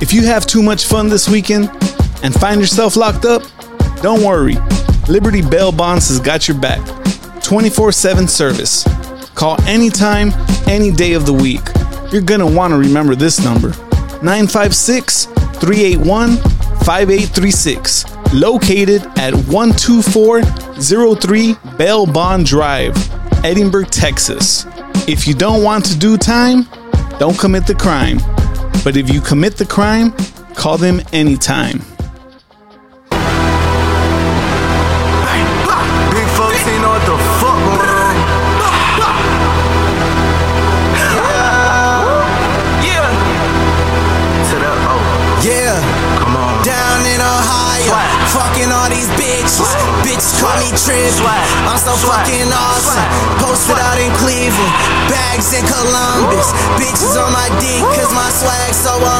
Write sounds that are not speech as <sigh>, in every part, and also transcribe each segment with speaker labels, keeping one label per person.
Speaker 1: If you have too much fun this weekend and find yourself locked up, don't worry. Liberty Bail Bonds has got your back. 24 7 service. Call anytime, any day of the week. You're going to want to remember this number 956 381 5836. Located at 12403 Bail Bond Drive, Edinburgh, Texas. If you don't want to do time, don't commit the crime. But if you commit the crime, call them anytime.
Speaker 2: Big folks ain't know what the fuck going on. Yeah. To the oh,
Speaker 3: Yeah,
Speaker 2: come on.
Speaker 3: down in Ohio,
Speaker 2: Swag.
Speaker 3: fucking all these bitches.
Speaker 2: Swag.
Speaker 3: Bitch call me Trip.
Speaker 2: Swag.
Speaker 3: I'm so
Speaker 2: Swag.
Speaker 3: fucking awesome.
Speaker 2: Swag.
Speaker 3: Posted
Speaker 2: Swag.
Speaker 3: out in Cleveland, bags in Columbus. Bitches on my dick, cause my swag so 100.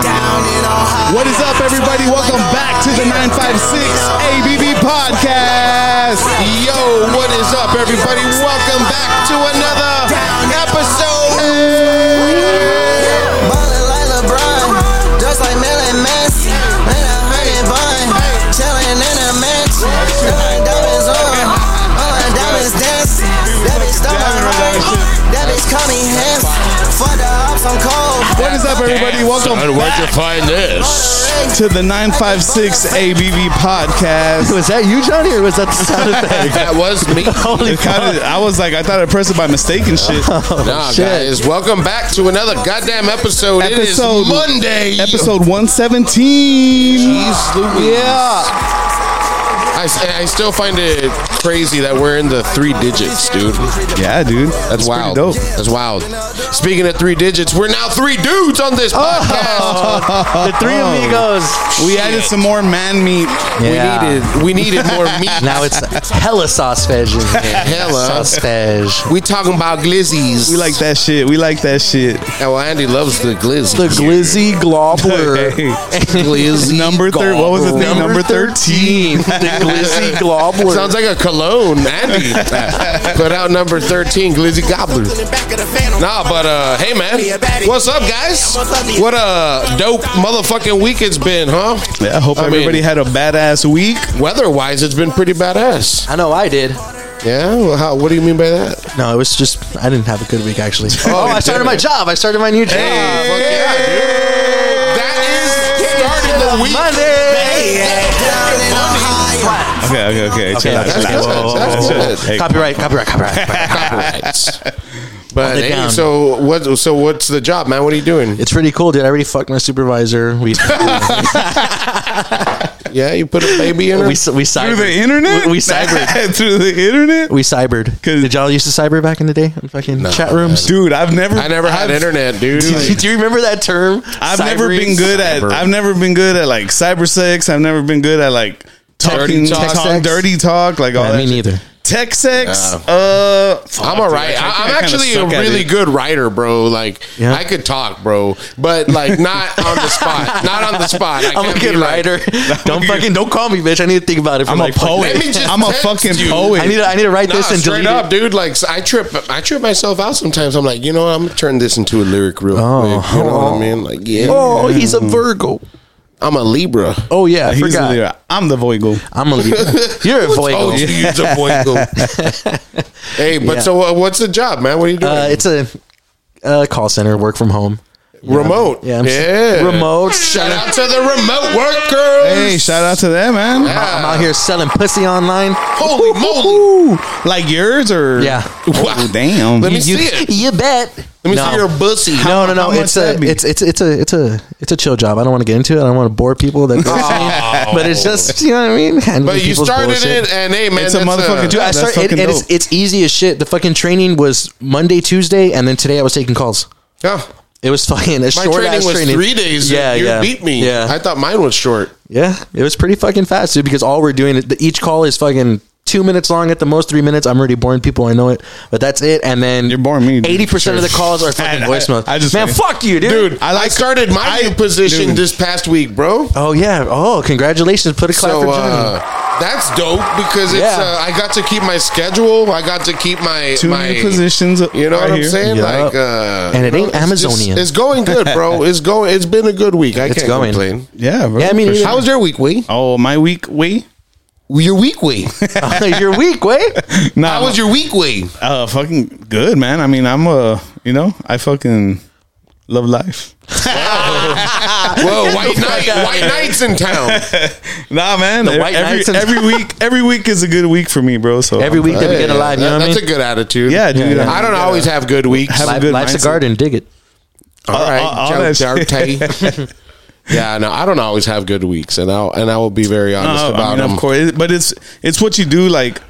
Speaker 3: Down in Ohio.
Speaker 4: What is up, everybody?
Speaker 3: Swag
Speaker 4: Welcome
Speaker 3: like
Speaker 4: back to the
Speaker 3: Ohio.
Speaker 4: 956 ABB podcast. Yo, what is up, everybody? Welcome back to another episode.
Speaker 3: Ballin' like LeBron, just like Melon Mess. And a hundred bun, chillin' in a match. Selling diamonds on, all my diamonds dance. That bitch stole my heart, that bitch call me Hess. Fuck the ops, I'm cold.
Speaker 4: What is up, everybody? Welcome
Speaker 5: Son, where'd you
Speaker 4: back
Speaker 5: find this?
Speaker 4: to the 956 ABB
Speaker 5: <laughs>
Speaker 4: podcast.
Speaker 6: Was that you, Johnny, or was that the sound
Speaker 5: <laughs>
Speaker 6: effect?
Speaker 5: That was me.
Speaker 4: It kinda- I was like, I thought I pressed it by mistake and
Speaker 5: <laughs>
Speaker 4: shit.
Speaker 5: Nah,
Speaker 6: shit.
Speaker 5: guys, welcome back to another goddamn episode. it
Speaker 4: Episode-
Speaker 5: is Monday.
Speaker 4: Episode 117.
Speaker 5: Jeez Louise.
Speaker 4: Yeah.
Speaker 5: I, s- I still find it crazy that we're in the three digits, dude.
Speaker 4: Yeah, dude. That's, pretty
Speaker 5: That's wild.
Speaker 6: <laughs>
Speaker 4: dope.
Speaker 5: That's wild. Speaking of three digits, we're now three dudes on this podcast.
Speaker 6: The three
Speaker 4: Oh.
Speaker 6: amigos.
Speaker 4: We added some more man meat.
Speaker 5: We needed we needed
Speaker 6: <laughs>
Speaker 5: more meat.
Speaker 6: Now it's hella sauce veg in <laughs> here.
Speaker 5: Hella.
Speaker 6: sauce veg.
Speaker 5: we talking about glizzies.
Speaker 4: We like that shit. We like that shit.
Speaker 5: Oh, Andy loves the glizzy.
Speaker 6: The glizzy globler.
Speaker 4: <laughs> Hey.
Speaker 5: glizzy.
Speaker 4: Number thir- what was it?
Speaker 5: gobbler.
Speaker 4: Number 13.
Speaker 6: <laughs> the glizzy globler.
Speaker 5: Sounds like a cologne, Andy. Put out number 13, Glizzy Gobbler. Nah, but uh, hey, man. What's up, guys? What a dope motherfucking week it's been, huh?
Speaker 4: I hope
Speaker 5: I mean-
Speaker 4: everybody had a badass week.
Speaker 5: Weather wise, it's been pretty badass.
Speaker 6: I know I did.
Speaker 5: Yeah? Well, how, what do you mean by that?
Speaker 6: No, it was just I didn't have a good week actually. <laughs> Oh, I started my job. I started my new job.
Speaker 5: Hey, fuck yeah, dude. That is starting the week.
Speaker 6: Monday.
Speaker 3: Down in Ohio.
Speaker 4: Okay, okay, okay. Chill out,
Speaker 6: that's
Speaker 4: chill out.
Speaker 5: good,
Speaker 4: Whoa,
Speaker 5: that's
Speaker 4: whoa, whoa.
Speaker 5: good.
Speaker 4: Hey,
Speaker 6: Copyright, copyright, copyright.
Speaker 5: <laughs>
Speaker 6: copyright.
Speaker 5: Copyrights. But
Speaker 6: Hold it
Speaker 5: hey,
Speaker 6: down.
Speaker 5: so what? So what's the job, man? What are you doing?
Speaker 6: <laughs> It's pretty cool, dude. I already fucked my supervisor.
Speaker 4: <laughs>
Speaker 6: We
Speaker 5: Yeah, you put a baby in her.
Speaker 6: <laughs> we we cybered.
Speaker 4: Through the internet?
Speaker 6: We, we cybered.
Speaker 4: <laughs> Through the internet?
Speaker 6: We cybered.
Speaker 4: 'Cause-
Speaker 6: Did y'all used to cyber back in the day? In fucking chat rooms.
Speaker 4: Dude, I've never
Speaker 5: I never had
Speaker 4: I've-
Speaker 5: internet, dude. Like,
Speaker 6: <laughs> Do you remember that term?
Speaker 4: I've never
Speaker 6: Cybering?
Speaker 4: been good at
Speaker 5: Cyber.
Speaker 4: I've never been good at like cyber sex. I've never been good at like talking
Speaker 5: Dirty talk.
Speaker 4: talk,
Speaker 5: Tech
Speaker 6: sex?
Speaker 4: dirty talk, like all
Speaker 6: Yeah,
Speaker 4: that.
Speaker 6: me
Speaker 4: shit.
Speaker 6: neither.
Speaker 4: Tech sex? Uh, fuck,
Speaker 5: I'm
Speaker 4: dude,
Speaker 5: all right.
Speaker 4: I- I
Speaker 5: I,
Speaker 4: kinda
Speaker 5: I'm actually a
Speaker 4: suck at
Speaker 5: really
Speaker 4: it.
Speaker 5: good writer, bro. Like
Speaker 6: Yeah.
Speaker 5: I could talk, bro, but like not on the spot. Not on the spot. I
Speaker 6: I'm
Speaker 5: can't
Speaker 6: a
Speaker 5: be
Speaker 6: good
Speaker 5: like, <laughs>
Speaker 6: writer. don't fucking don't call me, bitch. I need to think about it. For
Speaker 4: I'm a
Speaker 6: like, fucking-
Speaker 4: poet.
Speaker 5: Let me just
Speaker 4: I'm a
Speaker 5: text
Speaker 4: fucking
Speaker 5: you.
Speaker 4: poet.
Speaker 6: I need to, I need to write
Speaker 5: Nah,
Speaker 6: this and delete
Speaker 5: straight
Speaker 6: it.
Speaker 5: up, dude. Like I trip, I trip myself out sometimes. I'm like, you know, what? I'm gonna turn this into a lyric real quick. You know what I mean? Like, yeah,
Speaker 6: Oh, he's a Virgo.
Speaker 5: I'm a Libra.
Speaker 6: Oh yeah, I
Speaker 4: He's
Speaker 6: forgot.
Speaker 4: literally- I'm the Voigle.
Speaker 6: I'm
Speaker 5: <laughs>
Speaker 6: a Libra. You're a Virgo.
Speaker 5: Oh, he's
Speaker 6: <laughs>
Speaker 5: a Virgo. hey, but
Speaker 6: Yeah.
Speaker 5: so uh, what's the job, man? What are you doing?
Speaker 6: Uh, it's a uh, call center, work from home.
Speaker 5: remote.
Speaker 6: Yeah, I'm
Speaker 5: yeah.
Speaker 6: remote.
Speaker 5: Shout out to the remote workers.
Speaker 4: Hey, shout out to them, man.
Speaker 6: I'm out here selling pussy online.
Speaker 5: Holy moly.
Speaker 4: Ooh, like yours or
Speaker 6: Yeah.
Speaker 4: Oh, damn.
Speaker 5: Let me
Speaker 6: You,
Speaker 5: see it.
Speaker 6: you bet.
Speaker 5: Let me
Speaker 6: no.
Speaker 5: see your bussy.
Speaker 6: No, no,
Speaker 4: how
Speaker 6: no.
Speaker 4: much
Speaker 6: It's a,
Speaker 4: that'd be?
Speaker 6: it's, it's, it's a, it's a, it's a chill job. I don't want to get into it. I don't want to bore people. That but it's just, you know what I mean. Handling
Speaker 5: Oh. But you
Speaker 6: people's
Speaker 5: started
Speaker 6: bullshit.
Speaker 5: it, and hey, man,
Speaker 4: It's a
Speaker 5: that's uh,
Speaker 4: motherfucking
Speaker 6: Dude,
Speaker 4: Yeah,
Speaker 6: I
Speaker 4: that's
Speaker 6: started. It,
Speaker 4: fucking
Speaker 6: it's,
Speaker 4: dope.
Speaker 6: it's easy as shit. The fucking training was Monday, Tuesday, and then today I was taking calls.
Speaker 5: Yeah.
Speaker 6: It was fucking a
Speaker 5: My
Speaker 6: short
Speaker 5: training
Speaker 6: ass
Speaker 5: was
Speaker 6: training.
Speaker 5: three days. Yeah,
Speaker 6: Yeah,
Speaker 5: you
Speaker 6: yeah.
Speaker 5: beat me.
Speaker 6: Yeah,
Speaker 5: I thought mine was short.
Speaker 6: yeah. It was pretty fucking fast, dude. Because all we're doing, the- each call is fucking two minutes long at the most, three minutes. I'm already boring people. I know it, but that's it. And then
Speaker 4: You're boring me, dude.
Speaker 6: Eighty percent of the calls are fucking
Speaker 5: <laughs>
Speaker 4: I-
Speaker 6: voicemail.
Speaker 4: I just-
Speaker 6: man, fuck you, dude.
Speaker 5: I,
Speaker 4: like-
Speaker 5: started my
Speaker 4: I-
Speaker 5: new position
Speaker 4: dude.
Speaker 5: this past week, bro.
Speaker 6: Oh yeah. Oh, congratulations. Put a clap
Speaker 5: So,
Speaker 6: for Johnny.
Speaker 5: uh, That's dope because it's.
Speaker 6: Yeah.
Speaker 5: Uh, I got to keep my schedule. I got to keep my
Speaker 1: Two
Speaker 5: my
Speaker 1: new positions.
Speaker 5: You know
Speaker 1: right
Speaker 5: what I'm
Speaker 1: here.
Speaker 5: saying?
Speaker 6: Yup.
Speaker 5: Like, uh,
Speaker 6: And it
Speaker 5: you know, it's
Speaker 6: ain't
Speaker 5: just-
Speaker 6: Amazonian.
Speaker 5: it's going good, bro.
Speaker 6: <laughs>
Speaker 5: It's going. It's been a good week. I
Speaker 6: It's
Speaker 5: can't
Speaker 6: going.
Speaker 5: complain.
Speaker 1: Yeah, bro.
Speaker 6: Yeah, I mean,
Speaker 1: for sure.
Speaker 5: How was your week, Wee?
Speaker 1: oh, my week,
Speaker 5: <laughs>
Speaker 1: we.
Speaker 5: Your week, Wee.
Speaker 6: <laughs> you're weak, way.
Speaker 1: Nah,
Speaker 5: How was your
Speaker 1: <laughs>
Speaker 5: week, Wee?
Speaker 1: Uh, fucking good, man. I mean, I'm uh, you know, I fucking love life. <laughs>
Speaker 5: Whoa, white night, white nights in
Speaker 6: <laughs>
Speaker 5: town.
Speaker 1: Nah, man.
Speaker 6: white
Speaker 1: every
Speaker 6: knights and-
Speaker 1: every week, every week is a good week for me, bro. So
Speaker 6: Every week that we get
Speaker 5: Hey,
Speaker 6: alive, you know
Speaker 5: that-
Speaker 6: what I
Speaker 5: that's
Speaker 6: mean?
Speaker 5: a good attitude.
Speaker 1: Yeah, dude,
Speaker 5: I don't always have good weeks.
Speaker 1: Have a uh,
Speaker 6: Life-
Speaker 1: good
Speaker 6: life's
Speaker 1: mindset.
Speaker 6: a garden, dig it.
Speaker 5: All right,
Speaker 1: all- all
Speaker 5: Joe
Speaker 1: that <laughs>
Speaker 5: Darte. yeah, no, I don't always have good weeks, and I'll and I will be very honest
Speaker 1: No,
Speaker 5: about
Speaker 1: Uh, I mean,
Speaker 5: them.
Speaker 1: of course. It- But it's it's what you do, like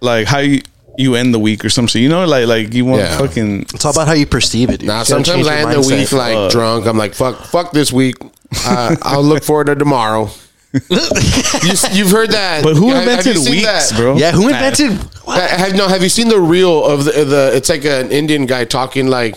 Speaker 1: like how you you end the week or something. You know, like like you want
Speaker 5: Yeah.
Speaker 1: fucking <laughs>
Speaker 6: It's all about how you perceive it.
Speaker 5: Now sometimes I end the week like drunk. I'm like, fuck, fuck this week. Uh, I'll look forward to
Speaker 1: <laughs>
Speaker 5: tomorrow. you, you've heard that,
Speaker 1: But who
Speaker 5: Have- have
Speaker 1: invented
Speaker 5: you seen
Speaker 1: weeks,
Speaker 5: that?
Speaker 1: bro?
Speaker 6: yeah, who invented?
Speaker 5: Ha- Have, no, have you seen the reel of the? the it's like an Indian guy talking like.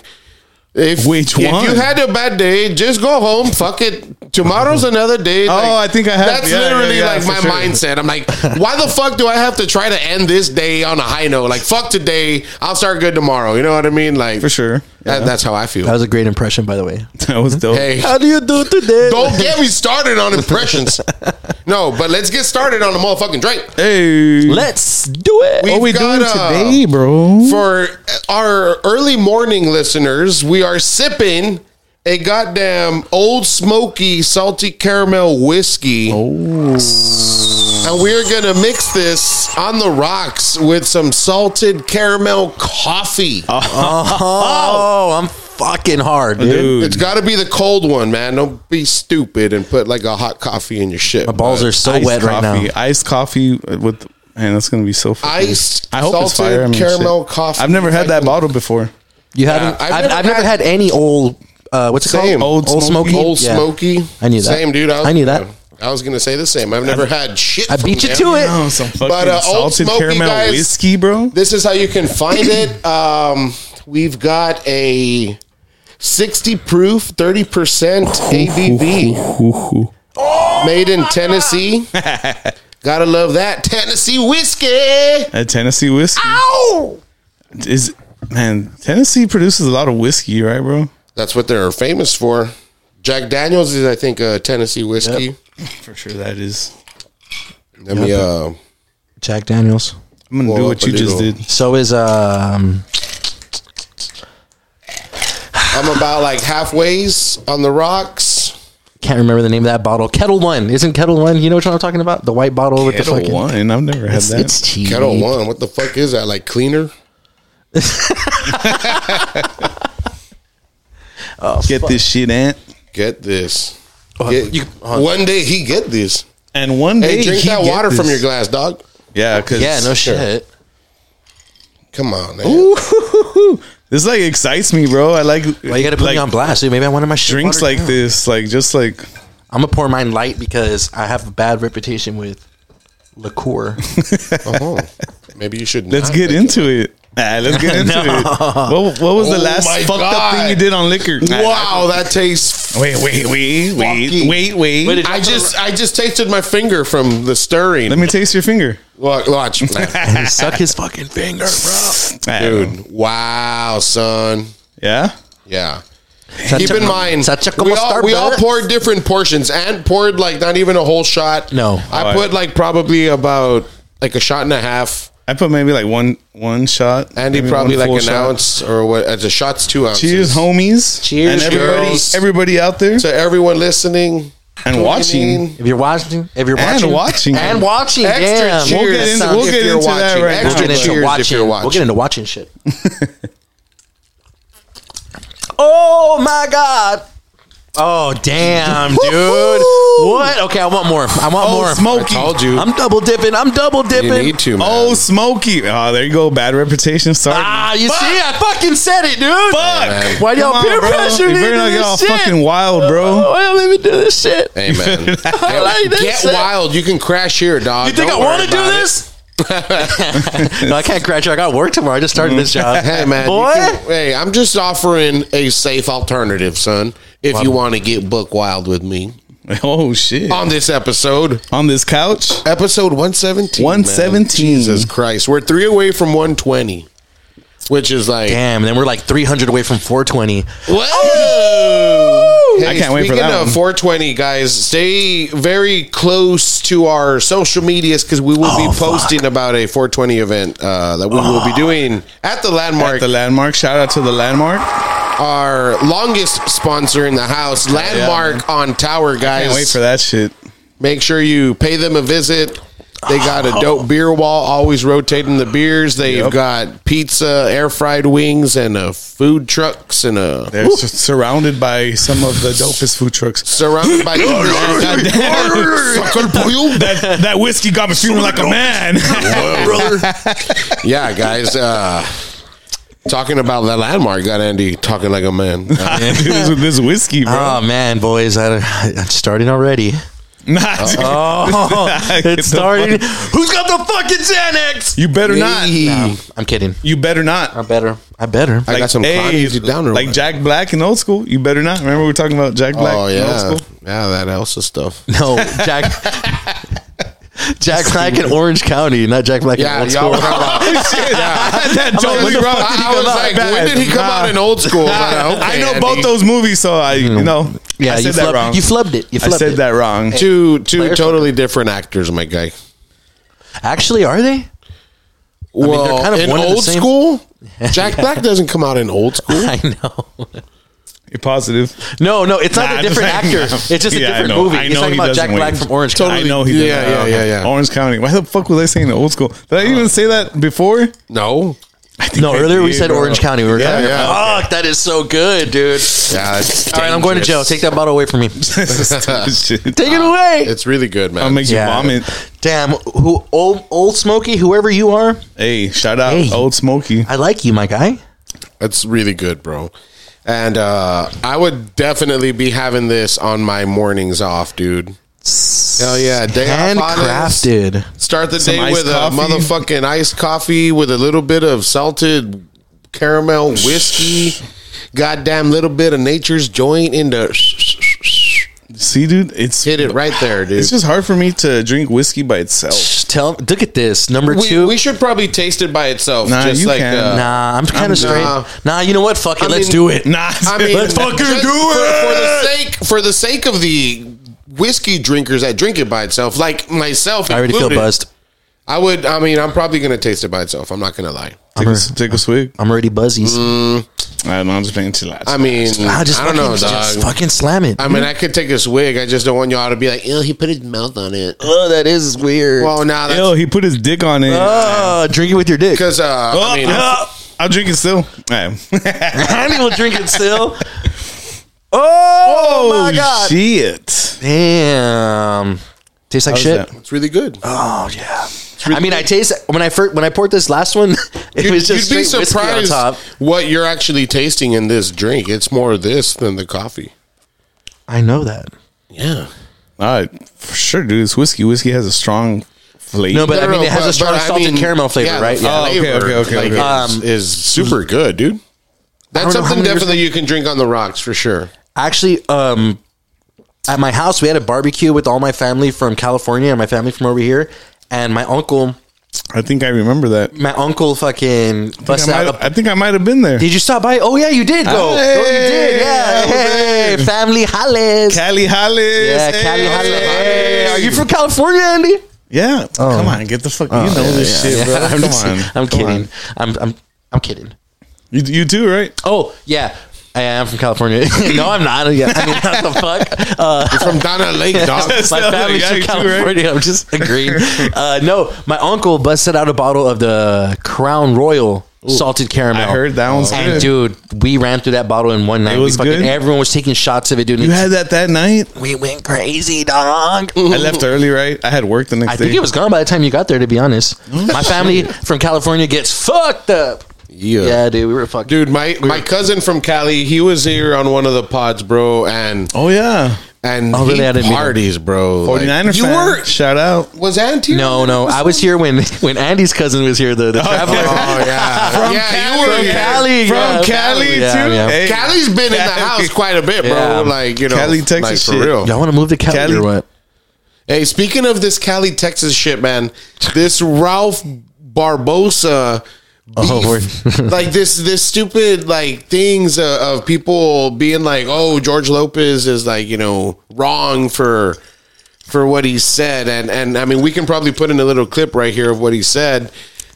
Speaker 5: If,
Speaker 1: Which
Speaker 5: if
Speaker 1: one?
Speaker 5: you had a bad day, just go home. Fuck it. Tomorrow's another day.
Speaker 1: Oh, I think I have-
Speaker 5: That's
Speaker 1: yeah, yeah,
Speaker 5: literally
Speaker 1: yeah,
Speaker 5: like
Speaker 1: for
Speaker 5: my
Speaker 1: sure.
Speaker 5: mindset.
Speaker 1: <laughs>
Speaker 5: I'm like, why the fuck do I have to try to end this day on a high note? Like, fuck today. I'll start good tomorrow. You know what I mean? Like,
Speaker 1: for sure.
Speaker 5: that- that's how I feel.
Speaker 6: That was a great impression, by the way.
Speaker 1: That was dope.
Speaker 5: hey,
Speaker 6: How do you do today?
Speaker 5: Don't get me started on
Speaker 6: <laughs>
Speaker 5: impressions. No, but let's get started on the motherfucking drink.
Speaker 1: Hey,
Speaker 6: Let's do it.
Speaker 5: We've
Speaker 1: what we
Speaker 5: got,
Speaker 1: doing
Speaker 5: uh,
Speaker 1: today, bro?
Speaker 5: For our early morning listeners, we are sipping a goddamn old smoky salty caramel whiskey.
Speaker 6: Oh.
Speaker 5: And we're going to mix this on the rocks with some salted caramel coffee.
Speaker 6: Ah. Oh, I'm fucking hard, dude.
Speaker 1: Dude,
Speaker 5: It's got to be the cold one, man. Don't be stupid and put like a hot coffee in your shit.
Speaker 6: My balls are so
Speaker 1: iced
Speaker 6: wet right
Speaker 1: coffee,
Speaker 6: now.
Speaker 1: Iced coffee with man, that's gonna be so fucking-
Speaker 5: Iced
Speaker 1: I hope it's
Speaker 5: salted
Speaker 1: fire. I mean,
Speaker 5: caramel
Speaker 1: shit.
Speaker 5: coffee.
Speaker 1: I've never had
Speaker 5: Like
Speaker 1: that
Speaker 5: the-
Speaker 1: bottle before.
Speaker 6: You haven't.
Speaker 5: I've
Speaker 6: I've, I've,
Speaker 5: never
Speaker 6: never,
Speaker 5: had-
Speaker 6: had, any old. Uh, what's it
Speaker 5: Same.
Speaker 6: called?
Speaker 1: Old Smoky?
Speaker 5: Old
Speaker 6: Yeah.
Speaker 5: Smoky.
Speaker 6: I knew that.
Speaker 5: Same dude.
Speaker 6: I knew that.
Speaker 5: I was gonna say the same. I've never had shit.
Speaker 6: I
Speaker 5: from
Speaker 6: beat you
Speaker 5: them.
Speaker 6: to it.
Speaker 1: Oh, some fucking
Speaker 5: But, uh, Old
Speaker 1: salted
Speaker 5: Smoky,
Speaker 1: caramel
Speaker 5: guys-
Speaker 1: whiskey, bro.
Speaker 5: This is how you can find it.
Speaker 6: <coughs>
Speaker 5: Um, we've got a sixty proof, thirty percent ABV, made in
Speaker 6: <laughs>
Speaker 5: Tennessee. Gotta love that Tennessee whiskey.
Speaker 1: A Tennessee whiskey
Speaker 5: Ow!
Speaker 1: is man. Tennessee produces a lot of whiskey, right, bro?
Speaker 5: That's what they're famous for. Jack Daniels is, I think, a Tennessee whiskey.
Speaker 1: For sure, that is.
Speaker 5: Let me uh,
Speaker 6: Jack Daniels.
Speaker 1: I'm gonna
Speaker 5: Well,
Speaker 1: do
Speaker 5: up
Speaker 1: what
Speaker 5: a
Speaker 1: you just
Speaker 5: little.
Speaker 1: did.
Speaker 6: So is um.
Speaker 5: I'm about like halfways on the rocks.
Speaker 6: Can't remember the name of that bottle. Kettle One isn't Kettle One. You know which one I'm talking about? The white bottle with the
Speaker 1: Kettle
Speaker 6: fucking.
Speaker 1: one. I've never had
Speaker 6: It's,
Speaker 1: that.
Speaker 6: it's cheap.
Speaker 5: Kettle one. What the fuck is that? Like cleaner?
Speaker 1: Get this shit, Ant.
Speaker 5: Get this.
Speaker 1: Oh,
Speaker 5: Get-
Speaker 6: you-
Speaker 5: one day he get this.
Speaker 1: And one day,
Speaker 5: Hey, drink
Speaker 1: uh-huh. he
Speaker 5: that
Speaker 1: get
Speaker 5: water from
Speaker 1: this.
Speaker 5: your glass, dog.
Speaker 1: Yeah, because
Speaker 6: Yeah, no shit.
Speaker 5: Come on, man.
Speaker 1: This like excites me, bro. I like.
Speaker 6: Why you gotta put
Speaker 1: like,
Speaker 6: me on blast, dude? Maybe I wanted my shit
Speaker 1: Drinks
Speaker 6: watered
Speaker 1: like
Speaker 6: down.
Speaker 1: this, like just like
Speaker 6: I'm gonna pour mine light because I have a bad reputation with
Speaker 1: <laughs>
Speaker 6: liqueur.
Speaker 5: Oh, maybe you should.
Speaker 1: let's
Speaker 5: not
Speaker 1: get
Speaker 5: make
Speaker 1: into it. Ah, let's
Speaker 6: <laughs>
Speaker 1: get into it. What, what was the
Speaker 5: Oh
Speaker 1: last
Speaker 5: my
Speaker 1: fucked up
Speaker 5: God.
Speaker 1: thing you did on liquor?
Speaker 5: it. Wow, that tastes.
Speaker 1: Wait, wait, wait, wait,
Speaker 5: Fucky.
Speaker 1: wait, wait.
Speaker 6: Wait, did-
Speaker 5: I just, I just tasted my finger from the stirring.
Speaker 1: Let me taste your finger,
Speaker 5: Look,
Speaker 1: <laughs>
Speaker 5: watch,
Speaker 6: And suck his fucking finger, bro.
Speaker 1: Ah,
Speaker 5: dude. Wow, son.
Speaker 1: Yeah.
Speaker 5: Yeah.
Speaker 6: Such
Speaker 5: Keep
Speaker 6: a-
Speaker 5: in mind,
Speaker 6: such a
Speaker 5: we all, we all
Speaker 6: starburst.
Speaker 5: poured different portions and poured like not even a whole shot.
Speaker 6: No.
Speaker 5: I
Speaker 1: Oh,
Speaker 5: put like probably about like a shot and a half.
Speaker 1: I put maybe like one one shot.
Speaker 5: Andy
Speaker 1: maybe
Speaker 5: probably
Speaker 1: one
Speaker 5: like
Speaker 1: full
Speaker 5: an
Speaker 1: shot.
Speaker 5: ounce or what? It's a shot's two ounces.
Speaker 1: Cheers, homies.
Speaker 6: Cheers,
Speaker 1: and everybody,
Speaker 5: girls.
Speaker 1: everybody out there
Speaker 5: to everyone listening
Speaker 1: and watching.
Speaker 6: If you're watching, if you're
Speaker 1: And
Speaker 6: watching,
Speaker 1: watching.
Speaker 6: and watching,
Speaker 5: Extra
Speaker 6: damn.
Speaker 5: cheers.
Speaker 1: We'll get into, we'll
Speaker 5: If
Speaker 1: get
Speaker 5: you're
Speaker 1: into that
Speaker 5: watching,
Speaker 1: right
Speaker 5: extra
Speaker 6: We'll get
Speaker 1: now.
Speaker 6: into
Speaker 5: cheers if
Speaker 6: watching.
Speaker 5: you're
Speaker 6: We'll
Speaker 5: watching.
Speaker 6: get into watching shit. <laughs> oh my god. Oh damn, dude. What? Okay, I want more. I want
Speaker 1: Oh,
Speaker 6: more.
Speaker 1: Smokey.
Speaker 5: I told you.
Speaker 6: I'm double dipping. I'm double dipping.
Speaker 5: You need to, man.
Speaker 1: Oh, Smokey. Oh, there you go. Bad reputation. Sorry.
Speaker 6: Ah, you see, I fucking said it, dude.
Speaker 1: Fuck.
Speaker 6: Why y'all
Speaker 1: Come on,
Speaker 6: peer
Speaker 1: bro.
Speaker 6: pressure
Speaker 1: You
Speaker 6: me to
Speaker 1: better not
Speaker 6: do
Speaker 1: get
Speaker 6: this
Speaker 1: all
Speaker 6: shit?
Speaker 1: fucking wild,
Speaker 6: Oh, <laughs>
Speaker 1: bro.
Speaker 6: why y'all let me do this <laughs> shit?
Speaker 5: Hey, man. get
Speaker 6: I like this
Speaker 5: get
Speaker 6: shit.
Speaker 5: wild. You can crash here, dog.
Speaker 6: You think
Speaker 5: Don't
Speaker 6: I
Speaker 5: worry
Speaker 6: want to do
Speaker 5: about it.
Speaker 6: this? no, I can't graduate. I got work tomorrow. I just started <laughs> this job.
Speaker 5: Hey, man. you
Speaker 6: Boy.
Speaker 5: can- hey, I'm just offering a safe alternative, son. If you want to get book wild with me.
Speaker 1: Oh shit!
Speaker 5: on this episode.
Speaker 1: On this couch,
Speaker 5: Episode 117. man.
Speaker 1: 117.
Speaker 5: Jesus Christ. We're three away from 120, which is like.
Speaker 6: Damn, then we're like 300 away from 420.
Speaker 5: Whoa! Hey,
Speaker 1: I can't wait for
Speaker 5: speaking
Speaker 1: that
Speaker 5: of
Speaker 1: one.
Speaker 5: 420, guys, stay very close to our social medias because we will
Speaker 1: Oh,
Speaker 5: be posting about a 420 event uh, that we will be doing at the Landmark,
Speaker 1: at the landmark. Shout out to the landmark.
Speaker 5: our longest sponsor in the house, Landmark on Tower, guys.
Speaker 1: Can't wait for that shit.
Speaker 5: Make sure you pay them a visit. They got a
Speaker 1: Oh.
Speaker 5: dope beer wall, always rotating the beers. They've
Speaker 1: Yep.
Speaker 5: got pizza, air fried wings, and uh, food trucks, and uh,
Speaker 1: They're s- surrounded by some of the dopest food trucks.
Speaker 5: <laughs> surrounded
Speaker 1: <laughs>
Speaker 5: by. <laughs>
Speaker 1: that, that whiskey got me feeling like a man.
Speaker 5: yeah, guys. Uh, talking about the landmark, got Andy talking like
Speaker 1: <laughs>
Speaker 5: a man. Uh-huh. Uh,
Speaker 1: this, this whiskey, bro.
Speaker 6: Oh man, boys, I, I'm starting already.
Speaker 1: Nah,
Speaker 5: Uh-huh.
Speaker 6: Oh,
Speaker 1: <laughs> Get the
Speaker 6: <laughs> it's starting.
Speaker 1: Who's got the fucking Xanax? You better
Speaker 5: hey,
Speaker 1: not.
Speaker 6: I'm kidding.
Speaker 1: You better not.
Speaker 6: I better. I better.
Speaker 5: I got some
Speaker 1: hey,
Speaker 5: Connie's down
Speaker 1: like Jack Black in old school. You better not. Remember we were talking about Jack Black
Speaker 5: Oh
Speaker 1: in
Speaker 5: yeah,
Speaker 1: old school.
Speaker 5: yeah, that Elsa stuff.
Speaker 6: No,
Speaker 1: <laughs>
Speaker 6: Jack. Jack Black in Orange County, not Jack Black in
Speaker 5: Yeah, Oh,
Speaker 6: old
Speaker 5: y'all
Speaker 6: school.
Speaker 1: <laughs>
Speaker 5: were talking <laughs> about-
Speaker 1: that
Speaker 6: like,
Speaker 1: totally
Speaker 6: what the
Speaker 1: wrong.
Speaker 6: fuck?
Speaker 5: I was like, when did he come out in old school? But, uh, okay,
Speaker 1: I know
Speaker 5: Andy.
Speaker 1: both those movies, so I you
Speaker 5: Hmm.
Speaker 1: know
Speaker 6: Yeah,
Speaker 1: I
Speaker 6: you
Speaker 1: said that
Speaker 6: flubbed-
Speaker 1: wrong.
Speaker 6: you flubbed it. You
Speaker 1: I
Speaker 6: flubbed
Speaker 1: said
Speaker 6: it.
Speaker 1: that wrong.
Speaker 5: two two
Speaker 6: Players-
Speaker 5: totally different actors, my guy.
Speaker 6: Actually,
Speaker 1: <laughs>
Speaker 6: are they?
Speaker 5: Well,
Speaker 6: they're kind of
Speaker 5: in
Speaker 6: one and the
Speaker 5: old
Speaker 6: same-
Speaker 5: school,
Speaker 6: <laughs>
Speaker 5: Jack Black doesn't come out in old school.
Speaker 6: I know.
Speaker 1: You're positive.
Speaker 6: No, no, it's not
Speaker 1: Nah,
Speaker 6: a
Speaker 1: I'm just
Speaker 6: different
Speaker 1: saying,
Speaker 6: actor.
Speaker 1: nah.
Speaker 6: It's just a
Speaker 1: Yeah, I
Speaker 6: different
Speaker 1: know.
Speaker 6: movie.
Speaker 1: I
Speaker 6: He's
Speaker 1: know
Speaker 6: talking
Speaker 1: he
Speaker 6: about
Speaker 1: doesn't
Speaker 6: Jack Black
Speaker 1: win.
Speaker 6: from Orange
Speaker 1: I
Speaker 6: County.
Speaker 1: know he. doesn't.
Speaker 5: Yeah, yeah,
Speaker 1: Okay.
Speaker 5: yeah, yeah.
Speaker 1: Orange County. Why the fuck was I saying the old school? Did I
Speaker 5: Uh,
Speaker 1: even say that before?
Speaker 5: No,
Speaker 6: No, earlier we
Speaker 1: Yeah,
Speaker 6: said
Speaker 1: bro.
Speaker 6: Orange
Speaker 1: <laughs>
Speaker 6: County. We were
Speaker 5: Yeah,
Speaker 6: talking
Speaker 5: yeah.
Speaker 6: about- Fuck, that is so good, dude.
Speaker 5: yeah,
Speaker 6: All right, I'm going to jail. Take that bottle away from me. Take <laughs>
Speaker 1: Shit.
Speaker 6: it away.
Speaker 5: It's really good, man.
Speaker 1: I'll make you
Speaker 6: Yeah.
Speaker 1: vomit.
Speaker 6: Damn, who old old Smokey, whoever you are,
Speaker 1: Hey, shout out
Speaker 6: Hey.
Speaker 1: Old Smokey.
Speaker 6: I like you, my guy.
Speaker 5: That's really good, bro. And uh, I would definitely be having this on my mornings off, dude. Hell yeah, day off honest.
Speaker 6: handcrafted.
Speaker 5: Start the
Speaker 1: Some
Speaker 5: day
Speaker 1: iced
Speaker 5: with
Speaker 1: coffee.
Speaker 5: a motherfucking iced coffee with a little bit of salted caramel whiskey, goddamn little bit of nature's joint in the.
Speaker 1: See, dude, it's
Speaker 5: Hit it right there, dude.
Speaker 1: It's just hard for me to drink whiskey by itself.
Speaker 6: Tell, look at this number
Speaker 5: we,
Speaker 6: two.
Speaker 5: we should probably taste it by itself.
Speaker 1: Nah,
Speaker 5: just
Speaker 1: you
Speaker 5: like
Speaker 1: can.
Speaker 5: uh,
Speaker 6: nah, I'm kind of straight.
Speaker 5: Nah.
Speaker 6: Nah, you know what? Fuck it,
Speaker 5: I
Speaker 6: let's
Speaker 5: mean-
Speaker 6: do it.
Speaker 1: Nah,
Speaker 5: I mean,
Speaker 1: let's fucking
Speaker 5: just
Speaker 1: do
Speaker 5: for, For the
Speaker 1: it.
Speaker 5: sake, for the sake of the whiskey drinkers that drink it by itself, like myself,
Speaker 6: I already feel
Speaker 5: included,
Speaker 6: buzzed.
Speaker 5: I would. I mean, I'm probably gonna taste it by itself. I'm not gonna lie. Mm,
Speaker 1: Take a, take a swig.
Speaker 6: I'm already buzzies.
Speaker 1: I don't know, I'm just playing chill out.
Speaker 5: I mean,
Speaker 6: Ah, just
Speaker 5: I don't know,
Speaker 6: fucking- just
Speaker 5: dog.
Speaker 6: fucking slam it.
Speaker 5: I mean, I could take a swig. I just don't want y'all to be like, "Ew, he put his mouth on it."
Speaker 6: oh, that is weird.
Speaker 5: Well, now
Speaker 1: Yo,
Speaker 5: that's
Speaker 1: he put his dick on it.
Speaker 6: oh, drink it with your <laughs> dick.
Speaker 5: because uh,
Speaker 1: Oh,
Speaker 5: I mean,
Speaker 1: ah, I'll drink it still. Alright.
Speaker 6: Honey will drink it still. <laughs> Oh, my god!
Speaker 1: Oh, shit!
Speaker 6: Damn, tastes like
Speaker 1: How's
Speaker 6: shit.
Speaker 1: that?
Speaker 5: it's really good.
Speaker 6: Oh yeah. I mean, I taste when I first when I poured this last one, <laughs> it was just straight whiskey on top.
Speaker 5: what you're actually tasting in this drink. It's more of this than the coffee.
Speaker 6: I know that.
Speaker 5: Yeah.
Speaker 1: All right, for sure, dude. This whiskey whiskey has a strong flavor.
Speaker 6: No, but I mean, it has a strong
Speaker 5: but I
Speaker 6: salted
Speaker 5: mean,
Speaker 6: caramel flavor,
Speaker 5: yeah, the
Speaker 6: right? Um,
Speaker 1: Oh, okay,
Speaker 5: flavor,
Speaker 1: okay, okay,
Speaker 5: like,
Speaker 1: okay.
Speaker 5: Is, is super good, dude. That's
Speaker 6: don't know how
Speaker 5: something
Speaker 6: many years-
Speaker 5: definitely you can drink on the rocks for sure.
Speaker 6: Actually, um, at my house, we had a barbecue with all my family from California and my family from over here, and my uncle,
Speaker 1: I think I remember that. I
Speaker 6: my uncle, fucking
Speaker 1: think
Speaker 6: busted
Speaker 1: I,
Speaker 6: out.
Speaker 1: might,
Speaker 6: a-
Speaker 1: I think I might have been there.
Speaker 6: did you stop by? Oh yeah, you did go. oh, you
Speaker 1: Hey,
Speaker 6: did.
Speaker 1: I
Speaker 6: Yeah.
Speaker 1: was
Speaker 6: Hey,
Speaker 1: there.
Speaker 6: family hollis.
Speaker 1: Cali Hollis.
Speaker 6: yeah,
Speaker 1: Hey.
Speaker 6: Cali hollis. Hey, Are you Oh, from California, Andy?
Speaker 1: Yeah. Come on, get the fuck. you know this shit, bro.
Speaker 6: <laughs> I'm,
Speaker 1: Come
Speaker 6: just-
Speaker 1: on.
Speaker 6: I'm
Speaker 1: Come
Speaker 6: kidding.
Speaker 1: on.
Speaker 6: I'm I'm I'm kidding.
Speaker 1: You, you too, right?
Speaker 6: Oh yeah, I am from California. <laughs> no, I'm not. Yeah, I mean, <laughs> what the fuck?
Speaker 1: <laughs>
Speaker 6: Uh,
Speaker 5: You're from Donna
Speaker 6: <laughs>
Speaker 5: Lake, dog.
Speaker 6: my
Speaker 1: not
Speaker 6: family's
Speaker 1: like
Speaker 6: from
Speaker 1: you, right?
Speaker 6: California. I'm just agreeing.
Speaker 1: <laughs>
Speaker 6: Uh, no, my uncle busted out a bottle of the Crown Royal salted caramel.
Speaker 1: I heard that one's
Speaker 6: And
Speaker 1: good.
Speaker 6: dude, we ran through that bottle in one night.
Speaker 1: It was
Speaker 6: we fucking,
Speaker 1: good?
Speaker 6: Everyone was taking shots of it, dude. and
Speaker 1: You had that that night.
Speaker 6: we went crazy,
Speaker 1: <laughs>
Speaker 6: dog.
Speaker 1: I left early, right? I had work the next
Speaker 6: I
Speaker 1: day.
Speaker 6: think it was gone by the time you got there. To be honest,
Speaker 1: Mm.
Speaker 6: my family from California gets fucked up.
Speaker 5: Yeah.
Speaker 6: Yeah, dude, we were fucked.
Speaker 5: Dude, my, my cousin from Cali, he was here on one of the pods, bro, and
Speaker 1: Oh yeah.
Speaker 5: and
Speaker 6: Oh, really? I
Speaker 5: he
Speaker 6: didn't meet him.
Speaker 5: parties, bro. Like,
Speaker 1: 49er
Speaker 5: you
Speaker 1: fan.
Speaker 5: were
Speaker 1: Shout out.
Speaker 5: was Antier? <laughs>
Speaker 6: No, no. I was here when <laughs> when Andy's cousin was here, the, the traveler.
Speaker 5: Oh
Speaker 6: <laughs>
Speaker 5: yeah,
Speaker 1: From
Speaker 5: yeah,
Speaker 1: Cali.
Speaker 5: you were
Speaker 1: From
Speaker 5: here.
Speaker 1: Cali. From
Speaker 6: yeah,
Speaker 1: Cali,
Speaker 6: yeah,
Speaker 1: too?
Speaker 6: yeah.
Speaker 1: Hey.
Speaker 5: Cali's been in the
Speaker 1: Cali.
Speaker 5: house quite a bit, bro.
Speaker 6: Yeah.
Speaker 5: Like you know,
Speaker 1: Cali, Texas
Speaker 5: like,
Speaker 1: shit.
Speaker 5: for real.
Speaker 6: Y'all want to move to Cali,
Speaker 1: Cali?
Speaker 6: or what?
Speaker 5: Hey, speaking of this Cali, Texas shit, man, this Ralph Barbosa
Speaker 6: Oh,
Speaker 5: beef, <laughs>
Speaker 6: word.
Speaker 5: like this, this stupid like things uh, of people being like, oh, George Lopez is like you know wrong for for what he said, and and I mean we can probably put in a little clip right here of what he said,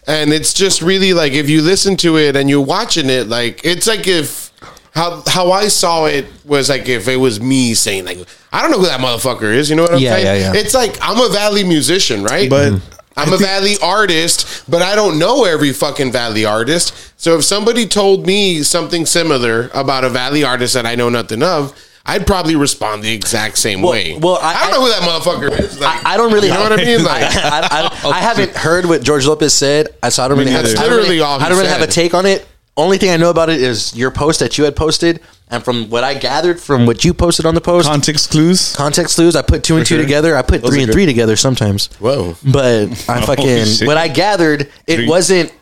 Speaker 5: and it's just really like if you listen to it and you're watching it, like it's like if. How, how I saw it was like if it was me saying like I don't know who that motherfucker is you know what I'm
Speaker 6: Yeah,
Speaker 5: saying
Speaker 6: yeah, yeah.
Speaker 5: it's like I'm a Valley musician, right?
Speaker 1: But
Speaker 5: I'm a Valley artist, but I don't know every fucking Valley artist. So if somebody told me something similar about a Valley artist that I know nothing of, I'd probably respond the exact same
Speaker 6: Well-
Speaker 5: way.
Speaker 6: well, I-
Speaker 5: I, don't know who that motherfucker is. Like,
Speaker 6: I, I don't really.
Speaker 5: You know what I mean? Like,
Speaker 6: <laughs> I,
Speaker 5: <laughs>
Speaker 6: I, I, I haven't heard what George Lopez said, uh, so I don't really.
Speaker 5: Me
Speaker 6: Have,
Speaker 5: neither.
Speaker 6: I don't
Speaker 5: Literally
Speaker 6: really,
Speaker 5: all he
Speaker 6: I don't really
Speaker 5: said.
Speaker 6: have a take on it. Only thing I know about it is your post that you had posted, and from what I gathered from what you posted on the post,
Speaker 1: context clues.
Speaker 6: context clues. I put two and two
Speaker 1: sure.
Speaker 6: together. I put
Speaker 1: Those
Speaker 6: three
Speaker 1: are
Speaker 6: and
Speaker 1: good.
Speaker 6: three together sometimes.
Speaker 5: whoa.
Speaker 6: But
Speaker 1: <laughs>
Speaker 6: I fucking
Speaker 1: shit.
Speaker 6: what I gathered, it
Speaker 1: Three.
Speaker 6: wasn't.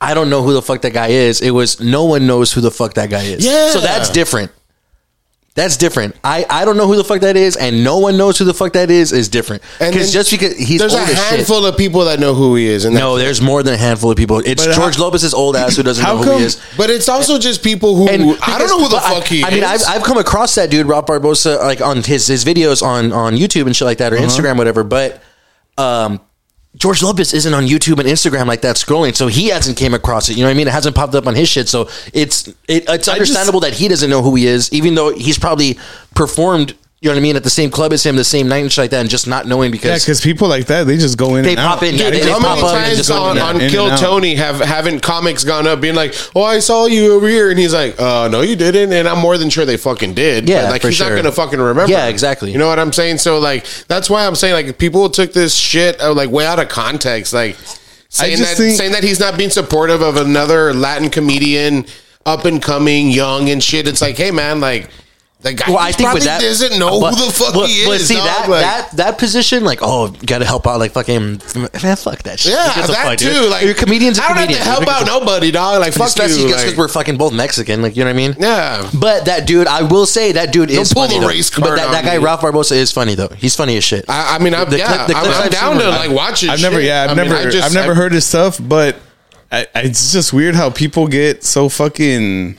Speaker 6: I don't know who the fuck that guy is. It was no one knows who the fuck that guy is.
Speaker 5: Yeah.
Speaker 6: So that's different. That's different. I, I don't know who the fuck that is, and no one knows who the fuck that is is different.
Speaker 5: And
Speaker 6: Because
Speaker 5: then
Speaker 6: just because he's
Speaker 5: There's
Speaker 6: old
Speaker 5: a
Speaker 6: as shit.
Speaker 5: handful of people that know who he is, and
Speaker 6: No, there's more than a handful of people. It's
Speaker 1: But
Speaker 6: George
Speaker 1: how-
Speaker 6: Lopez's old ass who doesn't
Speaker 1: How
Speaker 6: know who
Speaker 1: come-
Speaker 6: he is.
Speaker 5: but it's also just people who I don't
Speaker 6: because-
Speaker 5: know who the
Speaker 6: but I-
Speaker 5: fuck he
Speaker 6: I
Speaker 5: is.
Speaker 6: mean, I've, I've come across that dude, Rob Barbosa, like on his, his videos on, on YouTube and shit like that,
Speaker 5: Uh-huh.
Speaker 6: or Instagram, whatever. But um, George Lopez isn't on YouTube and Instagram like that scrolling, so he hasn't came across it. You know what I mean? It hasn't popped up on his shit, so it's it, it's understandable that he doesn't know who he is, even though he's probably performed. You know what I mean? At the same club as him, the same night and shit like that, and just not knowing
Speaker 1: Yeah,
Speaker 6: because
Speaker 1: because people like that, they just go in
Speaker 6: They
Speaker 1: and out.
Speaker 6: pop in, yeah, they-
Speaker 1: just
Speaker 5: How
Speaker 6: they
Speaker 5: many
Speaker 6: pop up and
Speaker 5: times
Speaker 6: just go
Speaker 5: on,
Speaker 6: in and
Speaker 5: on
Speaker 1: out. In
Speaker 5: Kill
Speaker 1: and out.
Speaker 5: Tony have haven't comics gone up being like, "Oh, I saw you over here," and he's like, "Uh, no, you didn't," and I'm more than sure they fucking did.
Speaker 6: Yeah,
Speaker 5: But, like
Speaker 6: for
Speaker 5: he's not
Speaker 6: sure.
Speaker 5: gonna fucking remember.
Speaker 6: Yeah, exactly.
Speaker 5: You know what I'm saying? So like that's why I'm saying like people took this shit uh, like way out of context, like saying
Speaker 1: just
Speaker 5: that
Speaker 1: think-
Speaker 5: saying that he's not being supportive of another Latin comedian up and coming, young and shit. It's like, hey man, like. The guy
Speaker 6: well, I
Speaker 5: just
Speaker 6: think with
Speaker 5: probably
Speaker 6: that
Speaker 5: doesn't know
Speaker 6: but-
Speaker 5: who the fuck
Speaker 6: but-
Speaker 5: he is.
Speaker 6: But see
Speaker 5: dog,
Speaker 6: that
Speaker 5: like-
Speaker 6: that that position, like oh, got to help out, like fucking man, fuck that shit. Who
Speaker 5: Yeah,
Speaker 6: gives a
Speaker 5: that
Speaker 6: fuck,
Speaker 5: too.
Speaker 6: dude?
Speaker 5: Like
Speaker 6: your comedians, are
Speaker 5: I don't
Speaker 6: comedians.
Speaker 5: have to
Speaker 6: Who
Speaker 5: help out
Speaker 6: gives a-
Speaker 5: nobody, dog. Like fuck
Speaker 6: especially
Speaker 5: you.
Speaker 6: just because
Speaker 5: like-
Speaker 6: we're fucking both Mexican. Like you know what I mean?
Speaker 5: yeah.
Speaker 6: But that dude, I will say that dude is
Speaker 5: pull
Speaker 6: funny.
Speaker 5: the
Speaker 6: though.
Speaker 5: race
Speaker 6: but
Speaker 5: card
Speaker 6: that,
Speaker 5: on
Speaker 6: that guy
Speaker 5: me.
Speaker 6: Ralph Barbosa is funny though. He's funny as shit.
Speaker 5: I, I mean, I've,
Speaker 6: The
Speaker 5: yeah,
Speaker 6: clip- the
Speaker 5: I'm,
Speaker 6: clips
Speaker 5: I'm
Speaker 6: I've
Speaker 5: down
Speaker 6: seen
Speaker 5: to
Speaker 6: were-
Speaker 5: like watch it.
Speaker 1: I've never,
Speaker 5: shit.
Speaker 1: yeah, I've
Speaker 5: I mean,
Speaker 1: never,
Speaker 5: I just-
Speaker 1: I've never
Speaker 5: I-
Speaker 1: heard his stuff, but I, I, it's just weird how people get so fucking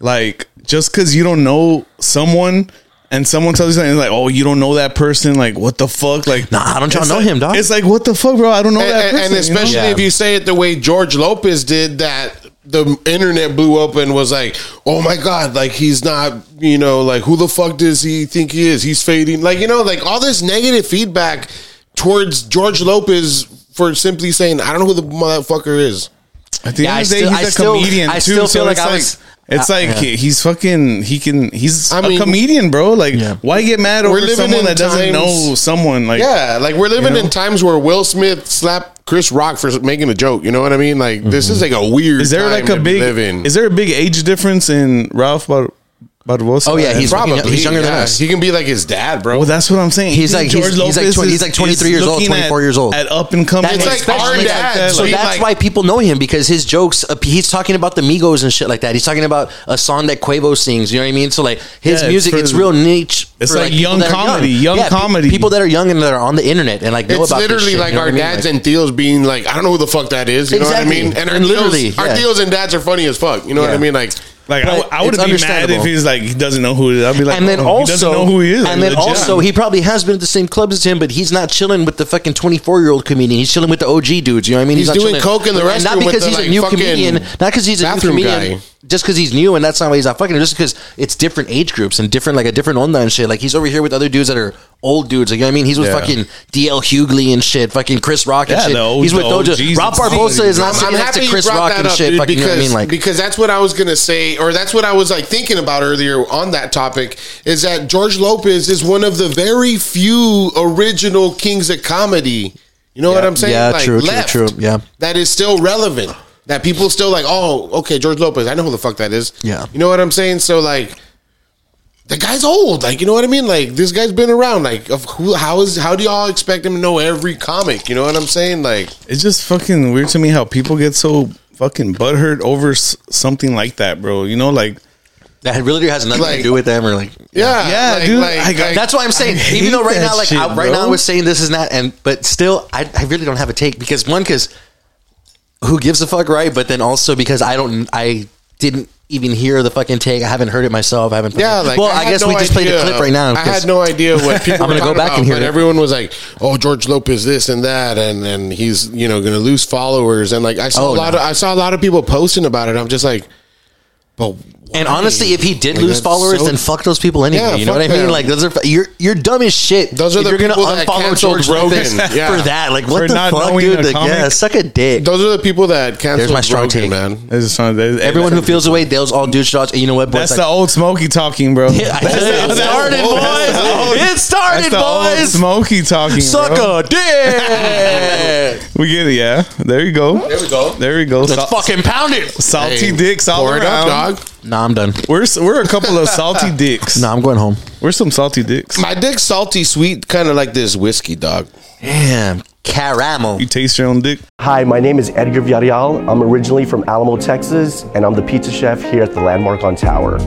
Speaker 1: like just because you don't know someone and someone tells you something it's like, oh, you don't know that person, like what the fuck, like
Speaker 6: Nah, I don't y'all
Speaker 1: it's
Speaker 6: know
Speaker 1: like-
Speaker 6: him, dog.
Speaker 1: It's like what the fuck, bro, I don't know
Speaker 5: And,
Speaker 1: that
Speaker 5: and-
Speaker 1: person,
Speaker 5: and especially
Speaker 6: Yeah.
Speaker 5: if you say it the way George Lopez did, that the internet blew up and was like, "Oh my god, like he's not, you know, like who the fuck does he think he is? He's fading." Like you know, like all this negative feedback towards George Lopez for simply saying, "I don't know who the motherfucker is."
Speaker 1: you know? At the
Speaker 6: Yeah,
Speaker 1: end
Speaker 6: I
Speaker 1: of the day,
Speaker 6: still-
Speaker 1: he's
Speaker 6: I
Speaker 1: a
Speaker 6: still-
Speaker 1: comedian
Speaker 6: I
Speaker 1: too,
Speaker 6: still
Speaker 1: so
Speaker 6: feel like
Speaker 1: it's
Speaker 6: I
Speaker 1: like.
Speaker 6: was-
Speaker 1: it's
Speaker 6: I-
Speaker 1: like
Speaker 6: yeah.
Speaker 1: he- he's fucking. He can. He's
Speaker 5: I
Speaker 1: a
Speaker 5: mean-
Speaker 1: comedian, bro. Like,
Speaker 6: Yeah.
Speaker 1: why get mad
Speaker 5: We're
Speaker 1: over
Speaker 5: living
Speaker 1: someone
Speaker 5: in
Speaker 1: that doesn't
Speaker 5: times-
Speaker 1: know someone? Like,
Speaker 5: Yeah, like we're living
Speaker 1: You know?
Speaker 5: in times where Will Smith slapped Chris Rock for making a joke. You know what I mean? Like this is like a weird.
Speaker 1: Mm-hmm. Is there
Speaker 5: time
Speaker 1: like a
Speaker 5: to
Speaker 1: big?
Speaker 5: live in.
Speaker 1: Is there a big age difference in Ralph Bar- Barbosa?
Speaker 6: Oh, yeah,
Speaker 1: and-
Speaker 6: he's-
Speaker 5: probably
Speaker 6: he's younger than us.
Speaker 5: He can be like his dad, bro.
Speaker 1: Well, that's what I'm saying.
Speaker 6: He's
Speaker 1: You
Speaker 6: like-
Speaker 1: think
Speaker 6: he's- he's like 20
Speaker 1: is-
Speaker 6: he's like 23 years old,
Speaker 1: looking
Speaker 6: 24
Speaker 1: at-
Speaker 6: years old.
Speaker 1: at up and coming.
Speaker 6: That's
Speaker 5: It's like our
Speaker 6: especially
Speaker 5: dad.
Speaker 1: that,
Speaker 5: so
Speaker 6: so
Speaker 1: like-
Speaker 6: that's
Speaker 5: like-
Speaker 6: why people know him because his jokes. Uh, he's talking about the Migos and shit like that. He's talking about a song that Quavo sings. You know what I mean? So like his
Speaker 1: Yeah,
Speaker 6: music,
Speaker 1: for-
Speaker 6: it's real niche.
Speaker 1: It's
Speaker 6: for,
Speaker 1: like
Speaker 6: people
Speaker 1: young
Speaker 6: that are
Speaker 1: comedy, young
Speaker 6: pe-
Speaker 1: comedy.
Speaker 6: people that are young and that are on the internet and like know
Speaker 5: it's
Speaker 6: about. this
Speaker 5: literally
Speaker 6: shit,
Speaker 5: like
Speaker 6: you know
Speaker 5: our
Speaker 6: what I mean?
Speaker 5: dads
Speaker 6: Like-
Speaker 5: and Theos being like, I don't know who the fuck that is. You
Speaker 6: Exactly.
Speaker 5: know what I mean? And our
Speaker 6: And literally,
Speaker 5: Theos, our
Speaker 6: yeah.
Speaker 5: Theos and dads are funny as fuck. You know what I
Speaker 6: Yeah.
Speaker 5: mean? Like,
Speaker 1: Like, I,
Speaker 6: But
Speaker 1: I would
Speaker 6: it's
Speaker 1: be mad if
Speaker 6: understandable.
Speaker 1: he's like he doesn't know who it is. I'd be like,
Speaker 6: and then
Speaker 1: oh,
Speaker 6: also,
Speaker 1: he doesn't know who he is.
Speaker 6: and then
Speaker 1: Legit.
Speaker 6: also, he probably has been at the same clubs as him, but he's not chilling with the fucking twenty-four-year-old comedian. He's chilling with the OG dudes. You know what I mean?
Speaker 5: He's
Speaker 6: not
Speaker 5: doing
Speaker 6: chilling-
Speaker 5: coke in the
Speaker 6: And
Speaker 5: restroom
Speaker 6: Not because
Speaker 5: with the,
Speaker 6: he's
Speaker 5: like,
Speaker 6: a new
Speaker 5: fucking
Speaker 6: comedian. Not because he's a new
Speaker 5: bathroom
Speaker 6: comedian.
Speaker 5: guy.
Speaker 6: Just because he's new and that's not why he's not fucking. Just because it's different age groups and different like a different onda and shit. Like he's over here with other dudes that are old dudes. Like you know what I mean? He's with
Speaker 5: Yeah.
Speaker 6: fucking DL Hughley and shit. Fucking Chris Rock and
Speaker 1: Yeah,
Speaker 6: shit.
Speaker 1: the old-
Speaker 6: he's with
Speaker 1: the
Speaker 6: those.
Speaker 1: OGs and
Speaker 6: dudes. Rob
Speaker 1: stuff.
Speaker 6: Barbosa is not
Speaker 5: I'm, I'm
Speaker 6: sitting next
Speaker 5: happy
Speaker 6: to
Speaker 5: you
Speaker 6: Chris
Speaker 5: brought
Speaker 6: Rock
Speaker 5: that
Speaker 6: and
Speaker 5: up,
Speaker 6: shit.
Speaker 5: dude,
Speaker 6: Fucking you know what I
Speaker 5: because,
Speaker 6: mean? Like
Speaker 5: because that's what I was gonna say, or that's what I was like thinking about earlier on that topic. Is that George Lopez is one of the very few original kings of comedy. You know what I'm saying?
Speaker 6: Yeah, true, true, true, yeah.
Speaker 5: that is still relevant. That people still like. Oh, okay, George Lopez. I know who the fuck that is.
Speaker 6: Yeah.
Speaker 5: you know what I'm saying. So like, the guy's old. Like, you know what I mean? Like, this guy's been around. Like, of who? How is? How do y'all expect him to know every comic? You know what I'm saying? Like,
Speaker 1: It's just fucking weird to me how people get so fucking butthurt over s- something like that, bro. You know, like
Speaker 6: That really has nothing
Speaker 5: Like-
Speaker 6: to do with them, or like
Speaker 5: yeah,
Speaker 1: Yeah,
Speaker 5: like,
Speaker 1: dude, I got-
Speaker 6: That's why I'm saying,
Speaker 1: I
Speaker 6: even though
Speaker 1: hate
Speaker 6: right
Speaker 1: that
Speaker 6: now, like
Speaker 1: shit,
Speaker 6: I, right now, I
Speaker 1: bro.
Speaker 6: was saying this is not, and but still, I, I really don't have a take because one, because who gives a fuck, right? But then also because I don't, I didn't even hear the fucking take. I haven't heard it myself. I haven't.
Speaker 5: Yeah, like
Speaker 6: well, I,
Speaker 5: had
Speaker 6: guess
Speaker 5: no
Speaker 6: we just played a
Speaker 5: idea.
Speaker 6: clip right now.
Speaker 5: I
Speaker 6: 'cause-
Speaker 5: had no idea what people.
Speaker 6: I'm gonna
Speaker 5: were
Speaker 6: go
Speaker 5: talking
Speaker 6: back
Speaker 5: about,
Speaker 6: and hear
Speaker 5: but
Speaker 6: it.
Speaker 5: Everyone was like, "Oh, George Lopez this and that," and and he's you know gonna lose followers. And like I saw
Speaker 6: Oh,
Speaker 5: a lot
Speaker 6: no.
Speaker 5: of I saw a lot of people posting about it. I'm just like, but
Speaker 6: And
Speaker 5: why?
Speaker 6: honestly, if he did
Speaker 5: Like,
Speaker 6: lose
Speaker 5: that's
Speaker 6: followers,
Speaker 5: so-
Speaker 6: then fuck those people anyway.
Speaker 5: Yeah,
Speaker 6: you know
Speaker 5: fuck
Speaker 6: what I mean?
Speaker 5: them.
Speaker 6: Like those are fu- you're you're dumb as shit.
Speaker 5: Those are
Speaker 6: if
Speaker 5: the
Speaker 6: you're gonna
Speaker 5: people that
Speaker 6: unfollow
Speaker 5: canceled
Speaker 6: George Rogan
Speaker 5: Rogan. Yeah.
Speaker 6: <laughs> for that. Like what
Speaker 1: For
Speaker 6: the
Speaker 1: not
Speaker 6: fuck,
Speaker 1: knowing
Speaker 6: dude?
Speaker 1: a
Speaker 6: Like, yeah,
Speaker 1: comic.
Speaker 6: suck a dick.
Speaker 5: those are the people that canceled
Speaker 6: There's my strong
Speaker 5: Rogan,
Speaker 6: take.
Speaker 5: man.
Speaker 1: it's just not- that-
Speaker 5: <laughs>
Speaker 6: Everyone who feels away, those all douche shots. And you know what? boys?
Speaker 1: that's
Speaker 6: Like,
Speaker 1: the old Smokey talking, bro.
Speaker 6: it started,
Speaker 1: old- that's the old-
Speaker 6: boys. It
Speaker 1: <laughs> That's
Speaker 6: started,
Speaker 1: the old
Speaker 6: boys.
Speaker 1: Smokey talking.
Speaker 6: Suck
Speaker 1: bro.
Speaker 6: a dick.
Speaker 1: We get it, yeah. There you go. There
Speaker 5: we go.
Speaker 1: There we go.
Speaker 6: Let's
Speaker 1: Sal-
Speaker 6: fucking pound it.
Speaker 1: salty
Speaker 5: Hey,
Speaker 1: dicks all
Speaker 5: Pour it up,
Speaker 1: around.
Speaker 5: dog.
Speaker 6: Nah, I'm done.
Speaker 1: We're s- we're a couple of
Speaker 6: <laughs>
Speaker 1: salty dicks.
Speaker 6: Nah, I'm going home.
Speaker 1: We're some salty dicks.
Speaker 5: My dick's salty, sweet, kind of like this whiskey, dog.
Speaker 6: Damn, caramel.
Speaker 1: You taste your own dick.
Speaker 7: Hi, my name is Edgar Villarreal. I'm originally from Alamo, Texas, and I'm the pizza chef here at the Landmark on Tower.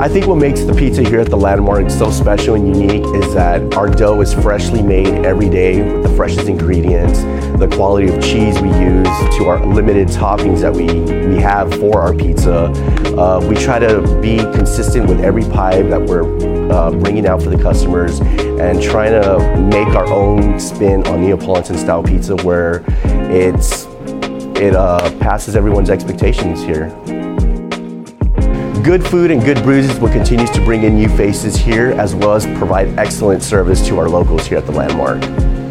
Speaker 7: I think what makes the pizza here at the Landmark so special and unique is that our dough is freshly made every day with the freshest ingredients, the quality of cheese we use, to our limited toppings that we, we have for our pizza. Uh, we try to be consistent with every pie that we're uh, bringing out for the customers and trying to make our own spin on Neapolitan style pizza where it's it uh, passes everyone's expectations here. Good food and good brews is what continues to bring in new faces here, as well as provide excellent service to our locals here at the Landmark.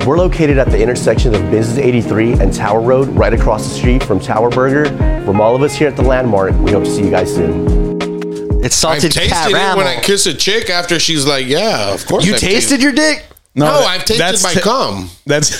Speaker 7: We're located at the intersection of Business 83 and Tower Road, right across the street from Tower Burger. From all of us here at the Landmark, we hope to see you guys soon.
Speaker 6: It's
Speaker 5: I
Speaker 6: salted
Speaker 5: tasted it when I
Speaker 6: caramel.
Speaker 5: kiss a chick after she's like, "Yeah, of course."
Speaker 6: You
Speaker 5: I've
Speaker 6: tasted your dick?
Speaker 5: No,
Speaker 1: that-
Speaker 5: I've tasted
Speaker 1: that's
Speaker 5: my
Speaker 1: ta-
Speaker 5: cum.
Speaker 1: That's <laughs>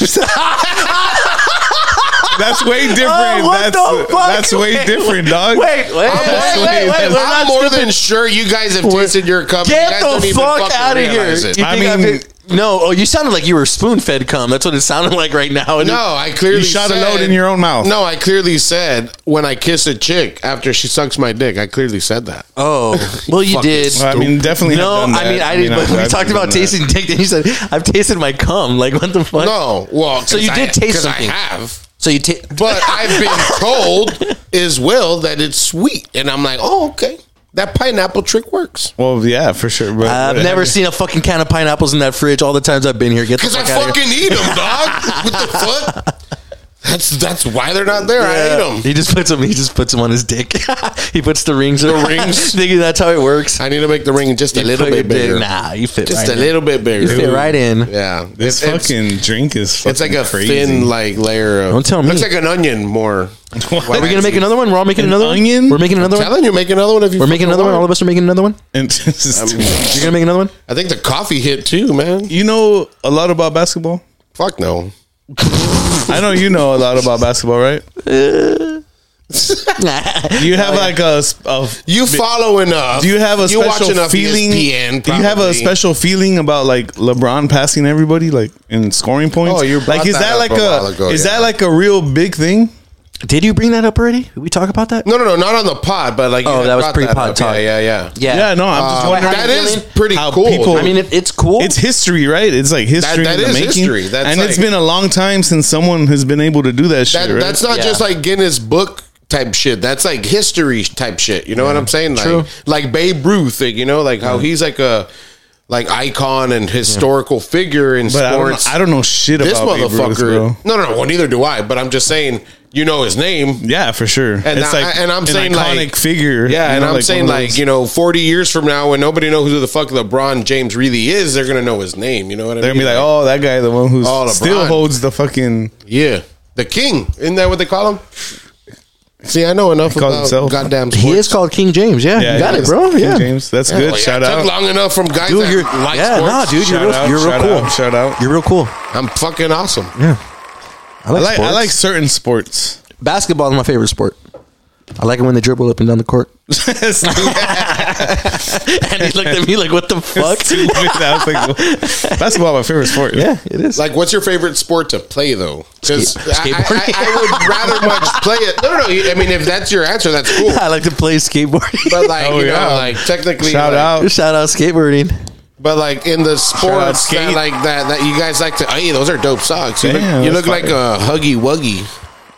Speaker 1: that's
Speaker 5: <laughs>
Speaker 1: way
Speaker 5: Uh,
Speaker 1: different.
Speaker 6: Oh, what
Speaker 1: that's
Speaker 6: the fuck?
Speaker 1: that's way
Speaker 6: Wait,
Speaker 1: different, dog.
Speaker 6: Wait, wait, wait,
Speaker 1: That's
Speaker 6: wait,
Speaker 1: way-
Speaker 6: wait, wait.
Speaker 1: that's-
Speaker 6: We're
Speaker 5: I'm
Speaker 6: not
Speaker 5: more
Speaker 6: skipping-
Speaker 5: than sure you guys have tasted your cum. you guys
Speaker 6: Get
Speaker 5: don't
Speaker 6: the
Speaker 5: even
Speaker 6: fuck
Speaker 5: fucking
Speaker 6: out of here.
Speaker 5: realize it.
Speaker 6: You
Speaker 1: I
Speaker 6: think I've
Speaker 1: mean-
Speaker 6: been- no, oh, you sounded like you were spoon fed cum. That's what it sounded <laughs> like right now. And
Speaker 5: No, I clearly
Speaker 1: You shot a
Speaker 5: said,
Speaker 1: load in your own mouth.
Speaker 5: No, I clearly said when I kiss a chick after she sucks my dick. I clearly said that. <laughs>
Speaker 6: Oh, well, you
Speaker 5: Fucking
Speaker 6: did.
Speaker 1: Well, I mean, definitely. have
Speaker 6: no,
Speaker 1: done
Speaker 6: I
Speaker 1: that.
Speaker 6: mean, I didn't.
Speaker 1: I've-
Speaker 6: but we
Speaker 1: I've
Speaker 6: talked
Speaker 1: done
Speaker 6: about
Speaker 1: that.
Speaker 6: tasting dick, and you said, "I've tasted my cum." Like, what the fuck?
Speaker 5: No, well,
Speaker 6: So you
Speaker 5: 'cause
Speaker 6: did
Speaker 5: I,
Speaker 6: taste
Speaker 5: 'cause
Speaker 6: something.
Speaker 5: I have,
Speaker 6: So you take,
Speaker 5: but I've
Speaker 6: <laughs>
Speaker 5: been told as well that it's sweet, and I'm like, oh, okay, that pineapple trick works.
Speaker 1: Well, yeah, for sure. But uh,
Speaker 6: I've never seen a fucking can of pineapples in that fridge. All the times I've been here, get the
Speaker 5: Because I
Speaker 6: fuck out of
Speaker 5: fucking eat
Speaker 6: here.
Speaker 5: them, dog. What the fuck?
Speaker 6: <laughs>
Speaker 5: That's that's why they're not there. I eat them.
Speaker 6: Uh, He just puts him. He just puts him on his dick. <laughs> he puts the rings. The <laughs>
Speaker 5: rings?
Speaker 6: Thinking that's how it works.
Speaker 5: I need to make the ring just a
Speaker 6: You
Speaker 5: little
Speaker 6: put your
Speaker 5: bit
Speaker 6: dick-
Speaker 5: bigger.
Speaker 6: Nah, you fit
Speaker 5: Just
Speaker 6: right
Speaker 5: a
Speaker 6: in.
Speaker 5: little bit bigger.
Speaker 6: You fit right in.
Speaker 5: Yeah,
Speaker 1: This
Speaker 5: It- it's-
Speaker 1: fucking drink is fucking
Speaker 5: It's like a
Speaker 1: crazy.
Speaker 5: thin,
Speaker 1: <laughs>
Speaker 5: like layer of.
Speaker 6: Don't tell me.
Speaker 5: Looks like an onion more.
Speaker 1: What?
Speaker 6: Are we gonna make another one? We're all making
Speaker 1: An
Speaker 6: another
Speaker 1: onion?
Speaker 6: one. We're making another one.
Speaker 5: Telling you, make another one if you.
Speaker 6: We're making
Speaker 5: fucking
Speaker 6: another one. All
Speaker 5: want.
Speaker 6: of us are making another one.
Speaker 1: And <laughs> it's just too much.
Speaker 6: You're gonna make another one.
Speaker 5: I think the coffee hit too, man.
Speaker 1: you know a lot about basketball.
Speaker 5: Fuck no.
Speaker 1: I know you know a lot about basketball,
Speaker 6: <laughs>
Speaker 1: right?
Speaker 6: Oh,
Speaker 1: You have like a, s- a-
Speaker 5: You follow enough.
Speaker 1: do you have a
Speaker 5: You E watch
Speaker 1: special
Speaker 5: enough
Speaker 1: feeling?
Speaker 5: ESPN,
Speaker 1: do you have a
Speaker 5: probably.
Speaker 1: special feeling about like LeBron passing everybody like in scoring points?
Speaker 5: Oh, you brought
Speaker 1: like is
Speaker 5: that
Speaker 1: that
Speaker 5: up
Speaker 1: like
Speaker 5: a while
Speaker 1: a,
Speaker 5: ago,
Speaker 1: is
Speaker 5: yeah.
Speaker 1: that like a real big thing?
Speaker 6: Did you bring that up already? Did we talk about that?
Speaker 5: No, no, no, not on the pod, but like. you
Speaker 6: Oh,
Speaker 5: had
Speaker 6: that was
Speaker 5: brought
Speaker 6: pre-pod
Speaker 5: up.
Speaker 6: talk.
Speaker 5: Yeah, yeah, yeah.
Speaker 6: Yeah.
Speaker 1: Yeah, no, Oh, I'm just
Speaker 5: Uh,
Speaker 1: wondering.
Speaker 5: that is
Speaker 6: feeling
Speaker 5: pretty
Speaker 1: how
Speaker 5: cool.
Speaker 1: people-
Speaker 6: I mean, it, it's cool.
Speaker 1: it's history, right? It's like history
Speaker 5: that
Speaker 1: in the
Speaker 5: is
Speaker 1: making,
Speaker 5: history. That's
Speaker 1: and it's
Speaker 5: like-
Speaker 1: been a long time since someone has been able to do that, shit.
Speaker 5: that,
Speaker 1: Right?
Speaker 5: that's not
Speaker 6: Yeah.
Speaker 5: just like Guinness Book type shit. That's like history type shit. You know what I'm saying? Like,
Speaker 6: True.
Speaker 5: Like Babe Ruth, like, you know, like how he's like a like icon and historical figure in
Speaker 1: but I don't, know,
Speaker 5: sports.
Speaker 1: I don't know shit
Speaker 5: this
Speaker 1: about Babe Ruth,
Speaker 5: motherfucker.
Speaker 1: bro.
Speaker 5: No, no, no. Well, neither do I. But I'm just saying, you know his name.
Speaker 1: Yeah, for sure.
Speaker 5: And I- and I'm
Speaker 1: an
Speaker 5: saying, like-
Speaker 1: iconic figure.
Speaker 5: Yeah,
Speaker 1: you
Speaker 5: and
Speaker 1: know,
Speaker 5: I'm
Speaker 1: like
Speaker 5: saying,
Speaker 1: one of
Speaker 5: like
Speaker 1: those-
Speaker 5: you know, 40 years from now, when nobody knows who the fuck LeBron James really is, they're gonna know his name. You know what I
Speaker 1: they're
Speaker 5: mean?
Speaker 1: gonna be like, oh, that guy, the one who
Speaker 5: Oh, LeBron.
Speaker 1: still holds the fucking
Speaker 5: yeah, the king. Isn't that what they call him? See, I know enough
Speaker 1: calls
Speaker 5: about
Speaker 1: himself-
Speaker 5: goddamn sports.
Speaker 6: he is called King James. Yeah,
Speaker 1: Yeah,
Speaker 6: you got
Speaker 1: yeah.
Speaker 6: it, bro.
Speaker 1: King
Speaker 6: Yeah,
Speaker 1: James, that's
Speaker 5: Oh,
Speaker 1: good.
Speaker 5: yeah,
Speaker 1: Shout
Speaker 5: it
Speaker 1: out,
Speaker 5: Took long enough from guys
Speaker 6: dude,
Speaker 5: that
Speaker 6: you're
Speaker 5: like
Speaker 6: yeah,
Speaker 5: sports.
Speaker 6: nah, dude, you're
Speaker 1: Shout
Speaker 6: real,
Speaker 1: out,
Speaker 6: you're real
Speaker 1: shout
Speaker 6: cool.
Speaker 1: out, shout out.
Speaker 6: You're real cool.
Speaker 5: I'm fucking awesome.
Speaker 6: Yeah, I
Speaker 1: I
Speaker 6: like,
Speaker 1: like I <laughs>
Speaker 6: sports.
Speaker 1: like certain sports.
Speaker 6: basketball is my favorite sport. I like it when they dribble up and down the <laughs> court.
Speaker 1: Stupid.
Speaker 6: and he looked at me like, <laughs> "What the fuck?"
Speaker 1: I was like, "What?" basketball, my favorite sport.
Speaker 6: yeah, it is.
Speaker 5: Like, what's your favorite sport to play though? Because
Speaker 6: Skate-
Speaker 5: I, I,
Speaker 6: skateboarding.
Speaker 5: I would
Speaker 6: <laughs>
Speaker 5: rather much play it. No, no, no. I mean, if that's your answer, that's cool.
Speaker 6: <laughs> I like to play skateboarding.
Speaker 5: But like,
Speaker 1: Oh,
Speaker 5: you know,
Speaker 1: yeah.
Speaker 5: like technically,
Speaker 1: Shout
Speaker 5: like-
Speaker 1: out.
Speaker 6: <laughs> Shout out skateboarding.
Speaker 5: But like in the
Speaker 1: out
Speaker 5: sports,
Speaker 1: skate.
Speaker 5: that, like that, that you guys like to. Hey, those are dope socks. You
Speaker 1: Damn,
Speaker 5: look, you
Speaker 1: that's
Speaker 5: look like a huggy wuggy.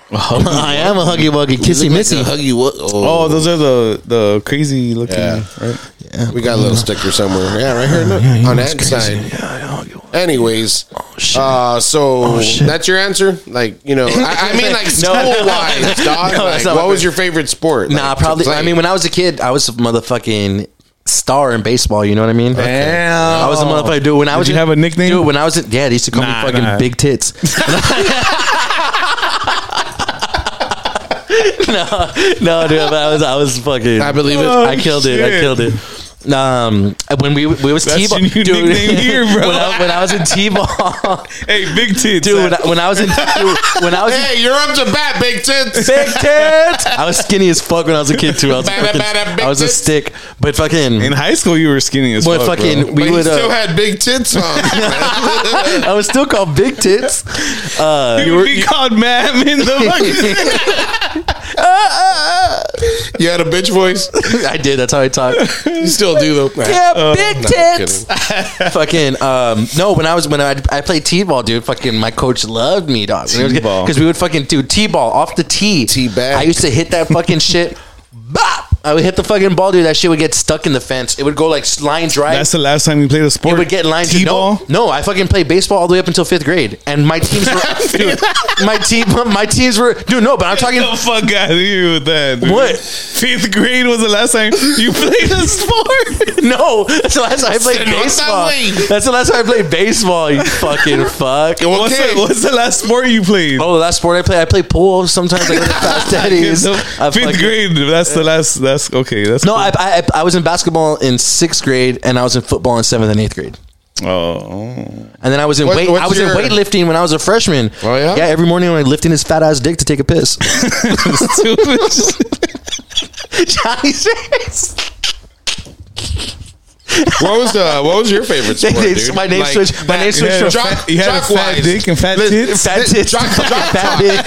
Speaker 6: <laughs> I am a huggy wuggy kissy missy.
Speaker 5: Like a huggy wuggy.
Speaker 1: Oh, those are the the crazy looking.
Speaker 5: Yeah.
Speaker 1: Right?
Speaker 5: we got a little sticker somewhere. Yeah, right here. Look, on that side. Anyways, uh,
Speaker 6: Oh,
Speaker 5: so that's your answer. Like you know, I, I mean,
Speaker 6: <laughs>
Speaker 5: like school wise, dog.
Speaker 6: No,
Speaker 5: like,
Speaker 6: that's not
Speaker 5: what
Speaker 6: my
Speaker 5: was your favorite sport?
Speaker 6: Nah,
Speaker 5: like, to
Speaker 6: probably.
Speaker 5: play?
Speaker 6: I mean, when I was a kid, I was a motherfucking star in baseball. You know what I mean?
Speaker 1: Damn.
Speaker 6: I was a motherfucker, dude. When I
Speaker 1: Did
Speaker 6: was
Speaker 1: you
Speaker 6: in-
Speaker 1: have a nickname?
Speaker 6: dude. When I was, in, yeah, they used to call
Speaker 1: Nah,
Speaker 6: me fucking
Speaker 1: nah.
Speaker 6: big tits.
Speaker 1: <laughs>
Speaker 6: <laughs> no, no, dude. I was, I was fucking.
Speaker 5: I believe it.
Speaker 1: Oh,
Speaker 6: I killed it.
Speaker 1: shit.
Speaker 6: I killed it. Um, when we we was
Speaker 1: That's
Speaker 6: t-ball,
Speaker 1: your new nickname here, bro.
Speaker 6: <laughs> when, I, when I was in t-ball, <laughs>
Speaker 1: Hey, big tits.
Speaker 6: dude. When I, when I was in dude, when I was in
Speaker 5: Hey, you're up to bat, big tits.
Speaker 6: big tits. <laughs> I was skinny as fuck when I was a kid too. I was, a
Speaker 5: Bada,
Speaker 6: fucking,
Speaker 5: bada, big
Speaker 6: I was a
Speaker 5: tits.
Speaker 6: stick, but fucking
Speaker 1: in high school, you were skinny as
Speaker 6: Boy,
Speaker 1: fuck. bro.
Speaker 6: fucking-
Speaker 5: But
Speaker 6: We
Speaker 5: you
Speaker 6: would, uh,
Speaker 5: still
Speaker 6: <laughs>
Speaker 5: had big tits on.
Speaker 6: I was still called big tits. Uh,
Speaker 1: You would be
Speaker 6: <laughs>
Speaker 1: called Madman. The fucking
Speaker 5: <laughs> you had a bitch voice.
Speaker 6: I did. That's how I talked.
Speaker 5: You still do though.
Speaker 6: Yeah, big
Speaker 5: no,
Speaker 6: tits. fucking um, no. When I was when I, I played t-ball, dude. Fucking my coach loved me, dog.
Speaker 1: T-ball.
Speaker 6: because we would fucking do t-ball off the tee.
Speaker 5: T-bag.
Speaker 6: I used to hit that
Speaker 1: <laughs>
Speaker 6: fucking shit. Bop! I would hit the fucking ball, dude. That shit would get stuck in the fence. It would go like line drive.
Speaker 1: That's the last time you played a sport.
Speaker 6: It would get lined.
Speaker 1: T-ball. <laughs>
Speaker 6: No, no, I fucking played baseball all the way up until fifth grade, and my teams were dude, my team my teams were dude. No, but I'm talking.
Speaker 1: Get the fuck out of here with that. dude.
Speaker 6: What?
Speaker 1: Fifth grade was the last time you played a sport.
Speaker 6: <laughs>
Speaker 1: <laughs>
Speaker 6: No, that's the last time I played
Speaker 5: Send on
Speaker 6: baseball.
Speaker 5: that way.
Speaker 6: That's the last time I played baseball.
Speaker 1: <laughs>
Speaker 6: You fucking fuck.
Speaker 1: What's, the, what's the last sport you played?
Speaker 6: Oh, the last sport I play, I play pool. Sometimes I go to Fast
Speaker 1: Fifth
Speaker 6: Daddy's. I fucking-
Speaker 1: grade. That's the last. That's okay. That's
Speaker 6: No, I, I I was in basketball in sixth grade, and I was in football in seventh and eighth grade.
Speaker 1: Oh,
Speaker 6: And then I was in
Speaker 5: What-
Speaker 6: weight.
Speaker 5: what's
Speaker 6: I was
Speaker 5: your-
Speaker 6: in weightlifting when I was a freshman.
Speaker 5: Oh, yeah?
Speaker 6: yeah. Every morning when I was lifting his fat ass dick to take a piss. Johnny says
Speaker 5: What was the What was your favorite
Speaker 6: <laughs> They-
Speaker 5: sport,
Speaker 6: they-
Speaker 5: dude?
Speaker 6: my name
Speaker 5: Like,
Speaker 6: switched. My name
Speaker 5: you had
Speaker 6: switched.
Speaker 5: a
Speaker 6: from
Speaker 5: fat-
Speaker 1: you had a fat
Speaker 5: Jock-wise.
Speaker 1: dick and fat
Speaker 6: <laughs>
Speaker 1: tits.
Speaker 6: Fat tits,
Speaker 5: Jock- jock-
Speaker 6: fat dick.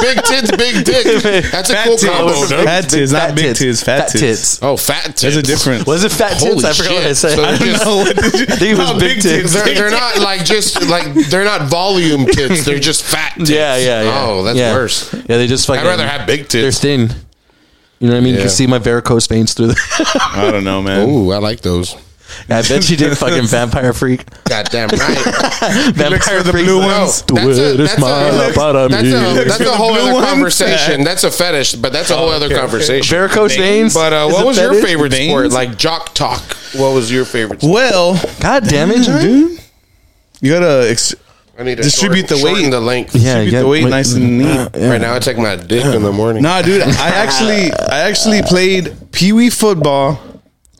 Speaker 5: Big tits,
Speaker 6: <laughs>
Speaker 5: big dick. That's a
Speaker 1: Fat
Speaker 5: cool
Speaker 1: tits.
Speaker 5: combo.
Speaker 1: Fat
Speaker 5: dude.
Speaker 1: tits, not big tits, fat tits. <laughs>
Speaker 5: Oh, fat tits.
Speaker 1: There's a difference.
Speaker 6: Was it fat
Speaker 5: Holy
Speaker 6: tits? I forgot what I
Speaker 5: shit.
Speaker 6: said.
Speaker 5: So
Speaker 6: I
Speaker 5: just-
Speaker 6: don't know.
Speaker 1: Oh, what did you-
Speaker 6: I think it was
Speaker 5: Oh,
Speaker 1: No,
Speaker 6: big tits.
Speaker 5: They're, they're not like just like they're not volume tits. They're just fat. Tits.
Speaker 6: Yeah, yeah, yeah.
Speaker 5: Oh, that's
Speaker 6: Yeah.
Speaker 5: worse.
Speaker 6: Yeah, they just fucking.
Speaker 5: I'd rather have big
Speaker 6: They're
Speaker 5: tits.
Speaker 6: thin. You know what I mean? You
Speaker 5: Yeah.
Speaker 6: can see my varicose veins through
Speaker 1: <laughs>
Speaker 6: the.
Speaker 1: I don't know, man.
Speaker 5: Ooh, I like those.
Speaker 6: I bet she did fucking vampire freak. <laughs>
Speaker 5: Goddamn right.
Speaker 6: Vampire
Speaker 1: for the
Speaker 6: freak.
Speaker 1: blue
Speaker 5: No,
Speaker 1: ones.
Speaker 5: that's a, that's, a, that's,
Speaker 6: para
Speaker 5: a, that's a whole
Speaker 1: Blue
Speaker 5: other
Speaker 1: ones?
Speaker 5: conversation. That's a fetish, but that's a whole other conversation.
Speaker 6: Varicose veins.
Speaker 5: But uh,
Speaker 6: Is
Speaker 5: what
Speaker 6: it
Speaker 5: was your
Speaker 6: fetish?
Speaker 5: favorite
Speaker 1: Veins?
Speaker 5: sport? Like jock talk. What was your favorite? Sport?
Speaker 1: Well,
Speaker 6: God damn it, Johnny.
Speaker 1: dude, you gotta ex-
Speaker 5: I need to
Speaker 1: Distribute
Speaker 5: shorten-
Speaker 1: the weight.
Speaker 5: shorten the length.
Speaker 6: Yeah,
Speaker 1: keep
Speaker 6: yeah, uh,
Speaker 1: the weight
Speaker 6: wait.
Speaker 1: nice and neat.
Speaker 5: Right now, I take my dick in the morning.
Speaker 1: Nah, dude, I actually, I actually played pee wee football. <laughs>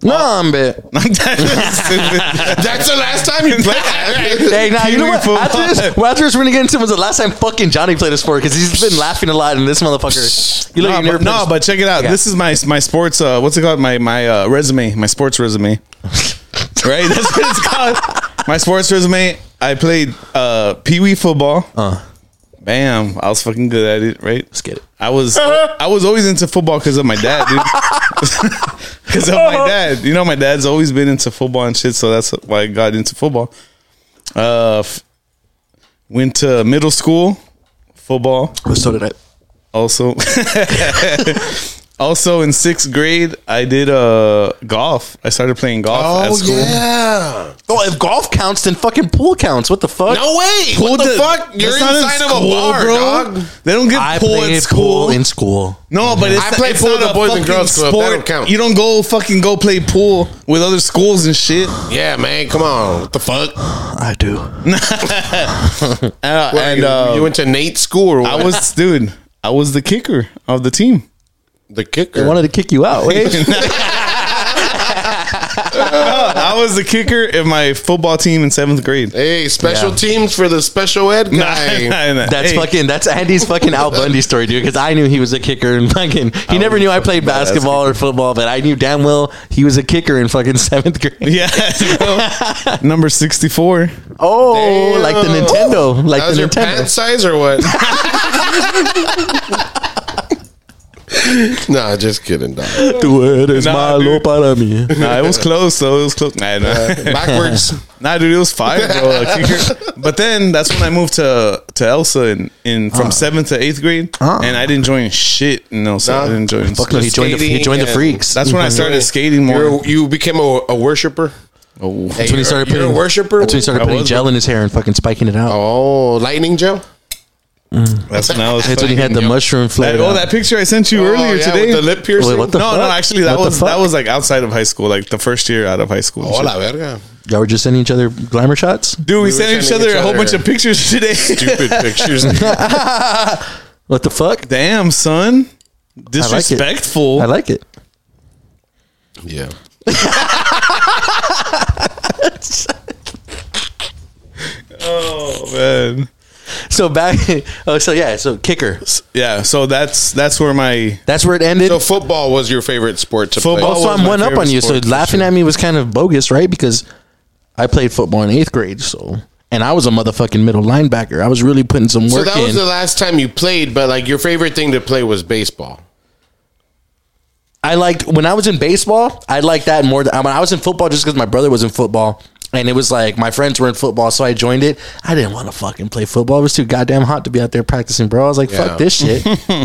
Speaker 6: No, I'm bit.
Speaker 5: <laughs> That's the last time
Speaker 6: <laughs>
Speaker 5: you played. <laughs>
Speaker 6: Hey, nah, you know what?
Speaker 1: Pee-wee
Speaker 6: After this, well, after this, we're gonna get into was the last time fucking Johnny played a sport because he's been laughing a lot and this motherfucker. You look
Speaker 1: No,
Speaker 6: like you never
Speaker 1: but,
Speaker 6: played a
Speaker 1: no,
Speaker 6: sport.
Speaker 1: but check it out.
Speaker 6: Yeah.
Speaker 1: This is my my sports. Uh, what's it called? My my uh, resume. My sports
Speaker 6: <laughs>
Speaker 1: resume. right. That's what it's called. My sports resume. I played uh, pee wee football.
Speaker 6: Uh.
Speaker 1: Bam! I was fucking good at it. Right.
Speaker 6: Let's get it.
Speaker 1: I was I was always into football because of my dad, dude. <laughs> Because of
Speaker 6: <laughs>
Speaker 1: my dad, you know, my dad's always been into football and shit, so that's why I got into football. Uh, f- went to middle school football
Speaker 6: Oh, so did I.
Speaker 1: also <laughs> also in sixth grade i did uh golf i started playing golf at school
Speaker 5: Oh, yeah.
Speaker 6: Oh, if golf counts, then fucking pool counts. What the fuck?
Speaker 5: No way.
Speaker 1: Pool
Speaker 5: what the,
Speaker 1: did-
Speaker 5: fuck? You're
Speaker 1: that's not in
Speaker 5: inside of a
Speaker 1: school,
Speaker 5: bar,
Speaker 1: bro.
Speaker 5: dog.
Speaker 1: they don't get
Speaker 6: I
Speaker 1: pool
Speaker 6: played
Speaker 1: at school
Speaker 6: pool in school.
Speaker 1: no but it's
Speaker 5: I played
Speaker 1: it's
Speaker 5: pool
Speaker 1: not
Speaker 5: at the
Speaker 1: a
Speaker 5: Boys and
Speaker 1: fucking
Speaker 5: Girls Club. That don't count.
Speaker 1: you don't go fucking go play pool with other schools and shit
Speaker 5: Yeah, man. Come on. What the fuck?
Speaker 6: I do.
Speaker 1: Uh,
Speaker 5: What,
Speaker 1: and
Speaker 5: you,
Speaker 1: uh,
Speaker 5: you went to Nate's school or what?
Speaker 1: i was dude i was the kicker of the team
Speaker 5: the
Speaker 6: They
Speaker 1: <laughs>
Speaker 5: kicker.
Speaker 6: wanted to kick you out. Wait.
Speaker 1: I was the kicker of my football team in seventh grade. <laughs>
Speaker 5: Hey, special
Speaker 6: Yeah.
Speaker 5: teams for the special ed
Speaker 6: <laughs>
Speaker 5: guy.
Speaker 6: That's
Speaker 1: Hey,
Speaker 6: fucking. That's Andy's fucking Al Bundy story, dude. Because I knew he was a kicker and fucking. He never knew I played basketball or football, but I knew damn well he was a kicker in fucking seventh grade.
Speaker 1: <laughs> Yeah.
Speaker 5: <laughs>
Speaker 1: so, number 64.
Speaker 6: Oh,
Speaker 5: Damn.
Speaker 6: like the Nintendo, like
Speaker 5: That was
Speaker 6: the
Speaker 5: your
Speaker 6: Nintendo.
Speaker 5: pant size or what? <laughs> nah, just kidding, dog.
Speaker 6: Tú eres
Speaker 1: Nah,
Speaker 6: malo
Speaker 1: dude.
Speaker 6: para mí.
Speaker 1: Nah, it <laughs> was close, though. It was close. Nah, nah.
Speaker 5: Backwards.
Speaker 1: <laughs> nah dude, it was fire, <laughs> bro. Like, kicker. But then that's when I moved to to Elsa in, in from seventh to eighth grade, and I didn't join shit. You know, so
Speaker 5: Nah.
Speaker 1: I didn't join.
Speaker 6: Fuck no, he joined. The, he
Speaker 5: Skating
Speaker 6: joined the
Speaker 5: and-
Speaker 6: freaks.
Speaker 1: That's when I started skating more.
Speaker 5: You're, you became a, a worshiper.
Speaker 1: Oh.
Speaker 5: Hey,
Speaker 6: That's when he
Speaker 5: you're-
Speaker 6: started
Speaker 5: You're
Speaker 6: putting
Speaker 5: a worshiper.
Speaker 6: That's when he started
Speaker 1: I
Speaker 6: putting
Speaker 1: was,
Speaker 6: gel
Speaker 1: bro.
Speaker 6: in his hair and fucking spiking it out.
Speaker 5: Oh, lightning Joe.
Speaker 1: Mm. That's when I was.
Speaker 6: That's when he had
Speaker 1: fucking-
Speaker 6: the mushroom
Speaker 1: That-
Speaker 6: flavor.
Speaker 1: oh, that picture I sent you
Speaker 5: Oh,
Speaker 1: earlier
Speaker 5: yeah,
Speaker 1: today.
Speaker 5: with the lip piercing.
Speaker 6: Wait, what the
Speaker 1: no, no,
Speaker 6: fuck?
Speaker 1: actually, that
Speaker 6: What
Speaker 1: was
Speaker 6: the
Speaker 1: that
Speaker 6: fuck?
Speaker 1: was like outside of high school, like the first year out of high school. and
Speaker 5: Oh,
Speaker 1: shit.
Speaker 5: la verga.
Speaker 6: Y'all were just sending each other glamour shots.
Speaker 1: Dude, we,
Speaker 5: were
Speaker 1: sent each
Speaker 5: sending
Speaker 1: other
Speaker 5: each
Speaker 1: a whole
Speaker 5: other-
Speaker 1: bunch of pictures <laughs> today.
Speaker 5: Stupid pictures.
Speaker 6: What the fuck?
Speaker 1: Damn, son.
Speaker 6: it.
Speaker 1: Disrespectful.
Speaker 6: I like it.
Speaker 5: yeah.
Speaker 1: oh man.
Speaker 6: So back. <laughs> Oh, so yeah. So kicker.
Speaker 1: Yeah, so that's that's where my
Speaker 6: That's where it ended.
Speaker 5: So football was your favorite sport to
Speaker 1: Football.
Speaker 5: play.
Speaker 6: also,
Speaker 1: was
Speaker 6: I'm
Speaker 1: my
Speaker 6: one up
Speaker 1: favorite
Speaker 6: on you. So
Speaker 1: sport, for
Speaker 6: laughing
Speaker 1: sure.
Speaker 6: at me was kind of bogus, right? Because I played football in eighth grade. So and I was a motherfucking middle linebacker. I was really putting some
Speaker 5: So
Speaker 6: work
Speaker 5: that was
Speaker 6: in.
Speaker 5: the last time you played, but like your favorite thing to play was baseball.
Speaker 6: I liked when I was in baseball. I liked that more. Than, when I was in football, just because my brother was in football, and it was like my friends were in football, so I joined it. I didn't want to fucking play football. It was too goddamn hot to be out there practicing, bro. I was like,
Speaker 5: Yeah.
Speaker 6: fuck this
Speaker 1: <laughs>
Speaker 6: shit. I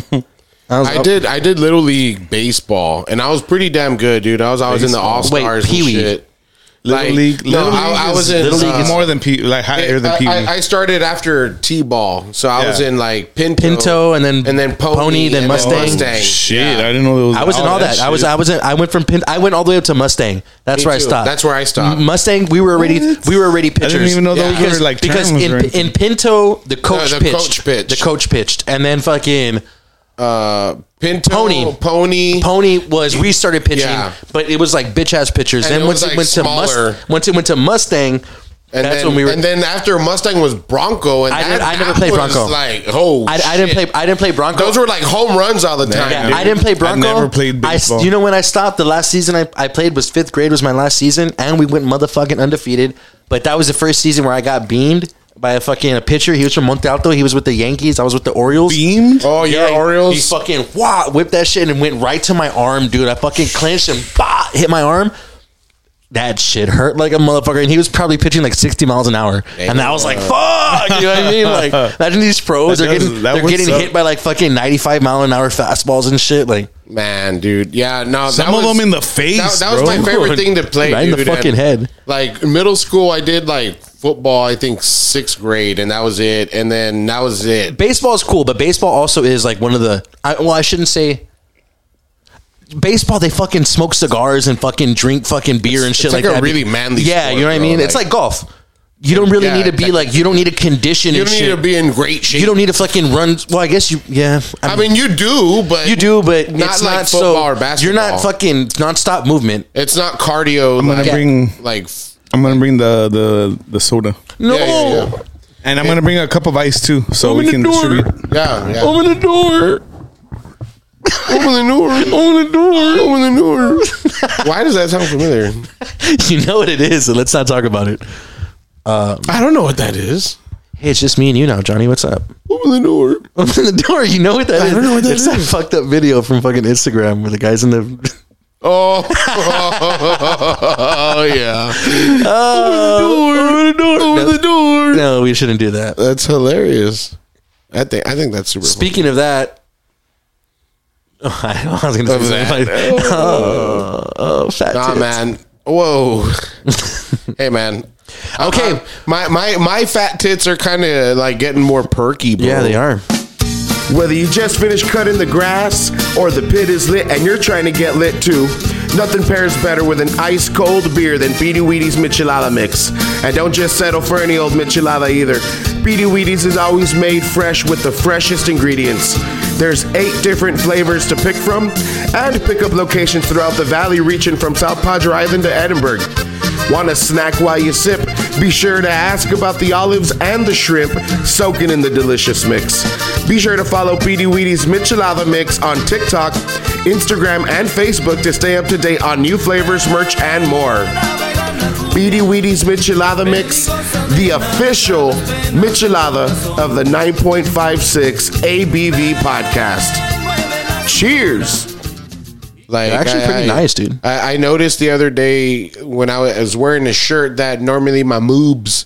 Speaker 6: was
Speaker 5: I did. I did little league baseball, and I was pretty damn good, dude. I was always in the
Speaker 1: Baseball.
Speaker 5: all stars
Speaker 6: Wait,
Speaker 5: and
Speaker 6: Pee Wee.
Speaker 5: shit.
Speaker 1: Little
Speaker 5: Like,
Speaker 1: League.
Speaker 5: no,
Speaker 1: Little
Speaker 5: I-
Speaker 1: League
Speaker 5: I
Speaker 1: is-
Speaker 5: was in,
Speaker 1: Little League
Speaker 5: uh,
Speaker 1: is more than P like higher than P.
Speaker 5: I, I started after t-ball, so I
Speaker 1: Yeah.
Speaker 5: was in like Pinto,
Speaker 6: Pinto, and then
Speaker 5: and then Pony,
Speaker 6: Pony, then
Speaker 5: and
Speaker 6: Mustang.
Speaker 1: Shit,
Speaker 5: Yeah.
Speaker 1: I didn't know there was.
Speaker 6: I was
Speaker 5: Oh,
Speaker 6: in all that. I was. I was. In, I went from. Pin, I went all the way up to Mustang. That's
Speaker 5: Me
Speaker 6: where I
Speaker 5: too.
Speaker 6: stopped.
Speaker 5: That's where I stopped.
Speaker 6: M- Mustang. We were already.
Speaker 1: What?
Speaker 6: We were already pitchers.
Speaker 1: even know those
Speaker 6: because,
Speaker 1: were, like,
Speaker 6: because
Speaker 1: terms or
Speaker 6: in,
Speaker 1: anything.
Speaker 6: in Pinto the coach
Speaker 5: the
Speaker 6: pitched.
Speaker 5: coach pitched.
Speaker 6: The coach pitched, and then fucking
Speaker 5: uh, Pinto,
Speaker 6: Pony.
Speaker 5: Pony,
Speaker 6: Pony was. We started pitching,
Speaker 5: Yeah.
Speaker 6: but it was like bitch ass pitchers.
Speaker 5: And
Speaker 6: then
Speaker 5: it
Speaker 6: once
Speaker 5: was,
Speaker 6: it
Speaker 5: like,
Speaker 6: went to
Speaker 5: smaller.
Speaker 6: Mustang, once it went to Mustang,
Speaker 5: and
Speaker 6: that's
Speaker 5: then
Speaker 6: when we were.
Speaker 5: and then after Mustang was Bronco, and
Speaker 6: I
Speaker 5: that-
Speaker 6: did- I never
Speaker 5: that
Speaker 6: played
Speaker 5: was
Speaker 6: Bronco.
Speaker 5: Like oh,
Speaker 6: I, I didn't
Speaker 5: shit.
Speaker 6: play. I didn't play Bronco.
Speaker 5: Those were like home runs all the time.
Speaker 6: Yeah,
Speaker 5: dude.
Speaker 6: I didn't play
Speaker 1: I
Speaker 6: Bronco.
Speaker 1: never played
Speaker 6: I s-
Speaker 1: baseball.
Speaker 6: you know when I stopped the last season I, I played was fifth grade was my last season, and we went motherfucking undefeated. But that was the first season where I got beamed by a fucking a pitcher. He was from Monte Alto. He was with the Yankees. I was with the Orioles.
Speaker 1: beamed.
Speaker 5: Oh, your
Speaker 6: he-
Speaker 5: Orioles.
Speaker 6: He fucking wah, whipped that shit and went right to my arm, dude. I fucking clenched and bah, hit my arm. That shit hurt like a motherfucker, and he was probably pitching like sixty miles an hour, and I was like, "Fuck," <laughs> you know what I mean? Like, imagine these pros
Speaker 1: That
Speaker 6: are
Speaker 1: does-
Speaker 6: getting
Speaker 1: that
Speaker 6: they're
Speaker 1: would
Speaker 6: getting
Speaker 1: suck.
Speaker 6: hit by like fucking ninety-five mile an hour fastballs and shit. Like,
Speaker 5: Man, dude, yeah, no.
Speaker 1: Some
Speaker 5: that
Speaker 1: of
Speaker 5: was-
Speaker 1: them in the face,
Speaker 5: That, that was
Speaker 1: bro.
Speaker 5: my
Speaker 1: <laughs>
Speaker 5: favorite thing to play,
Speaker 6: Right in
Speaker 5: dude.
Speaker 6: the fucking
Speaker 5: and,
Speaker 6: head.
Speaker 5: Like middle school, I did like football. I think sixth grade, and that was it. And then that was it.
Speaker 6: baseball is cool, but baseball also is like one of the. I, well, I shouldn't say. Baseball, they fucking smoke cigars and fucking drink fucking beer and shit
Speaker 5: it's
Speaker 6: like,
Speaker 5: like a
Speaker 6: that.
Speaker 5: really manly
Speaker 6: Yeah,
Speaker 5: sport,
Speaker 6: you know what I
Speaker 5: bro,
Speaker 6: mean. it's
Speaker 5: like-
Speaker 6: like golf. You don't really
Speaker 5: Yeah,
Speaker 6: need to be
Speaker 5: tech-
Speaker 6: like. You don't need to condition.
Speaker 5: You
Speaker 6: and
Speaker 5: don't
Speaker 6: shit.
Speaker 5: need to be in great shape.
Speaker 6: You don't need to fucking run. Well, I guess you. Yeah,
Speaker 5: I mean, you do, but
Speaker 6: you do, but
Speaker 5: not
Speaker 6: it's
Speaker 5: like
Speaker 6: not
Speaker 5: football
Speaker 6: so.
Speaker 5: or basketball.
Speaker 6: You're not fucking nonstop movement.
Speaker 5: It's not cardio.
Speaker 1: I'm gonna
Speaker 5: like,
Speaker 1: bring-
Speaker 5: like
Speaker 1: I'm gonna bring the the the soda,
Speaker 6: No,
Speaker 5: yeah, yeah, yeah.
Speaker 1: and I'm gonna bring a cup of ice too, so
Speaker 6: Open
Speaker 1: we
Speaker 6: the
Speaker 1: can
Speaker 6: door.
Speaker 1: distribute.
Speaker 5: yeah, yeah.
Speaker 6: open the door.
Speaker 5: Open the door. Open the door. Open the
Speaker 6: <laughs>
Speaker 5: door. Why does that sound familiar?
Speaker 6: you know what it is. So let's not talk about it. Um,
Speaker 5: I don't know what that is.
Speaker 6: Hey, it's just me and you now, Johnny. What's up?
Speaker 5: Open the door.
Speaker 6: Open the door. You know what that is?
Speaker 5: don't know what that
Speaker 6: it's that fucked up video from fucking Instagram where the guys in
Speaker 5: <laughs>
Speaker 6: the. <laughs>
Speaker 5: Oh, yeah.
Speaker 6: Oh, open the door.
Speaker 5: Open
Speaker 6: no,
Speaker 5: the door.
Speaker 6: No, we shouldn't do that.
Speaker 5: That's hilarious. I think I think that's super.
Speaker 6: Speaking of that. <laughs> Oh, I I was going to
Speaker 5: Of
Speaker 6: say
Speaker 5: that.
Speaker 6: something. Like, oh, oh, fat
Speaker 5: funny. nah,
Speaker 6: tits.
Speaker 5: man.
Speaker 6: <laughs>
Speaker 5: Whoa. hey, man. I'm-
Speaker 6: Okay.
Speaker 5: I'm- my my my fat tits are kind of like getting more perky. Bro.
Speaker 6: Yeah, they are.
Speaker 8: Whether you just finished cutting the grass or the pit is lit and you're trying to get lit too, nothing pairs better with an ice cold beer than Beady Weedy's Michelada mix. And don't just settle for any old Michelada either. Beady Weedy's is always made fresh with the freshest ingredients. There's eight different flavors to pick from and pickup locations throughout the valley reaching from South Padre Island to Edinburgh. Want to snack while you sip? Be sure to ask about the olives and the shrimp soaking in the delicious mix. Be sure to follow PD Weedy's Michelada Mix on TikTok, Instagram, and Facebook to stay up to date on new flavors, merch, and more. BD Weedy's Michelada Mix, the official Michelada of the 9.56 ABV podcast. Cheers!
Speaker 5: Like
Speaker 6: They're actually
Speaker 5: I-
Speaker 6: pretty
Speaker 5: I-
Speaker 6: nice, dude.
Speaker 5: I, I noticed the other day when I was wearing a shirt that normally my moobs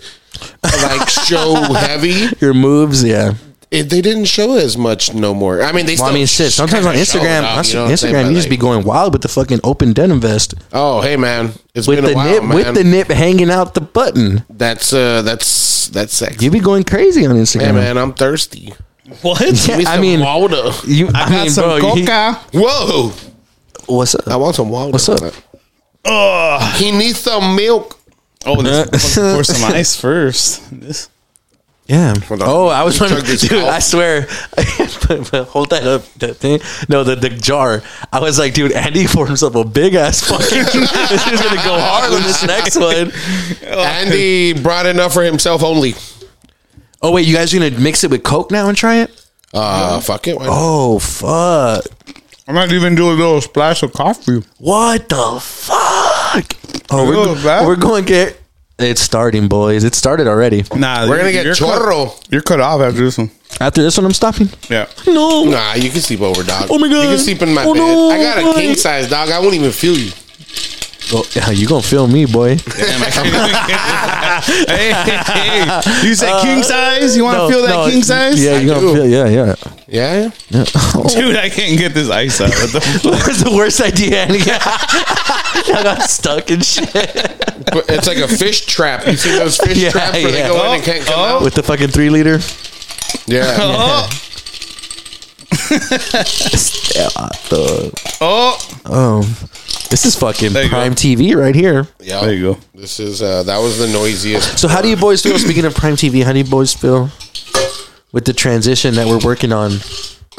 Speaker 6: <laughs>
Speaker 5: like show heavy.
Speaker 6: Your moves, yeah.
Speaker 5: It, they didn't show as much no more. I mean, they.
Speaker 6: Well,
Speaker 5: still
Speaker 6: I mean, shit.
Speaker 5: sh-
Speaker 6: Sometimes on
Speaker 5: kinda show it
Speaker 6: Instagram,
Speaker 5: up,
Speaker 6: on
Speaker 5: you know what I'm saying?
Speaker 6: Instagram,
Speaker 5: But
Speaker 6: you just be
Speaker 5: like,
Speaker 6: going wild with the fucking open denim vest
Speaker 5: Oh, hey man, it's
Speaker 6: with
Speaker 5: been a
Speaker 6: the
Speaker 5: while,
Speaker 6: nip
Speaker 5: man.
Speaker 6: with the nip hanging out the button.
Speaker 5: That's uh, that's that's sexy.
Speaker 6: You be going crazy on Instagram,
Speaker 5: hey
Speaker 6: <laughs>
Speaker 5: man, I'm thirsty.
Speaker 1: What?
Speaker 5: Give me
Speaker 6: Mm-hmm. I
Speaker 5: some
Speaker 6: mean,
Speaker 5: water.
Speaker 6: You, I,
Speaker 1: I got
Speaker 6: mean,
Speaker 1: some
Speaker 6: bro, you-
Speaker 1: coca.
Speaker 5: Whoa,
Speaker 6: what's
Speaker 5: I
Speaker 6: up?
Speaker 5: want some water.
Speaker 6: What's up?
Speaker 5: He needs some milk.
Speaker 1: Oh, this pour some ice first. This.
Speaker 6: Yeah.
Speaker 5: Hold on.
Speaker 6: Oh, I was
Speaker 5: Chug
Speaker 6: trying to.
Speaker 5: this
Speaker 6: Dude,
Speaker 5: out.
Speaker 6: I swear. <laughs> But- but Hold that up. That thing. No, the, the jar. I was like, dude, Andy poured himself a big ass <laughs> fucking. He's gonna go hard on this next one.
Speaker 5: Andy brought enough for himself only.
Speaker 6: Oh wait, you guys are gonna mix it with Coke now and try it?
Speaker 5: Uh, fuck it. why not?
Speaker 6: Oh fuck!
Speaker 9: I might even do a little splash of coffee.
Speaker 6: What the fuck? Oh,
Speaker 9: Yo,
Speaker 6: we're,
Speaker 9: man.
Speaker 6: we're going to get. It's starting, boys. It started already.
Speaker 1: Nah,
Speaker 5: We're gonna get
Speaker 1: you're cut-
Speaker 5: chorro.
Speaker 9: You're cut off after this one.
Speaker 6: After this one, I'm stopping.
Speaker 9: Yeah.
Speaker 6: No.
Speaker 5: Nah, you can sleep over, dog.
Speaker 6: Oh my God.
Speaker 5: You can sleep in my
Speaker 6: Oh
Speaker 5: bed.
Speaker 6: no,
Speaker 5: I got a
Speaker 6: why?
Speaker 5: king size, dog. I won't even feel you.
Speaker 6: Oh, yeah, you gonna feel me, boy?
Speaker 1: <laughs> hey, hey, hey. You said king size? You want to
Speaker 6: No,
Speaker 1: feel that
Speaker 6: no,
Speaker 1: king size?
Speaker 6: Yeah, you
Speaker 5: I
Speaker 6: gonna
Speaker 5: do.
Speaker 6: feel? Yeah, yeah. <laughs>
Speaker 5: Yeah.
Speaker 1: Dude, I can't get this ice out. What the fuck?
Speaker 6: That's the worst idea. <laughs> Andy. I got stuck and shit
Speaker 5: But it's like a fish trap. You see those fish
Speaker 6: <laughs> Yeah,
Speaker 5: traps where
Speaker 6: yeah.
Speaker 5: they go in and can't come out?
Speaker 6: with the fucking three liter.
Speaker 1: <laughs>
Speaker 5: Yeah.
Speaker 1: Oh, oh.
Speaker 6: Oh, this is fucking
Speaker 1: There you go.
Speaker 6: prime TV right here.
Speaker 5: yeah.
Speaker 1: There you go.
Speaker 5: This is uh that was the noisiest.
Speaker 6: So, how do you boys feel? Speaking of prime TV, how do you boys feel with the transition that we're working on?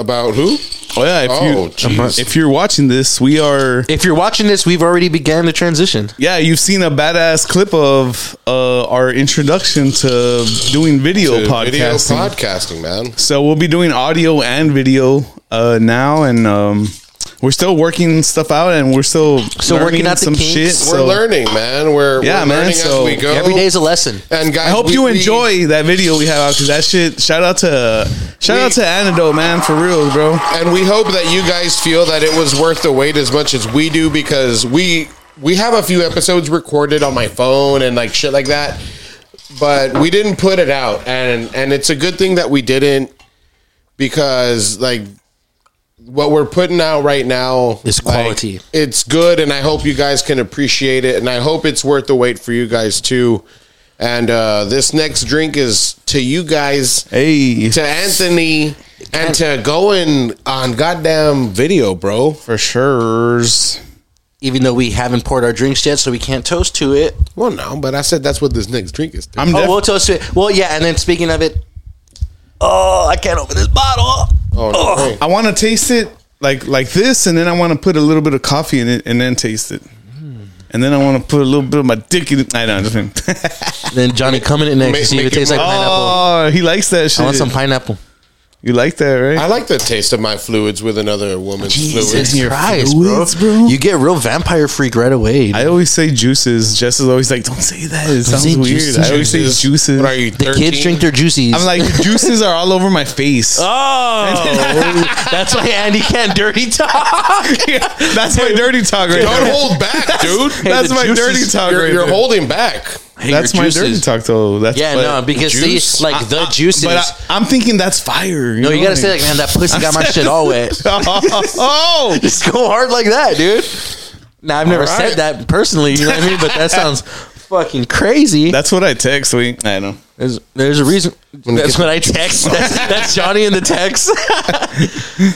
Speaker 5: About who?
Speaker 1: Oh, yeah. If,
Speaker 5: Oh, jeez.
Speaker 1: you, if you're watching this, we are.
Speaker 6: If you're watching this, we've already began the transition.
Speaker 1: Yeah, you've seen a badass clip of uh, our introduction to doing video
Speaker 5: To
Speaker 1: podcasting.
Speaker 5: Video podcasting, man.
Speaker 1: So we'll be doing audio and video uh, now, and um, we're still working stuff out, and we're still
Speaker 6: Still working
Speaker 1: learning
Speaker 6: out the kinks.
Speaker 5: We're
Speaker 1: so
Speaker 5: learning, man. We're,
Speaker 1: Yeah,
Speaker 5: we're
Speaker 1: man,
Speaker 5: learning
Speaker 1: so
Speaker 5: as we go.
Speaker 6: Every day's a lesson.
Speaker 5: and guys,
Speaker 1: I hope
Speaker 5: we-
Speaker 1: you
Speaker 5: we-
Speaker 1: enjoy that video we have out because that shit. Shout out to shout out to Antidote, man, for real, bro.
Speaker 5: and we hope that you guys feel that it was worth the wait as much as we do because we we have a few episodes recorded on my phone and like shit like that but we didn't put it out and and it's a good thing that we didn't because like what we're putting out right now
Speaker 6: Is
Speaker 5: like,
Speaker 6: quality.
Speaker 5: it's good and i hope you guys can appreciate it and i hope it's worth the wait for you guys too and uh this next drink is to you guys
Speaker 1: Hey,
Speaker 5: to Anthony and to going on goddamn video, bro.
Speaker 1: for sure.
Speaker 6: Even though we haven't poured our drinks yet, so we can't toast to it.
Speaker 5: Well, no, but I said that's what this next drink is. To.
Speaker 1: I'm
Speaker 6: Oh,
Speaker 1: def-
Speaker 6: we'll toast to it. Well, yeah. And then speaking of it, oh, I can't open this bottle.
Speaker 5: oh, no, hey.
Speaker 1: I want to taste it like like this, and then I want to put a little bit of coffee in it, and then taste it, and then I want to put a little bit of my dick in it. I know.
Speaker 6: <laughs>
Speaker 1: <laughs>
Speaker 6: Then Johnny coming in next
Speaker 5: Make-
Speaker 6: to see if
Speaker 5: make
Speaker 6: it tastes
Speaker 5: it
Speaker 6: like
Speaker 5: more-
Speaker 6: pineapple.
Speaker 1: Oh, he likes that shit.
Speaker 6: I want some pineapple.
Speaker 1: you like that, right?
Speaker 5: I like the taste of my fluids with another woman's fluids.
Speaker 6: Jesus
Speaker 1: your
Speaker 6: Christ,
Speaker 1: fluids, bro.
Speaker 6: bro. You get real vampire freak right away.
Speaker 1: I always say juices. Jess is always like, "Don't say that. It sounds
Speaker 6: say
Speaker 1: weird."
Speaker 6: juices.
Speaker 1: I always say juices.
Speaker 5: What are you?
Speaker 6: the
Speaker 5: 13?
Speaker 6: kids drink their juices.
Speaker 1: I'm like, the juices are all over my face.
Speaker 6: oh, that's why Andy can't dirty
Speaker 1: <laughs>
Speaker 6: talk. <laughs>
Speaker 1: That's my dirty talk right
Speaker 5: Don't
Speaker 1: now.
Speaker 5: hold back, dude.
Speaker 1: <laughs> That's
Speaker 6: the
Speaker 1: my
Speaker 6: juices-
Speaker 1: dirty talk
Speaker 5: You're,
Speaker 1: right
Speaker 5: you're
Speaker 1: there.
Speaker 5: holding back.
Speaker 1: That's my dirty talk though. That's
Speaker 6: Yeah,
Speaker 1: but-
Speaker 6: no, because
Speaker 5: juice?
Speaker 6: see, like the juices.
Speaker 1: But I, I'm thinking that's fire.
Speaker 6: no, you
Speaker 1: know
Speaker 6: gotta
Speaker 1: what
Speaker 6: say like, man, that pussy got my shit all
Speaker 1: <laughs>
Speaker 6: wet.
Speaker 1: I mean? oh,
Speaker 6: Just go hard like that, dude. Now I've never
Speaker 5: right.
Speaker 6: said that personally. You know what I mean? But
Speaker 1: <laughs>
Speaker 6: that sounds fucking crazy.
Speaker 1: that's what I text. We, I know.
Speaker 6: There's there's a reason. That's what I text. That's, that's Johnny in the text.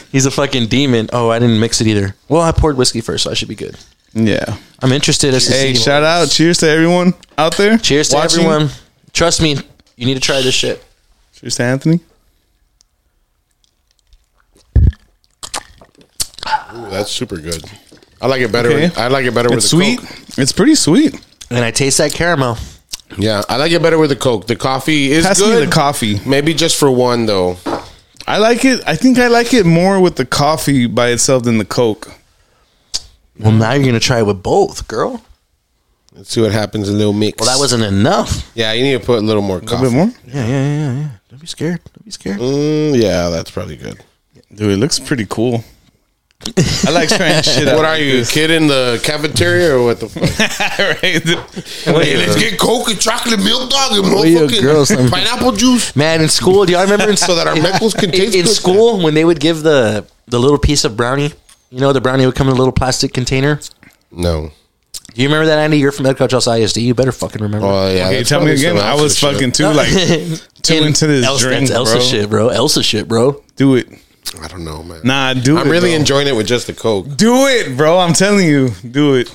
Speaker 6: <laughs> He's a fucking demon. Oh, I didn't mix it either. Well, I poured whiskey first, so I should be good.
Speaker 1: Yeah.
Speaker 6: I'm interested as to
Speaker 1: Hey,
Speaker 6: see-
Speaker 1: shout out! Cheers to everyone out there.
Speaker 6: Cheers to
Speaker 1: watching.
Speaker 6: everyone. Trust me, you need to try this shit.
Speaker 1: Cheers to Anthony.
Speaker 9: Ooh, that's super good. I like it better.
Speaker 1: Okay.
Speaker 9: I like it better
Speaker 1: It's sweet.
Speaker 9: with the Coke.
Speaker 1: It's pretty sweet.
Speaker 6: And I taste that caramel.
Speaker 9: Yeah, I like it better with the Coke. The coffee is
Speaker 1: Pass
Speaker 9: good.
Speaker 1: me the coffee.
Speaker 9: Maybe just for one though.
Speaker 1: I like it. I think I like it more with the coffee by itself than the Coke.
Speaker 6: Well, now you're gonna try it with both, girl.
Speaker 9: Let's see what happens in Little Mix.
Speaker 6: Well, that wasn't enough.
Speaker 9: Yeah, you need to put a little more
Speaker 1: A
Speaker 9: coffee.
Speaker 1: little bit more.
Speaker 6: Yeah, yeah, yeah, yeah. Don't be scared. Don't be scared.
Speaker 9: Mm, yeah, that's probably good.
Speaker 1: Dude, it looks pretty cool. <laughs> I like trying shit out.
Speaker 9: What are you, a kid in the cafeteria or what the <laughs>
Speaker 1: <laughs> <laughs>
Speaker 9: fuck?
Speaker 1: right?
Speaker 9: hey, let's get Coke and chocolate milk dog and
Speaker 6: What are you, a girl or
Speaker 9: motherfucking
Speaker 6: something?
Speaker 9: pineapple juice
Speaker 6: Man, in school, do y'all remember <laughs> in,
Speaker 9: so that our meckles can taste
Speaker 6: in, in
Speaker 9: good?
Speaker 6: school when they would give the the little piece of brownie? You know, the brownie would come in a little plastic container.
Speaker 9: No.
Speaker 6: Do you remember that, Andy? You're from Edgar Charles ISD. You better fucking remember.
Speaker 9: Oh, yeah.
Speaker 1: Okay,
Speaker 9: that's
Speaker 1: tell me
Speaker 9: probably
Speaker 1: again.
Speaker 9: some
Speaker 1: I
Speaker 9: Elsa
Speaker 1: was
Speaker 9: shit.
Speaker 1: fucking too
Speaker 6: <laughs>
Speaker 1: like too
Speaker 6: And
Speaker 1: into this
Speaker 6: Elsa,
Speaker 1: drink,
Speaker 6: that's Elsa
Speaker 1: bro.
Speaker 6: shit, bro. Elsa shit, bro.
Speaker 1: Do it.
Speaker 9: I don't know, man.
Speaker 1: Nah, do it.
Speaker 9: I'm really
Speaker 1: bro.
Speaker 9: enjoying it with just the Coke.
Speaker 1: Do it, bro. I'm telling you, do it.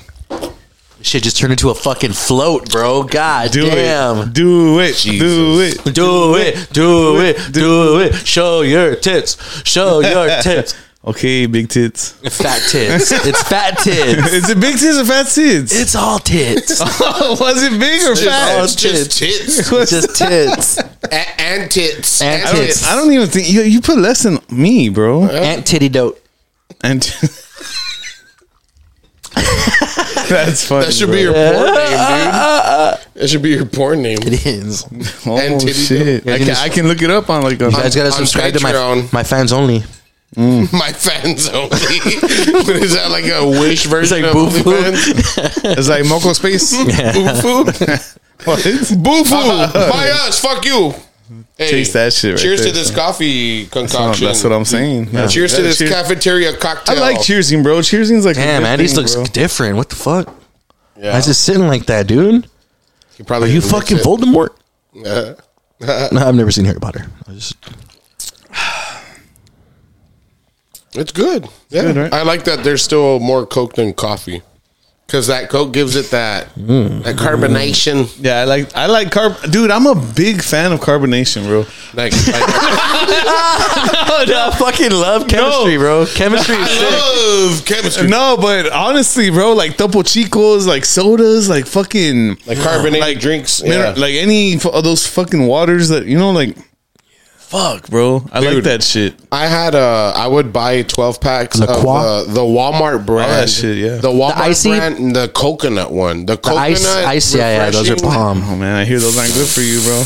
Speaker 6: Shit just turned into a fucking float, bro. God
Speaker 1: Do
Speaker 6: damn.
Speaker 1: it. Do it. Do
Speaker 9: Jesus.
Speaker 1: it.
Speaker 6: Do it, do it, do it. Show your tits.
Speaker 1: <laughs>
Speaker 6: Show your tits.
Speaker 1: Okay, big tits.
Speaker 6: Fat tits. It's fat
Speaker 1: <laughs>
Speaker 6: tits.
Speaker 1: Is it big tits or fat tits?
Speaker 6: It's
Speaker 1: <laughs>
Speaker 6: all tits.
Speaker 1: Was it big or
Speaker 6: all
Speaker 1: fat?
Speaker 9: It's just tits.
Speaker 6: It's just tits.
Speaker 9: A- and tits.
Speaker 6: And
Speaker 1: I don't,
Speaker 6: tits.
Speaker 1: I don't even think you, you put less than me, bro.
Speaker 6: Aunt titty dote.
Speaker 1: And <laughs> that's funny.
Speaker 9: That should
Speaker 1: bro.
Speaker 9: be your porn name, dude. That should be your porn name. <laughs>
Speaker 6: It is. You
Speaker 1: oh,
Speaker 9: and titty
Speaker 1: shit.
Speaker 9: dope.
Speaker 1: I can, I can look it up on like a.
Speaker 6: guys gotta
Speaker 9: on
Speaker 6: subscribe to my
Speaker 9: Patreon.
Speaker 6: my fans only.
Speaker 9: My fans only. <laughs> What is that like a wish version
Speaker 6: like
Speaker 9: of
Speaker 6: boo-boo.
Speaker 9: OnlyFans?
Speaker 1: It's like Moco
Speaker 9: <laughs>
Speaker 1: Space. Boo-foo. <laughs> what?
Speaker 9: Boo-foo. Buy us. Fuck you. Hey,
Speaker 1: Uh-huh. Chase that shit right
Speaker 9: cheers
Speaker 1: there.
Speaker 9: to this coffee
Speaker 1: Oh, <laughs>
Speaker 9: concoction.
Speaker 1: that's what I'm saying. Yeah.
Speaker 9: Cheers to
Speaker 1: Yeah,
Speaker 9: this
Speaker 1: cheer-
Speaker 9: cafeteria cocktail.
Speaker 1: I like cheersing, bro. Cheersing's like
Speaker 6: Damn,
Speaker 1: man,
Speaker 6: Andy's looks
Speaker 1: bro.
Speaker 6: different. What the fuck?
Speaker 9: Yeah.
Speaker 6: I was just sitting like that, dude.
Speaker 9: You probably
Speaker 6: Are you
Speaker 9: didn't mix
Speaker 6: fucking
Speaker 9: it.
Speaker 6: Voldemort?
Speaker 9: Yeah. <laughs>
Speaker 6: No, I've never seen Harry Potter. I just
Speaker 9: It's good. Yeah,
Speaker 1: good, right?
Speaker 9: I like that. There's still more Coke than coffee because that Coke gives it that
Speaker 1: Mm.
Speaker 9: that carbonation.
Speaker 1: Yeah, I like I like carb, dude. I'm a big fan of carbonation, bro. <laughs>
Speaker 9: Like, like
Speaker 6: Oh, no, I fucking love chemistry, <laughs> bro. Chemistry is sick.
Speaker 9: I love chemistry.
Speaker 1: No, but honestly, bro, like Topo Chicos, like sodas, like fucking
Speaker 9: Like carbonated drinks.
Speaker 1: mineral-
Speaker 9: Yeah.
Speaker 1: like any f- of those fucking waters that you know, like fuck, bro. I like
Speaker 9: Dude.
Speaker 1: that shit.
Speaker 9: I had uh I would buy 12 packs of
Speaker 6: Croix?
Speaker 9: uh, the Walmart brand.
Speaker 1: that shit, yeah.
Speaker 9: The Walmart
Speaker 6: icy-
Speaker 9: brand and the coconut one. The
Speaker 6: The
Speaker 9: coconut
Speaker 6: ice, ice, yeah, yeah, those are
Speaker 9: refreshing-
Speaker 6: bomb.
Speaker 1: Oh man, I hear those aren't good for you, bro.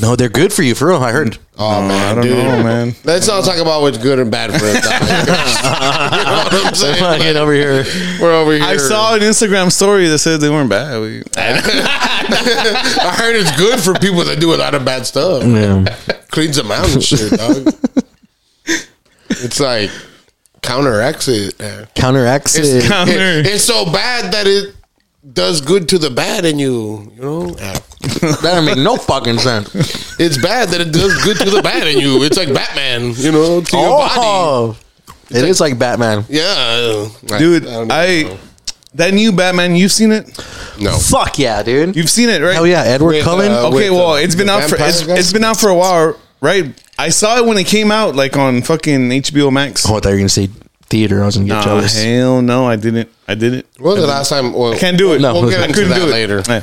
Speaker 6: No, they're good for you, for real. I
Speaker 9: <laughs>
Speaker 6: heard.
Speaker 9: Oh man,
Speaker 1: I don't
Speaker 9: dude.
Speaker 1: know, man.
Speaker 9: Let's not talk about what's good and bad for us. you know what I'm saying?
Speaker 6: <laughs> Fucking over here.
Speaker 9: <laughs> We're over here.
Speaker 1: I saw an Instagram story that said they weren't bad. We-
Speaker 9: I heard it's good for people that do a lot of bad stuff.
Speaker 6: Yeah.
Speaker 9: <laughs> Cleans them out and shit, dog. it's like counteracts it. man.
Speaker 6: Counteracts
Speaker 9: It's,
Speaker 6: it.
Speaker 1: Counter-
Speaker 9: it- it's so bad that it does good to the bad in you. You know, Yeah.
Speaker 6: <laughs> that don't make no fucking sense.
Speaker 9: it's bad that it does good to the bad in you. It's like Batman. You know, <laughs> to your body.
Speaker 6: Oh, it is like Batman.
Speaker 9: Yeah,
Speaker 1: dude,
Speaker 9: don't
Speaker 1: I
Speaker 9: know.
Speaker 1: that new Batman. You've seen it?
Speaker 9: no.
Speaker 6: Fuck yeah, dude.
Speaker 1: You've seen it, right?
Speaker 6: Hell yeah, Edward
Speaker 9: With,
Speaker 6: Cullen.
Speaker 9: uh,
Speaker 1: Okay,
Speaker 9: with
Speaker 1: well,
Speaker 9: the-
Speaker 1: it's been
Speaker 9: the
Speaker 1: out for
Speaker 9: vampire
Speaker 1: it's,
Speaker 9: guy?
Speaker 1: it's been out for a while, right? I saw it when it came out, like on fucking HBO Max.
Speaker 6: oh, I thought you were gonna say theater. I was gonna get
Speaker 1: Nah,
Speaker 6: jealous.
Speaker 1: hell no, I didn't. I didn't.
Speaker 9: What was the last time? Well,
Speaker 1: I can't do it.
Speaker 6: No,
Speaker 9: we'll
Speaker 6: I
Speaker 9: get into
Speaker 1: couldn't
Speaker 9: that
Speaker 1: do it.
Speaker 9: later.
Speaker 1: Yeah.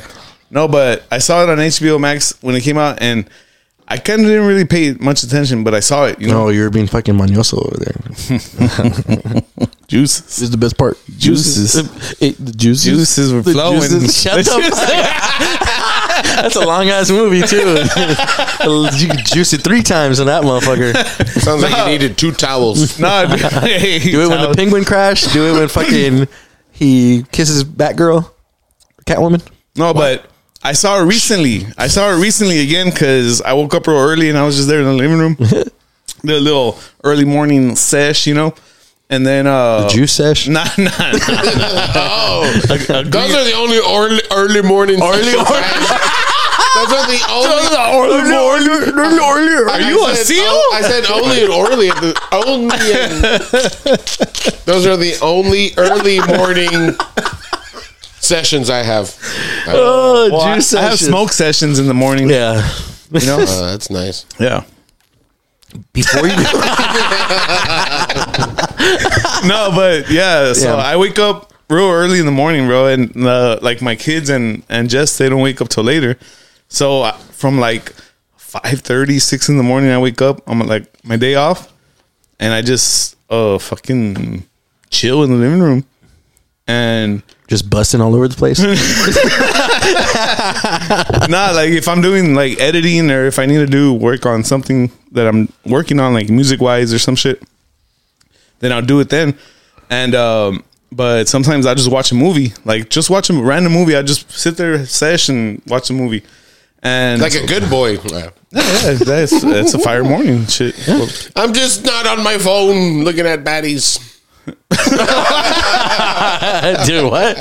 Speaker 1: No, but I saw it on HBO Max when it came out, and I kind of didn't really pay much attention, but I saw it. You know,
Speaker 6: No, you're being fucking mañoso over there.
Speaker 1: juices,
Speaker 6: <laughs> This is the best part.
Speaker 1: Juices.
Speaker 6: It- the juices.
Speaker 1: juices were
Speaker 6: The
Speaker 1: flowing.
Speaker 6: <laughs> juices. Shut the fuck up. <laughs> That's a long ass movie too. <laughs> you could juice it three times in that motherfucker.
Speaker 9: Sounds like you needed two towels.
Speaker 1: Nah, <laughs> dude. Hey,
Speaker 6: Do it when the
Speaker 1: Tyler.
Speaker 6: penguin crashed. Do it when fucking he kisses Batgirl, Catwoman.
Speaker 1: No, but I saw it recently. I saw it recently again because I woke up real early and I was just there in the living room. the little early morning sesh, you know? And then uh <laughs>
Speaker 6: Juice sesh.
Speaker 1: Nah, nah, nah.
Speaker 9: Oh, those are the only early, early morning. Early, those are the only.
Speaker 1: Are you
Speaker 9: I
Speaker 1: a
Speaker 9: said,
Speaker 1: seal?
Speaker 9: oh, I said only and early. at the- Only. and- those are the only early morning sessions I have.
Speaker 6: <laughs>
Speaker 9: Uh,
Speaker 6: Oh,
Speaker 1: Well, I, I have
Speaker 6: sessions.
Speaker 1: smoke sessions in the morning.
Speaker 9: Uh.
Speaker 5: Uh,
Speaker 6: Yeah.
Speaker 1: You know?
Speaker 9: that's nice.
Speaker 1: yeah.
Speaker 6: Before <laughs> you
Speaker 1: no, but yeah. So
Speaker 6: Yeah.
Speaker 1: I wake up real early in the morning, bro, and uh, like my kids and and Jess, they don't wake up till later. So I- from like 5.30, 6 in the morning, I wake up. I'm like my day off, and I just uh fucking chill in the living room, and
Speaker 6: just busting all over the <laughs> place,
Speaker 1: nah, like if I'm doing like editing or if I need to do work on something that I'm working on, like music wise or some shit, then I'll do it then. And um, but sometimes I just watch a movie, like just watch a random movie. I just sit there, sesh, and watch a movie. And
Speaker 5: Like a good
Speaker 1: <laughs>
Speaker 5: boy.
Speaker 1: yeah, that's that's a fire morning shit.
Speaker 5: I'm just not on my phone looking at baddies.
Speaker 6: <laughs> dude. What?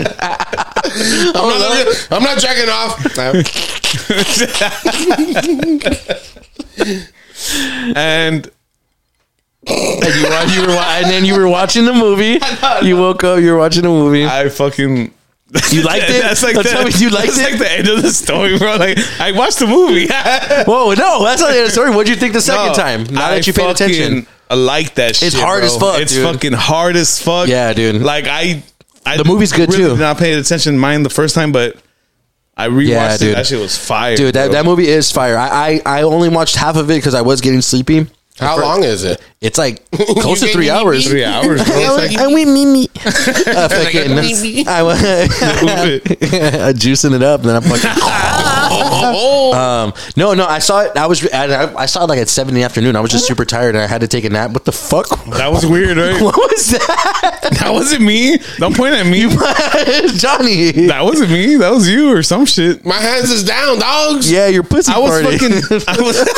Speaker 5: I'm not, looking, I'm not jacking off. No.
Speaker 1: <laughs> And
Speaker 6: And you, wa- you were, wa- and then you were watching
Speaker 1: <laughs>
Speaker 6: the movie. You woke up. You were watching a movie.
Speaker 1: I fucking.
Speaker 6: You
Speaker 1: <laughs>
Speaker 6: liked it?
Speaker 1: That's like
Speaker 6: Don't
Speaker 1: the,
Speaker 6: tell me you liked
Speaker 1: that's
Speaker 6: it?
Speaker 1: like the end of the story, bro. Like I watched the
Speaker 6: <laughs>
Speaker 1: movie. <laughs>
Speaker 6: Whoa, no, that's not the end of the story. What'd you think the second time? Now
Speaker 1: I
Speaker 6: that you paid
Speaker 1: fucking- <laughs>
Speaker 6: attention,
Speaker 1: I like that shit.
Speaker 6: hard
Speaker 1: bro.
Speaker 6: as fuck,
Speaker 1: It's
Speaker 6: dude.
Speaker 1: fucking hard as fuck.
Speaker 6: Yeah, dude.
Speaker 1: Like I, I
Speaker 6: The movie's good,
Speaker 1: really
Speaker 6: too.
Speaker 1: Did not paying attention to mine the first time, but I rewatched
Speaker 6: Yeah,
Speaker 1: it.
Speaker 6: dude.
Speaker 1: That shit was fire,
Speaker 6: dude, that,
Speaker 1: bro.
Speaker 6: that movie is fire. I, I I only watched half of it because I was getting sleepy.
Speaker 5: How long is it?
Speaker 1: <laughs>
Speaker 6: It's like close to
Speaker 5: You
Speaker 6: three
Speaker 5: getting
Speaker 6: hours.
Speaker 5: eaten?
Speaker 1: three hours. Bro.
Speaker 6: I
Speaker 1: It's
Speaker 6: went- <laughs> I went Mimi.
Speaker 1: <laughs>
Speaker 6: Uh, fucking, <laughs> I went,
Speaker 1: like,
Speaker 6: <laughs> juicing it up, and then I'm <laughs>
Speaker 1: <laughs>
Speaker 5: Oh,
Speaker 6: fucking. um, no, no, I saw it. I was, I, I saw it like at seven in the afternoon. I was just super tired, and I had to take a nap. What the fuck? <laughs>
Speaker 1: that was weird, right?
Speaker 6: What was that, <laughs>
Speaker 1: that wasn't me. Don't point at me.
Speaker 6: Johnny?
Speaker 1: That wasn't me. That was you or some shit.
Speaker 5: My hands is down, dogs.
Speaker 6: Yeah, your pussy.
Speaker 1: I was
Speaker 6: farted.
Speaker 1: fucking.
Speaker 6: <laughs>
Speaker 1: I was,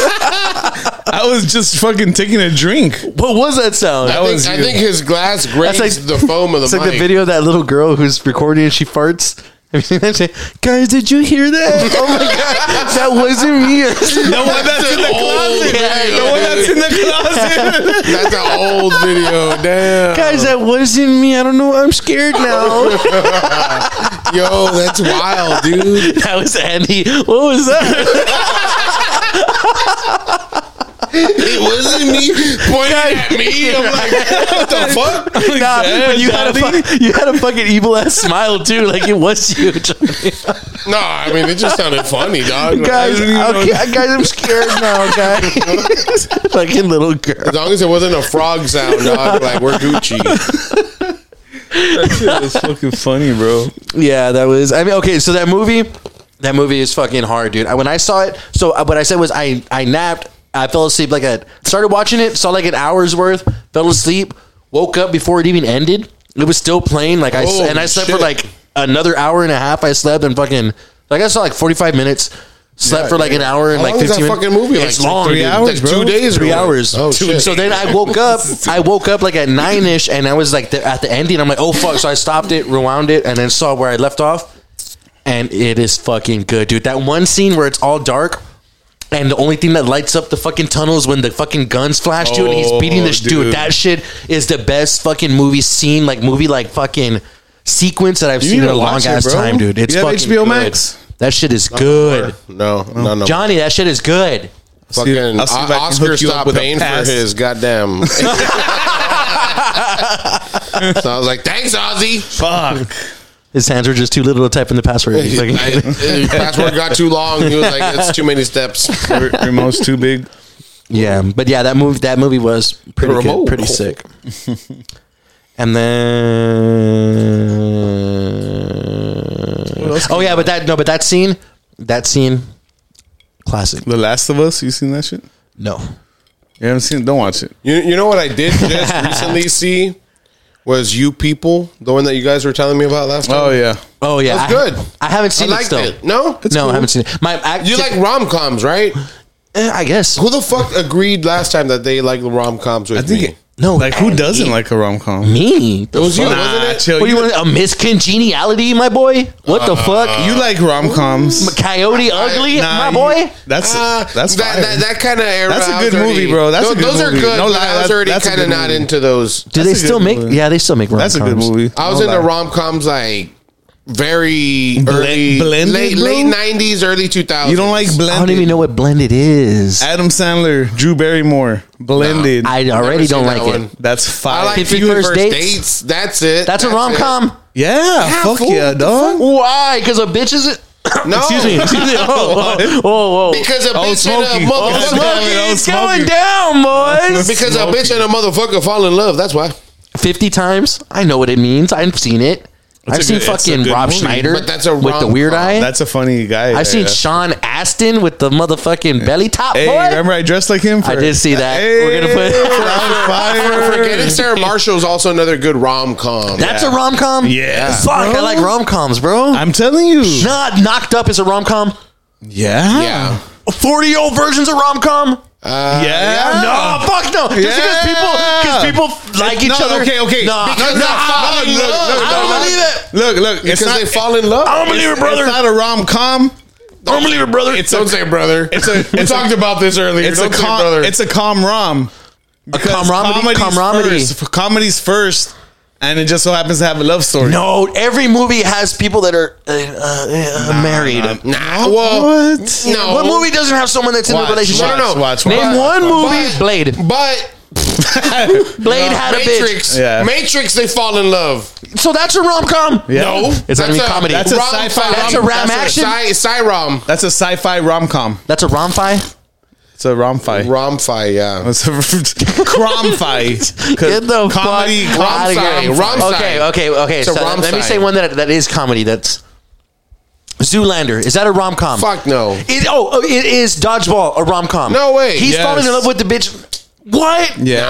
Speaker 1: I was just fucking taking a drink.
Speaker 6: What was that sound?
Speaker 5: I,
Speaker 1: That
Speaker 5: think,
Speaker 1: was
Speaker 5: I
Speaker 1: you.
Speaker 5: think his glass grazed the foam of the
Speaker 6: <laughs> It's like
Speaker 5: mic.
Speaker 6: the video of that little girl who's recording and she farts. Have you seen that shit? Guys, did you hear that? <laughs> Oh my god, that wasn't
Speaker 1: <laughs>
Speaker 6: me.
Speaker 1: The one that's in
Speaker 6: <laughs>
Speaker 1: the closet.
Speaker 5: video.
Speaker 1: The one that's in the closet.
Speaker 5: That's an old video. Damn.
Speaker 6: Guys, that wasn't me. I don't know. I'm scared now. <laughs>
Speaker 5: Yo, that's wild, dude.
Speaker 6: that was Andy. What was that? <laughs>
Speaker 5: It wasn't me pointing at me. I'm like, what the fuck?
Speaker 6: <laughs> Nah, but you had a fu- you had a fucking evil ass smile too. Like it was you, Johnny.
Speaker 5: No, I mean it just sounded funny, dog.
Speaker 6: guys.
Speaker 1: didn't even know
Speaker 6: Okay, guys, I'm scared now, guys. <laughs> fucking little girl.
Speaker 5: As long as it wasn't a frog sound, dog, like we're Gucci.
Speaker 1: That was fucking funny, bro.
Speaker 6: Yeah, that was. I mean, okay, so that movie, that movie is fucking hard, dude. I, when I saw it, so uh, what I said was I I napped, I fell asleep like a started watching it, saw like an hour's worth, fell asleep, woke up before it even ended. It was still playing, like I s-
Speaker 5: Holy
Speaker 6: and I slept
Speaker 5: shit.
Speaker 6: for like another hour and a half. I slept and fucking like I saw like forty five minutes. Slept for like an hour and
Speaker 5: How
Speaker 6: like
Speaker 5: long is that
Speaker 6: fifteen. minutes.
Speaker 5: fucking movie?
Speaker 6: It's
Speaker 5: Like
Speaker 6: long,
Speaker 5: three
Speaker 6: dude.
Speaker 5: hours,
Speaker 6: It's like
Speaker 5: bro?
Speaker 6: two days,
Speaker 5: Or
Speaker 6: three
Speaker 5: what?
Speaker 6: hours.
Speaker 5: Oh,
Speaker 6: Dude,
Speaker 5: shit.
Speaker 6: So then I woke up. I woke up like at nine ish, and I was like the, at the ending. I'm like, oh fuck! So I stopped it, rewound it, and then saw where I left off. And it is fucking good, dude. That one scene where it's all dark, and the only thing that lights up the fucking tunnels when the fucking guns flash, dude. And he's beating this
Speaker 1: Oh,
Speaker 6: dude.
Speaker 1: dude.
Speaker 6: That shit is the best fucking movie scene, like movie, like fucking sequence that I've
Speaker 1: need
Speaker 6: seen in
Speaker 1: to
Speaker 6: a long
Speaker 1: watch it,
Speaker 6: ass
Speaker 1: bro.
Speaker 6: time, dude. It's
Speaker 1: You have
Speaker 6: fucking
Speaker 1: HBO
Speaker 6: good.
Speaker 1: Max?
Speaker 6: That shit is good,
Speaker 5: No, no, no.
Speaker 6: Johnny. That shit is good.
Speaker 5: fucking
Speaker 1: I'll see if I can
Speaker 5: Oscar
Speaker 1: hook you up
Speaker 5: stopped
Speaker 1: with a
Speaker 5: paying for
Speaker 1: pass.
Speaker 5: his
Speaker 1: <laughs>
Speaker 5: goddamn. so I was like, thanks, Ozzy.
Speaker 1: Fuck.
Speaker 6: His hands were just too little to type in the password. He's
Speaker 5: <laughs>
Speaker 6: like- <laughs>
Speaker 5: I- password <laughs> got too long. He was like, it's too
Speaker 1: <laughs>
Speaker 5: many steps.
Speaker 1: Your remote's too big.
Speaker 6: yeah, but yeah, that movie that movie was pretty
Speaker 5: Remote.
Speaker 6: good, pretty sick. and then oh yeah, but that no, but that scene, that scene, classic.
Speaker 1: The Last of Us, you seen that shit?
Speaker 6: No,
Speaker 1: You haven't seen it? Don't watch it.
Speaker 5: You, you know what I did just
Speaker 6: <laughs>
Speaker 5: recently see was you people the one that you guys were telling me about last time.
Speaker 1: Oh, yeah.
Speaker 6: oh yeah,
Speaker 5: That's
Speaker 6: I-
Speaker 5: good.
Speaker 6: I haven't seen
Speaker 5: I
Speaker 6: it
Speaker 5: liked
Speaker 6: still.
Speaker 5: it. No,
Speaker 6: no, I haven't seen it. My I,
Speaker 5: You like rom coms, right?
Speaker 6: Eh, I guess
Speaker 5: Who the fuck agreed last time that they like the rom coms with
Speaker 1: I think
Speaker 5: me?
Speaker 1: it,
Speaker 6: no.
Speaker 1: like, who
Speaker 6: Andy.
Speaker 1: doesn't like a rom com?
Speaker 6: me?
Speaker 5: it was you,
Speaker 1: Nah,
Speaker 5: wasn't it?
Speaker 1: chill.
Speaker 6: What do you
Speaker 1: you,
Speaker 6: want? A miscongeniality, my boy? What the
Speaker 5: Uh,
Speaker 6: fuck?
Speaker 1: you like rom coms.
Speaker 6: Coyote Ugly,
Speaker 1: Nah,
Speaker 6: my boy?
Speaker 1: you- That's
Speaker 5: Uh,
Speaker 1: that's
Speaker 5: that,
Speaker 1: fire.
Speaker 5: that, that kind of era.
Speaker 1: That's a
Speaker 5: I
Speaker 1: good
Speaker 5: was already-
Speaker 1: movie, bro. That's a
Speaker 5: those,
Speaker 1: good
Speaker 5: those are
Speaker 1: movie.
Speaker 5: good.
Speaker 1: No
Speaker 5: but
Speaker 1: lie,
Speaker 5: I was
Speaker 1: that's-
Speaker 5: already
Speaker 1: that's a
Speaker 5: kind of
Speaker 1: good
Speaker 5: not
Speaker 1: movie.
Speaker 5: into those.
Speaker 6: Do
Speaker 1: That's
Speaker 6: they
Speaker 1: a good
Speaker 6: still make?
Speaker 1: movie.
Speaker 6: Yeah, they still make rom
Speaker 1: That's a good movie.
Speaker 5: I was
Speaker 1: Don't
Speaker 5: into
Speaker 1: lie.
Speaker 5: rom coms like very early,
Speaker 1: blended,
Speaker 5: late
Speaker 1: bro?
Speaker 5: late nineties, early two thousands.
Speaker 1: You don't like blended?
Speaker 6: I don't even know what blended is.
Speaker 1: Adam Sandler, Drew Barrymore, blended.
Speaker 6: I already don't like it.
Speaker 1: That's
Speaker 5: I
Speaker 1: fire.
Speaker 5: like
Speaker 6: 50
Speaker 5: 50 first,
Speaker 6: First
Speaker 5: dates.
Speaker 6: Dates?
Speaker 5: That's it.
Speaker 6: That's a
Speaker 5: it.
Speaker 6: rom com.
Speaker 1: yeah, fuck yeah, dog.
Speaker 6: Why? Because a bitch
Speaker 1: <laughs>
Speaker 6: is it.
Speaker 5: No,
Speaker 1: Excuse <laughs> me.
Speaker 6: Oh, oh, oh.
Speaker 5: because a
Speaker 1: Oh,
Speaker 5: bitch and
Speaker 1: Smokey.
Speaker 5: a
Speaker 1: Oh,
Speaker 5: motherfucker.
Speaker 1: Smokey. Oh,
Speaker 6: It's
Speaker 1: Smokey.
Speaker 6: going down,
Speaker 1: <laughs>
Speaker 6: boys.
Speaker 5: Because a bitch and a motherfucker fall in love. That's why.
Speaker 6: 50 times. I know what it means. I've seen it. I've
Speaker 1: a
Speaker 6: seen
Speaker 1: good- it's a
Speaker 6: fucking
Speaker 1: good
Speaker 6: Rob
Speaker 1: movie,
Speaker 6: Schneider
Speaker 5: but that's a
Speaker 6: with the
Speaker 5: rom-com.
Speaker 6: weird eye.
Speaker 1: That's a funny guy.
Speaker 6: I've seen
Speaker 1: yeah.
Speaker 6: Sean Astin with the motherfucking belly top.
Speaker 1: Hey,
Speaker 6: boy.
Speaker 1: remember I dressed like him? For,
Speaker 6: I did see that.
Speaker 1: Hey,
Speaker 6: We're gonna <laughs> put-
Speaker 1: that was fire.
Speaker 5: Forgetting Sarah Marshall is also another good rom com.
Speaker 6: That's a rom com.
Speaker 1: Yeah.
Speaker 6: fuck. I like rom coms, bro.
Speaker 1: I'm telling you.
Speaker 6: Not knocked up is a rom com.
Speaker 1: Yeah.
Speaker 5: yeah.
Speaker 6: Forty year old versions of rom com.
Speaker 1: Yeah.
Speaker 6: No, fuck no. Just because people, because people like each
Speaker 1: No,
Speaker 6: other.
Speaker 1: okay, okay.
Speaker 6: Nah,
Speaker 5: Because
Speaker 6: nah,
Speaker 5: they're falling in
Speaker 1: look,
Speaker 5: love.
Speaker 1: look,
Speaker 6: I don't
Speaker 1: dog.
Speaker 6: believe it.
Speaker 1: Look, look.
Speaker 5: Because
Speaker 1: it's not,
Speaker 5: they fall in love.
Speaker 6: I don't believe it, brother.
Speaker 1: It's not a rom com.
Speaker 5: don't believe it, brother. It's don't say brother.
Speaker 1: It's
Speaker 6: <laughs>
Speaker 1: a-
Speaker 5: we
Speaker 1: it's a-
Speaker 5: talked about this earlier.
Speaker 1: It's a
Speaker 5: don't say
Speaker 1: com.
Speaker 5: brother.
Speaker 1: It's a com rom. A
Speaker 6: comromedy? Comromedy.
Speaker 1: First, comedy's first, and it just so happens to have a love story.
Speaker 6: No, every movie has people that are uh, uh, uh, married.
Speaker 5: nah, well,
Speaker 1: What?
Speaker 5: no.
Speaker 6: What movie doesn't have someone that's in
Speaker 1: Watch,
Speaker 6: a relationship?
Speaker 1: watch,
Speaker 5: No, no.
Speaker 1: watch,
Speaker 6: Name
Speaker 1: watch,
Speaker 6: one
Speaker 1: watch,
Speaker 6: movie.
Speaker 5: watch.
Speaker 6: Blade.
Speaker 5: But
Speaker 6: Blade had a bitch.
Speaker 5: Matrix,
Speaker 1: Yeah.
Speaker 5: Matrix, they fall in love.
Speaker 6: So that's a rom com.
Speaker 1: Yeah.
Speaker 5: No,
Speaker 6: It's not
Speaker 5: That's
Speaker 6: even comedy.
Speaker 1: that's a sci-fi
Speaker 6: That's a ram action?
Speaker 5: Sci, sci-rom.
Speaker 1: That's a sci-fi rom-com.
Speaker 6: That's a rom fi.
Speaker 1: It's a rom-fi.
Speaker 5: Rom-fi, yeah.
Speaker 1: It's a <laughs> crom-fi. 'Cause
Speaker 6: <laughs> Get the
Speaker 1: comedy,
Speaker 6: fuck
Speaker 1: rom-
Speaker 6: outta here.
Speaker 5: rom-fi, rom-fi.
Speaker 6: Okay, okay, okay.
Speaker 5: It's a
Speaker 6: So let me
Speaker 5: rom-fi.
Speaker 6: say one that that is comedy. That's Zoolander. Is that a rom com?
Speaker 5: Fuck no.
Speaker 6: It, oh, it is Dodgeball, a rom com.
Speaker 5: No way.
Speaker 6: He's
Speaker 5: Yes.
Speaker 6: falling in love with the bitch. What?
Speaker 1: Yeah.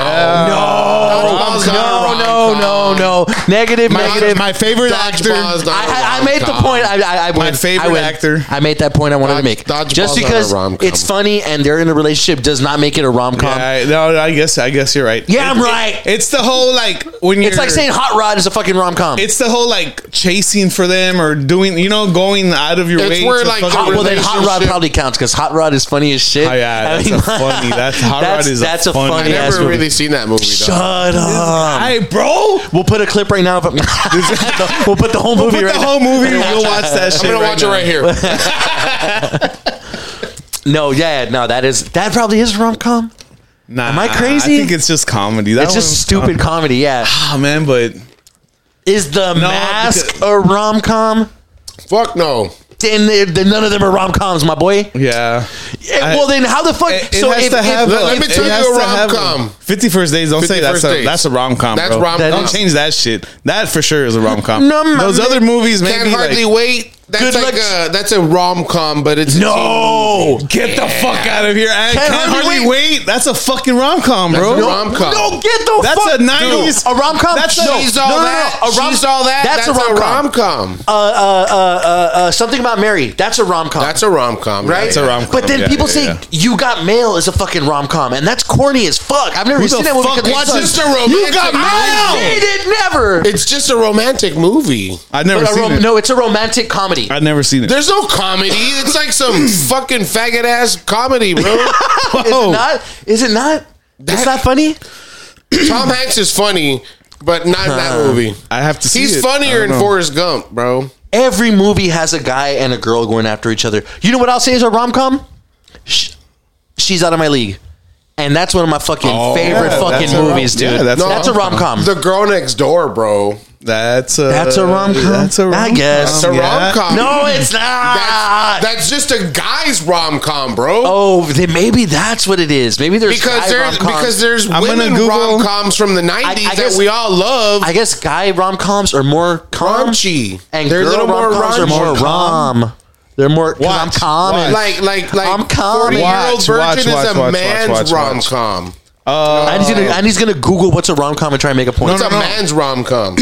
Speaker 5: Dodgeball's
Speaker 6: No,
Speaker 5: not a
Speaker 6: no, no,
Speaker 5: rom-com.
Speaker 6: no. Negative,
Speaker 5: My-
Speaker 6: negative.
Speaker 1: my favorite actor.
Speaker 5: Dodgeball's not a
Speaker 6: I, I, I made the
Speaker 5: rom-com.
Speaker 6: point. I, I, I
Speaker 1: My
Speaker 6: win.
Speaker 1: favorite
Speaker 6: I win.
Speaker 1: actor.
Speaker 6: I made that point I wanted to
Speaker 5: Dodge-
Speaker 6: make.
Speaker 5: Dodgeball's
Speaker 6: Just
Speaker 5: not a
Speaker 6: because
Speaker 5: rom-com.
Speaker 6: it's funny and they're in a relationship does not make it a rom com. Yeah,
Speaker 1: Yeah, no, I guess I guess you're right.
Speaker 6: I'm right.
Speaker 1: It's the whole like when you're
Speaker 6: It's like saying Hot Rod is a fucking rom com.
Speaker 1: it's the whole like chasing for them or doing you know going out of your
Speaker 5: It's
Speaker 1: way.
Speaker 5: where,
Speaker 1: to
Speaker 5: like,
Speaker 1: fuck
Speaker 5: hot-
Speaker 1: with
Speaker 6: well, then
Speaker 1: them.
Speaker 6: Hot Rod
Speaker 5: relationship-
Speaker 6: probably counts because Hot Rod is funny as shit.
Speaker 1: Oh, yeah,
Speaker 6: I <laughs>
Speaker 1: that's
Speaker 6: mean,
Speaker 1: a funny- that's- Hot Rod is a
Speaker 6: that's
Speaker 1: funny-
Speaker 5: I
Speaker 6: funny ass
Speaker 5: never
Speaker 6: movie. Um,
Speaker 5: really seen that movie. though.
Speaker 6: Shut up.
Speaker 1: hey, bro, put
Speaker 6: We'll put a clip right now. <laughs> Of it. we'll put the whole movie right
Speaker 1: the
Speaker 6: now.
Speaker 1: whole <laughs> movie. We'll watch that shit.
Speaker 5: I'm gonna
Speaker 1: right
Speaker 5: watch
Speaker 1: now.
Speaker 5: it right here.
Speaker 6: No, yeah, no, that is that probably is rom com.
Speaker 1: Nah,
Speaker 6: Am I crazy?
Speaker 1: I think it's just comedy. That
Speaker 6: It's just
Speaker 1: one-
Speaker 6: stupid comedy. Yeah,
Speaker 1: Ah, man, but
Speaker 6: is the mask
Speaker 1: because-
Speaker 6: a rom com?
Speaker 5: Fuck no.
Speaker 6: Then, then none of them are rom coms, my boy.
Speaker 1: yeah.
Speaker 6: Eh, well, then how the fuck?
Speaker 1: It, it has to have.
Speaker 5: let- let me tell you a rom-com.
Speaker 1: Fifty First Days. Don't say
Speaker 5: 50
Speaker 1: that's
Speaker 5: First
Speaker 1: a,
Speaker 5: Dates.
Speaker 1: that's a rom com.
Speaker 5: That's rom-com.
Speaker 1: Don't
Speaker 5: That is-
Speaker 1: change that shit. That for sure is a rom com.
Speaker 6: No, my
Speaker 1: Those
Speaker 6: man.
Speaker 1: other movies maybe
Speaker 5: Can't hardly
Speaker 1: like.
Speaker 5: wait. That's
Speaker 6: Good
Speaker 5: like a
Speaker 6: luck-
Speaker 5: that's a rom com, but it's
Speaker 6: no,
Speaker 1: Get the fuck out of here! I can't, hardly wait. That's a fucking rom com, bro.
Speaker 5: a rom-com.
Speaker 6: no, Oh, get the
Speaker 1: That's
Speaker 6: fuck.
Speaker 1: a 90s
Speaker 6: Dude, a rom com.
Speaker 1: That's a-
Speaker 6: no,
Speaker 5: She's
Speaker 6: no,
Speaker 5: all
Speaker 6: no, no,
Speaker 5: that.
Speaker 6: no, a rom-
Speaker 5: She's all that.
Speaker 6: That's, a rom com.
Speaker 5: com.
Speaker 6: Uh, uh, uh, uh, uh, something about Mary. That's a rom com.
Speaker 5: That's a rom com.
Speaker 6: right?
Speaker 1: That's a rom- rom-com,
Speaker 6: But then
Speaker 1: yeah,
Speaker 6: people
Speaker 1: yeah,
Speaker 6: say
Speaker 1: yeah.
Speaker 6: You Got Mail is a fucking rom com, and that's corny as fuck. I've never
Speaker 1: Who
Speaker 6: seen
Speaker 1: the
Speaker 6: that movie.
Speaker 1: fuck
Speaker 6: because
Speaker 1: watches
Speaker 6: it's
Speaker 5: the
Speaker 6: a-
Speaker 5: romantic
Speaker 6: You Got Mail.
Speaker 5: movie?
Speaker 6: I seen it never.
Speaker 5: It's just a romantic movie.
Speaker 1: I've never
Speaker 6: But a
Speaker 1: seen
Speaker 6: rom-
Speaker 1: it.
Speaker 6: No, it's a romantic comedy.
Speaker 1: I've never seen it.
Speaker 5: There's no comedy. It's like some fucking faggot ass comedy, bro.
Speaker 6: Is
Speaker 1: Oh.
Speaker 6: it not? Is it not? it's not funny.
Speaker 5: Tom Hanks is funny, but not in that movie.
Speaker 1: I have to see
Speaker 5: He's
Speaker 1: it. I
Speaker 5: funnier
Speaker 1: don't
Speaker 5: in
Speaker 1: know.
Speaker 5: Forrest Gump, bro.
Speaker 6: Every movie has a guy and a girl going after each other. You know what I'll say is a rom com? Sh- She's out of my league, and that's one of my fucking favorite
Speaker 1: Oh. yeah,
Speaker 6: fucking
Speaker 1: that's a rom-
Speaker 6: movies, dude.
Speaker 1: yeah,
Speaker 6: that's,
Speaker 1: that's a
Speaker 6: a rom com.
Speaker 5: The Girl Next Door, bro.
Speaker 1: That's a
Speaker 6: That's a rom-com?
Speaker 1: That's a
Speaker 6: I
Speaker 1: rom.
Speaker 6: guess.
Speaker 5: It's a rom com.
Speaker 6: No, it's not.
Speaker 5: Um, That's, that's just a guy's rom com, bro.
Speaker 6: Ah. Oh, then maybe that's what it is. Maybe there's
Speaker 5: because
Speaker 6: guy
Speaker 5: there's
Speaker 6: rom-coms.
Speaker 5: because there's
Speaker 1: I'm gonna
Speaker 5: women
Speaker 1: Google-
Speaker 5: rom coms from the '90s that
Speaker 6: I guess-
Speaker 5: we all love.
Speaker 6: I guess guy rom coms are more calm
Speaker 5: Raunchy.
Speaker 6: and
Speaker 5: They're a
Speaker 6: girl
Speaker 5: little more
Speaker 6: rom coms are more
Speaker 5: raunchy.
Speaker 6: rom. They're more. 'cause I'm
Speaker 1: Watch,
Speaker 6: calm. and-
Speaker 5: like like like
Speaker 6: I'm calm.
Speaker 5: 40 year old
Speaker 1: Watch,
Speaker 5: virgin
Speaker 1: watch,
Speaker 5: is
Speaker 1: watch, watch,
Speaker 5: a
Speaker 1: watch, watch,
Speaker 5: man's
Speaker 1: watch.
Speaker 5: rom com.
Speaker 6: I need to. I need to Google what's a rom com and try and make a point.
Speaker 5: It's a man's
Speaker 1: <clears throat>
Speaker 5: rom com.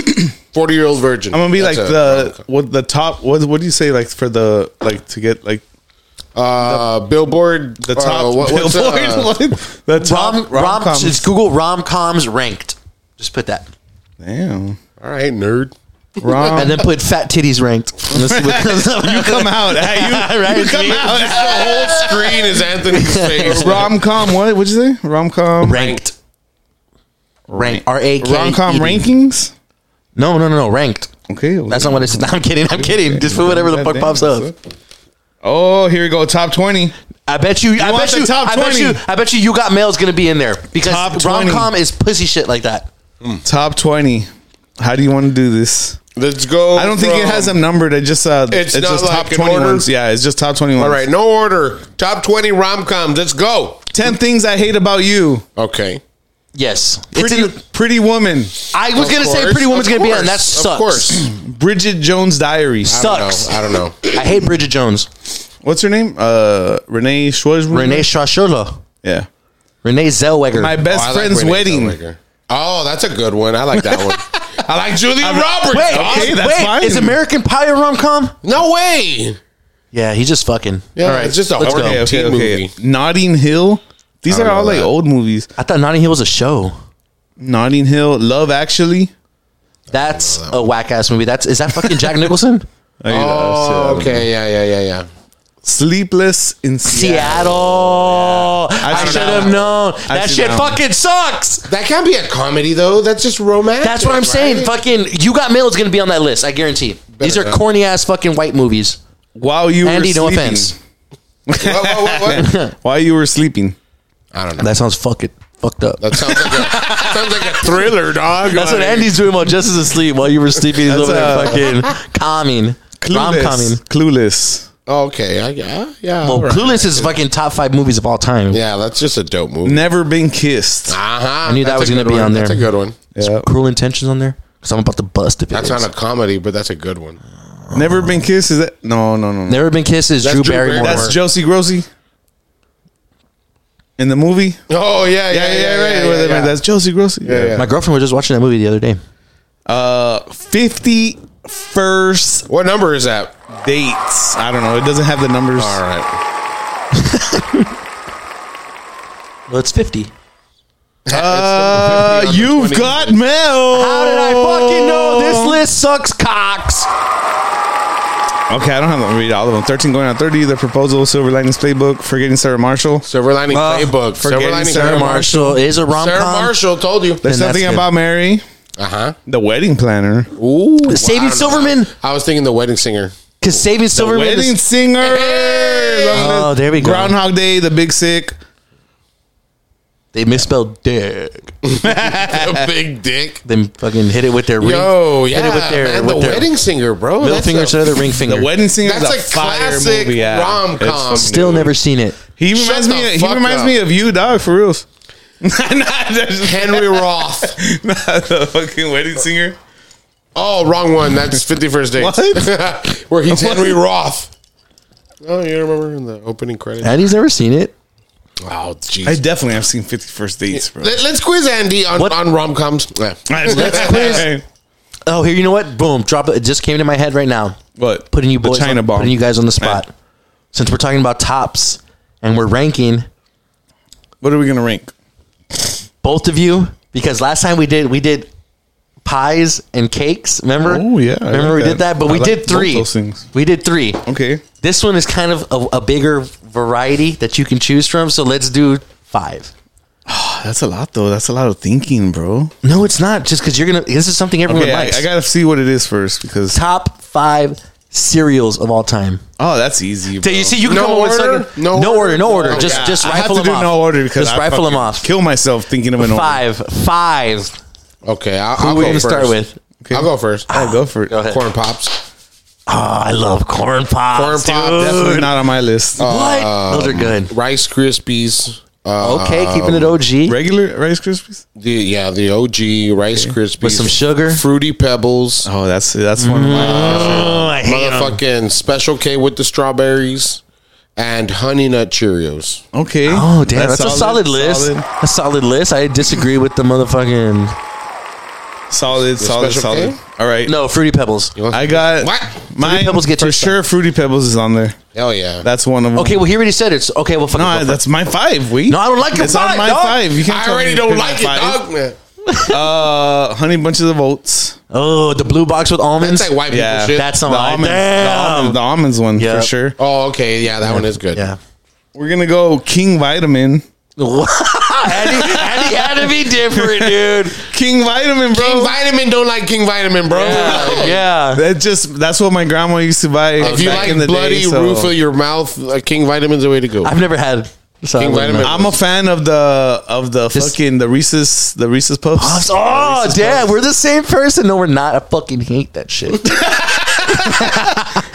Speaker 5: Forty year old virgin.
Speaker 1: I'm gonna be
Speaker 5: That's
Speaker 1: like
Speaker 5: a
Speaker 1: the what the top. What what do you say like for the like to get like
Speaker 5: uh, Billboard.
Speaker 1: the top
Speaker 5: Uh, what, what's,
Speaker 1: Billboard? <laughs>
Speaker 5: uh,
Speaker 1: What? the
Speaker 6: rom
Speaker 1: top
Speaker 6: rom.
Speaker 1: rom-coms.
Speaker 6: Just Google rom coms ranked. Just put that,
Speaker 1: Damn.
Speaker 5: All right, nerd.
Speaker 1: Rom.
Speaker 6: and then put fat titties ranked. Let's see what
Speaker 5: <laughs>
Speaker 6: comes up. <laughs>
Speaker 1: you come out. Hey, you,
Speaker 6: Right,
Speaker 1: you come
Speaker 6: dude.
Speaker 5: The whole
Speaker 1: out.
Speaker 5: screen
Speaker 1: <laughs>
Speaker 5: is Anthony's face.
Speaker 1: Rom com. What? What'd you say? Rom com.
Speaker 6: ranked. Rank R A K E D.
Speaker 1: Rom com rankings.
Speaker 6: No, no, no, no. Ranked.
Speaker 10: Okay.
Speaker 6: That's not what I said. No, <laughs> I'm kidding. I'm kidding. Just put whatever the fuck pops up.
Speaker 10: Oh, here we go. Top 20.
Speaker 6: I bet you. I
Speaker 10: want
Speaker 6: bet
Speaker 10: the
Speaker 6: you.
Speaker 10: top
Speaker 6: I bet
Speaker 10: 20.
Speaker 6: you. I bet you. You got mail's gonna be in there
Speaker 10: Top
Speaker 6: because
Speaker 10: 20.
Speaker 6: rom com is pussy shit like that.
Speaker 1: Top 20. How do you want to do this?
Speaker 9: Let's go.
Speaker 1: I don't think it
Speaker 9: from-
Speaker 1: has them numbered. I just uh,
Speaker 9: It's
Speaker 1: it's,
Speaker 9: not
Speaker 1: just
Speaker 9: like
Speaker 1: top
Speaker 9: an
Speaker 1: 20
Speaker 9: order?
Speaker 1: ones. Yeah, it's just top 20 ones.
Speaker 9: All right, no order. Top 20 rom coms. Let's go.
Speaker 1: 10 things I hate about you.
Speaker 9: Okay.
Speaker 6: Yes, it's
Speaker 1: Pretty,
Speaker 6: in. The,
Speaker 1: Pretty Woman.
Speaker 6: I was
Speaker 9: Of
Speaker 6: gonna say
Speaker 9: course,
Speaker 6: Pretty Woman's
Speaker 9: of
Speaker 6: gonna be on.
Speaker 9: course,
Speaker 6: That sucks.
Speaker 9: Of course.
Speaker 1: Bridget Jones Diary.
Speaker 6: Sucks.
Speaker 9: No, I don't know. Oh,
Speaker 6: I hate Bridget Jones.
Speaker 1: What's her name? Uh, Renee Schwartzman.
Speaker 6: Renee Shashula.
Speaker 1: Yeah.
Speaker 6: Renee Zellweger.
Speaker 1: My
Speaker 9: Oh,
Speaker 1: best
Speaker 9: I like
Speaker 1: friend's
Speaker 9: Renee
Speaker 1: wedding.
Speaker 9: Zellweger. Oh, that's a good one. I like that one. I like Julia Roberts.
Speaker 6: wait,
Speaker 9: dog.
Speaker 1: okay, that's
Speaker 6: wait,
Speaker 1: fine.
Speaker 6: is American Pie a rom com?
Speaker 9: No way.
Speaker 6: Yeah, he's just fucking.
Speaker 9: Yeah, it's just a
Speaker 6: let's
Speaker 9: horror
Speaker 6: go.
Speaker 1: Okay, okay,
Speaker 9: teen
Speaker 1: okay.
Speaker 9: movie.
Speaker 1: Notting Hill. These
Speaker 9: I
Speaker 1: are
Speaker 9: don't
Speaker 1: all
Speaker 9: know
Speaker 1: like
Speaker 9: that.
Speaker 1: old movies.
Speaker 6: I thought Notting Hill was a show.
Speaker 1: Notting Hill. Love Actually.
Speaker 6: That's a whack ass movie. That's is that fucking Jack Nicholson?
Speaker 1: I- uh,
Speaker 9: Oh, okay. Yeah, yeah, yeah, yeah.
Speaker 1: Sleepless in Seattle.
Speaker 6: Seattle. I,
Speaker 1: seen
Speaker 6: should
Speaker 1: that
Speaker 6: have
Speaker 1: one.
Speaker 6: known.
Speaker 1: I've
Speaker 6: that
Speaker 1: seen
Speaker 6: shit
Speaker 1: that one.
Speaker 6: fucking sucks.
Speaker 9: That can't be a comedy though. That's just romantic.
Speaker 6: That's what I'm saying.
Speaker 9: right?
Speaker 6: Fucking you got mail is gonna be on that list. I guarantee. These are
Speaker 9: not.
Speaker 6: corny ass fucking white movies.
Speaker 1: While you
Speaker 6: Andy,
Speaker 1: were
Speaker 6: no
Speaker 1: sleeping.
Speaker 6: offense.
Speaker 9: What, what, what, what?
Speaker 1: While you were sleeping.
Speaker 9: I don't know.
Speaker 6: That sounds fucking fucked up.
Speaker 9: That sounds like a sounds like a thriller, dog.
Speaker 6: That's what
Speaker 9: Like-
Speaker 6: Andy's doing while Jess is asleep while you were sleeping. He's over there
Speaker 1: uh,
Speaker 6: fucking <laughs> calming. Rom calming.
Speaker 1: Clueless. Clueless.
Speaker 9: Okay, I, yeah, yeah.
Speaker 6: Well,
Speaker 9: all right.
Speaker 6: Clueless is fucking top five movies of all time.
Speaker 9: Yeah, that's just a dope movie.
Speaker 1: Never been kissed.
Speaker 9: Uh-huh. I
Speaker 6: knew that was gonna be
Speaker 9: one.
Speaker 6: on
Speaker 9: That's a
Speaker 6: there.
Speaker 9: good one.
Speaker 1: Yeah.
Speaker 6: Cruel Intentions on there? Because I'm about to bust if it is.
Speaker 9: That's not a comedy, but that's a good one.
Speaker 1: Never
Speaker 9: Oh.
Speaker 1: been kissed. Is that no no no? no.
Speaker 6: Never Been Kissed is
Speaker 9: That's
Speaker 6: Drew
Speaker 9: Drew Barry-
Speaker 6: Barrymore.
Speaker 1: That's Josie Grossi. In the movie.
Speaker 9: Oh yeah, yeah, yeah,
Speaker 1: right. Wait
Speaker 9: yeah,
Speaker 1: a
Speaker 9: yeah,
Speaker 1: minute,
Speaker 9: yeah.
Speaker 1: That's Josie Grossi.
Speaker 9: Yeah, yeah.
Speaker 6: My girlfriend was just watching that movie the other day.
Speaker 1: Uh, fifty first
Speaker 9: What number is that?
Speaker 1: dates. I don't know. It doesn't have the numbers.
Speaker 9: All right.
Speaker 6: Well, it's 50.
Speaker 1: Uh, you've got mail.
Speaker 6: How
Speaker 1: How
Speaker 6: did I fucking know? This list sucks cocks.
Speaker 1: Okay, I don't have to read all of them. Thirteen going on thirty. The proposal. Silver Linings Playbook. Forgetting Sarah Marshall.
Speaker 9: Silver Lining
Speaker 6: Uh,
Speaker 9: Playbook. Silver
Speaker 1: forgetting
Speaker 9: Lining
Speaker 1: Sarah
Speaker 9: Playbook.
Speaker 6: Marshall is a rom
Speaker 9: Sarah
Speaker 6: com.
Speaker 9: Marshall told you.
Speaker 1: There's
Speaker 6: Then that's
Speaker 1: something
Speaker 6: good.
Speaker 1: about Mary.
Speaker 9: Uh huh.
Speaker 1: The Wedding Planner.
Speaker 9: Ooh,
Speaker 6: Saving
Speaker 9: I don't know.
Speaker 6: Silverman.
Speaker 9: I was thinking the
Speaker 6: <laughs>
Speaker 9: wedding singer. <laughs>
Speaker 6: Because Saving Silverman
Speaker 1: Wedding
Speaker 6: is.
Speaker 1: Singer.
Speaker 6: Oh, there we go.
Speaker 1: Groundhog Day. The Big Sick.
Speaker 6: They misspelled dick.
Speaker 9: A big dick.
Speaker 6: Then fucking hit it with their ring.
Speaker 9: Yo, yeah,
Speaker 6: Hit it with their,
Speaker 9: man,
Speaker 6: with
Speaker 9: the
Speaker 6: their
Speaker 9: wedding singer, bro.
Speaker 6: middle
Speaker 9: That's
Speaker 6: finger
Speaker 9: a-
Speaker 6: to the ring finger.
Speaker 1: The Wedding Singer.
Speaker 9: That's
Speaker 1: is
Speaker 9: a
Speaker 1: a, fire
Speaker 9: classic
Speaker 1: movie. Yeah.
Speaker 9: rom-com.
Speaker 1: It's fucking-
Speaker 6: Still never seen it.
Speaker 1: He
Speaker 9: Shut
Speaker 1: reminds
Speaker 9: the
Speaker 1: me. He
Speaker 9: fuck
Speaker 1: reminds
Speaker 9: up.
Speaker 1: me of you, dog. For reals. <laughs> Not <laughs> just-
Speaker 9: <laughs> Henry Roth.
Speaker 1: not the fucking wedding singer.
Speaker 9: Oh, wrong one. That's 51st Dates. <laughs> Where he's Henry Roth. Oh, you remember in the opening credits?
Speaker 6: Andy's never seen it.
Speaker 9: Oh,
Speaker 1: I
Speaker 9: jeez.
Speaker 1: definitely have seen Fifty First Dates, bro.
Speaker 9: Let, us quiz Andy on,
Speaker 6: What-
Speaker 9: on rom coms. Yeah. <laughs>
Speaker 1: Let's quiz.
Speaker 6: Oh, here, you know what? Boom, drop it. It just came to my head right now.
Speaker 1: What?
Speaker 6: Putting you
Speaker 1: The
Speaker 6: boys,
Speaker 1: China
Speaker 6: on,
Speaker 1: bomb.
Speaker 6: putting you guys on the spot. Since we're talking about tops and we're ranking
Speaker 1: What are we gonna rank?
Speaker 6: both of you, because last time we did we did pies and cakes. Remember?
Speaker 1: Oh, yeah, I
Speaker 6: Remember
Speaker 1: like
Speaker 6: we did
Speaker 1: that.
Speaker 6: that, but
Speaker 1: I
Speaker 6: we
Speaker 1: like
Speaker 6: did
Speaker 1: both
Speaker 6: three.
Speaker 1: those things.
Speaker 6: We did three.
Speaker 1: Okay.
Speaker 6: This one is kind of a, a bigger variety that you can choose from. So let's do five.
Speaker 1: Ah, That's a lot though. That's a lot of thinking, bro.
Speaker 6: No, it's not. Just because you're gonna. This is something everyone
Speaker 1: Okay, I,
Speaker 6: likes.
Speaker 1: I gotta see what it is first because
Speaker 6: top five cereals of all time.
Speaker 1: oh, that's easy. Bro.
Speaker 6: So you see, you can
Speaker 9: No
Speaker 6: come up with
Speaker 9: order?
Speaker 6: something-
Speaker 9: No
Speaker 6: No,
Speaker 9: order?
Speaker 6: order, no order.
Speaker 9: Okay.
Speaker 6: Just just
Speaker 1: I
Speaker 6: rifle
Speaker 1: have to do
Speaker 6: them off.
Speaker 1: no order because
Speaker 6: just
Speaker 1: I
Speaker 6: rifle them
Speaker 1: fucking
Speaker 6: off.
Speaker 1: Kill myself thinking of an order.
Speaker 6: Five, five.
Speaker 9: Okay, I'll,
Speaker 6: Who
Speaker 9: I'll
Speaker 6: we
Speaker 9: go
Speaker 6: gonna
Speaker 9: first.
Speaker 6: start with?
Speaker 1: Okay.
Speaker 9: I'll go first.
Speaker 1: I'll go for it.
Speaker 6: Ah, ahead.
Speaker 9: Corn pops.
Speaker 6: Oh, I love corn pops.
Speaker 9: Corn pop,
Speaker 6: dude.
Speaker 1: Definitely not on my list.
Speaker 6: What? Those are good.
Speaker 9: Rice Krispies. Uh,
Speaker 6: Okay, keeping it OG
Speaker 1: Regular Rice Krispies.
Speaker 9: The, yeah, the OG Rice Krispies.
Speaker 6: with some sugar.
Speaker 9: Fruity Pebbles.
Speaker 1: Oh, that's that's one. Of my,
Speaker 6: Oh, I hate 'em.
Speaker 9: Motherfucking Special K with the strawberries. And Honey Nut Cheerios.
Speaker 1: okay.
Speaker 6: Oh damn, that's, a solid, list. A solid list. I disagree with the motherfucking
Speaker 1: Solid, solid, solid.
Speaker 9: Special
Speaker 1: solid.
Speaker 9: K?
Speaker 1: All right.
Speaker 6: no fruity pebbles.
Speaker 1: I got
Speaker 9: What?
Speaker 1: mine.
Speaker 6: Fruity Pebbles get
Speaker 1: for
Speaker 6: two stars.
Speaker 1: sure. Fruity Pebbles is on there.
Speaker 9: Hell yeah.
Speaker 1: That's one of them.
Speaker 6: Okay, well he already said it's okay. Well, fuck
Speaker 1: No,
Speaker 6: it,
Speaker 1: I-
Speaker 6: go
Speaker 1: that's my five. We.
Speaker 6: No, I don't like your
Speaker 1: it's
Speaker 6: five,
Speaker 1: on my
Speaker 6: dog.
Speaker 1: five. You can't
Speaker 9: I
Speaker 1: tell me
Speaker 9: already
Speaker 1: to
Speaker 9: don't
Speaker 1: pick my
Speaker 9: like it,
Speaker 1: five.
Speaker 9: dog. Man.
Speaker 1: Uh, honey bunches of oats.
Speaker 6: for it. oh the blue box with almonds.
Speaker 9: That's like white
Speaker 1: Yeah.
Speaker 9: people shit.
Speaker 6: That's not
Speaker 1: the,
Speaker 6: like
Speaker 1: almonds, the almonds.
Speaker 6: Oh, damn.
Speaker 1: The almonds one
Speaker 6: Yep.
Speaker 1: for sure.
Speaker 9: <laughs> Oh, okay. Yeah, that one is good.
Speaker 6: Yeah.
Speaker 1: We're gonna go King Vitamin.
Speaker 6: What? not. Andy, Andy had to be different, dude.
Speaker 1: King Vitamin, bro.
Speaker 9: King Vitamin don't like King Vitamin, bro.
Speaker 6: <laughs> Yeah. yeah.
Speaker 1: that just that's what my grandma used to buy
Speaker 9: If you
Speaker 1: back
Speaker 9: like
Speaker 1: in the
Speaker 9: bloody
Speaker 1: day. so-
Speaker 9: roof of your mouth, uh, King Vitamin's the way to go.
Speaker 6: I've never had. So I
Speaker 9: King
Speaker 6: wouldn't
Speaker 9: Vitamin.
Speaker 6: know.
Speaker 1: I'm a fan of the of the
Speaker 6: This-
Speaker 1: fucking the Reese's the Reese's Puffs.
Speaker 6: Oh, damn. We're the same person. No, we're not. I fucking hate that shit.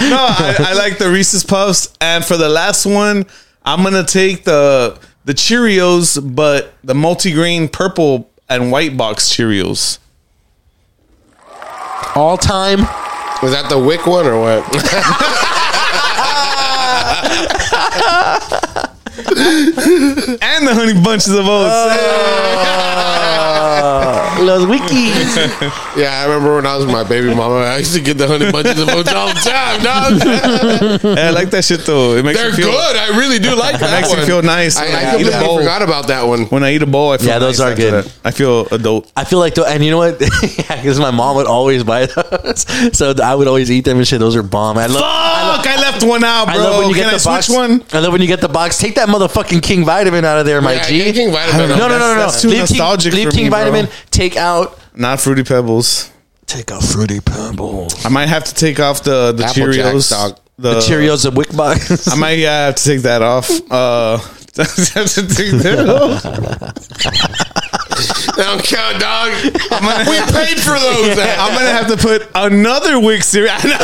Speaker 1: No, I, I like the Reese's Puffs, and for the last one, I'm gonna take the the Cheerios, but the multigrain purple and white box Cheerios.
Speaker 6: All time.
Speaker 9: Was that the Wick one or what?
Speaker 1: and the honey bunches of
Speaker 9: Oh.
Speaker 1: oats.
Speaker 6: uh, Los Wikis.
Speaker 9: yeah, I remember when I was with my baby mama, I used to get the honey bunches of oats all the time. dog.
Speaker 1: <laughs> I like that shit though. It makes
Speaker 9: They're
Speaker 1: me feel
Speaker 9: good. I really do like that
Speaker 1: makes
Speaker 9: one.
Speaker 1: me feel nice
Speaker 9: I,
Speaker 1: when I
Speaker 9: I
Speaker 1: eat a
Speaker 9: completely
Speaker 1: bowl.
Speaker 9: forgot about that one.
Speaker 1: when I eat a bowl. I feel
Speaker 6: Yeah, those
Speaker 1: nice
Speaker 6: are
Speaker 1: after
Speaker 6: good.
Speaker 1: that. I feel adult.
Speaker 6: I feel like, the, and you know what? <laughs> Because my mom would always buy those. So I would always eat them and shit. Those are bomb. I love,
Speaker 1: Fuck! I left one out, bro.
Speaker 6: I love when you
Speaker 1: Can
Speaker 6: get
Speaker 1: I
Speaker 6: the box.
Speaker 1: switch one?
Speaker 6: I love when you get the box. Take that motherfucking King Vitamin out of there, my
Speaker 9: Yeah,
Speaker 6: G.
Speaker 9: King Vitamin.
Speaker 6: No, no, no, no, no.
Speaker 1: That's too
Speaker 6: leave King,
Speaker 1: nostalgic
Speaker 6: leave
Speaker 1: for
Speaker 6: King
Speaker 1: me, bro.
Speaker 6: Vitamin. Take out.
Speaker 1: Not fruity pebbles.
Speaker 6: Take out Fruity Pebbles.
Speaker 1: I might have to take off the the
Speaker 9: Apple
Speaker 1: Cheerios.
Speaker 9: Jacks, dog.
Speaker 1: Uh,
Speaker 6: The Cheerios of Wick box.
Speaker 1: I
Speaker 6: <laughs>
Speaker 1: might uh, have to take that off. Uh, <laughs> have to take that off.
Speaker 9: That don't count, <laughs> dog. we paid for
Speaker 1: <laughs>
Speaker 9: those.
Speaker 1: I'm gonna have to put another Wick cereal. <laughs>
Speaker 9: <laughs> the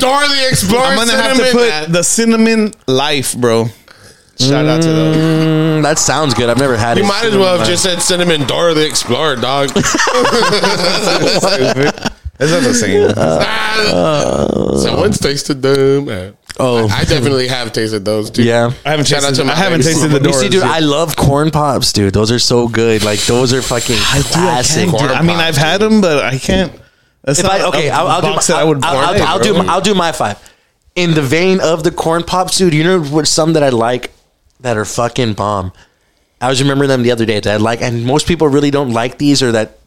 Speaker 9: Darley Explorer.
Speaker 1: I'm gonna have to
Speaker 9: cinnamon.
Speaker 1: put the cinnamon life, bro. Shout out to them.
Speaker 6: Mm, that sounds good. I've never had it.
Speaker 9: You might as well have just said cinnamon Dora the
Speaker 1: <laughs>
Speaker 9: Explorer, dog. <laughs>
Speaker 1: It's not the same.
Speaker 9: Someone's tasted them.
Speaker 6: Oh.
Speaker 9: I, I definitely have tasted those too.
Speaker 6: Yeah.
Speaker 1: I haven't
Speaker 9: Shout out
Speaker 1: tasted.
Speaker 9: to my
Speaker 1: I haven't
Speaker 9: baby
Speaker 1: tasted the
Speaker 9: mama.
Speaker 6: You
Speaker 1: Doritos.
Speaker 6: see, dude,
Speaker 1: yet.
Speaker 6: I love corn pops, dude. Those are so good. Like those are fucking classic.
Speaker 1: Dude, I mean, I've had them, but I can't. That's
Speaker 6: If I, okay,
Speaker 1: a
Speaker 6: I'll, I'll do.
Speaker 1: box
Speaker 6: my-
Speaker 1: that I would
Speaker 6: I'll, I'll-
Speaker 1: buy,
Speaker 6: I'll
Speaker 1: bro.
Speaker 6: do. My, I'll do my five. In the vein of the corn pops, dude. You know what? Some that I like that are fucking bomb. I was remembering them the other day that I like, and most people really don't like these or that.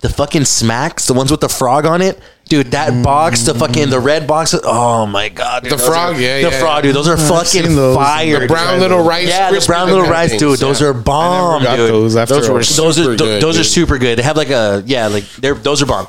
Speaker 6: The fucking smacks, the ones with the frog on it, dude. That box, the fucking the red box. Oh my god, dude,
Speaker 9: Mm. The
Speaker 6: those
Speaker 9: frog,
Speaker 6: are-
Speaker 9: yeah,
Speaker 6: the
Speaker 9: yeah,
Speaker 6: frog,
Speaker 9: yeah.
Speaker 6: dude. Those are fucking
Speaker 1: seen those.
Speaker 6: fire.
Speaker 9: The brown little rice.
Speaker 6: Yeah, the
Speaker 9: Krispy
Speaker 6: brown little
Speaker 9: Kreme
Speaker 6: rice,
Speaker 9: things,
Speaker 6: dude. Those
Speaker 9: yeah.
Speaker 6: are bomb,
Speaker 1: got
Speaker 6: dude.
Speaker 1: those after
Speaker 9: Those
Speaker 1: a
Speaker 9: were
Speaker 1: while.
Speaker 6: Those
Speaker 9: super
Speaker 6: are th-
Speaker 9: good,
Speaker 6: those are
Speaker 9: dude.
Speaker 6: super good. They have like a yeah, like they're those are bomb.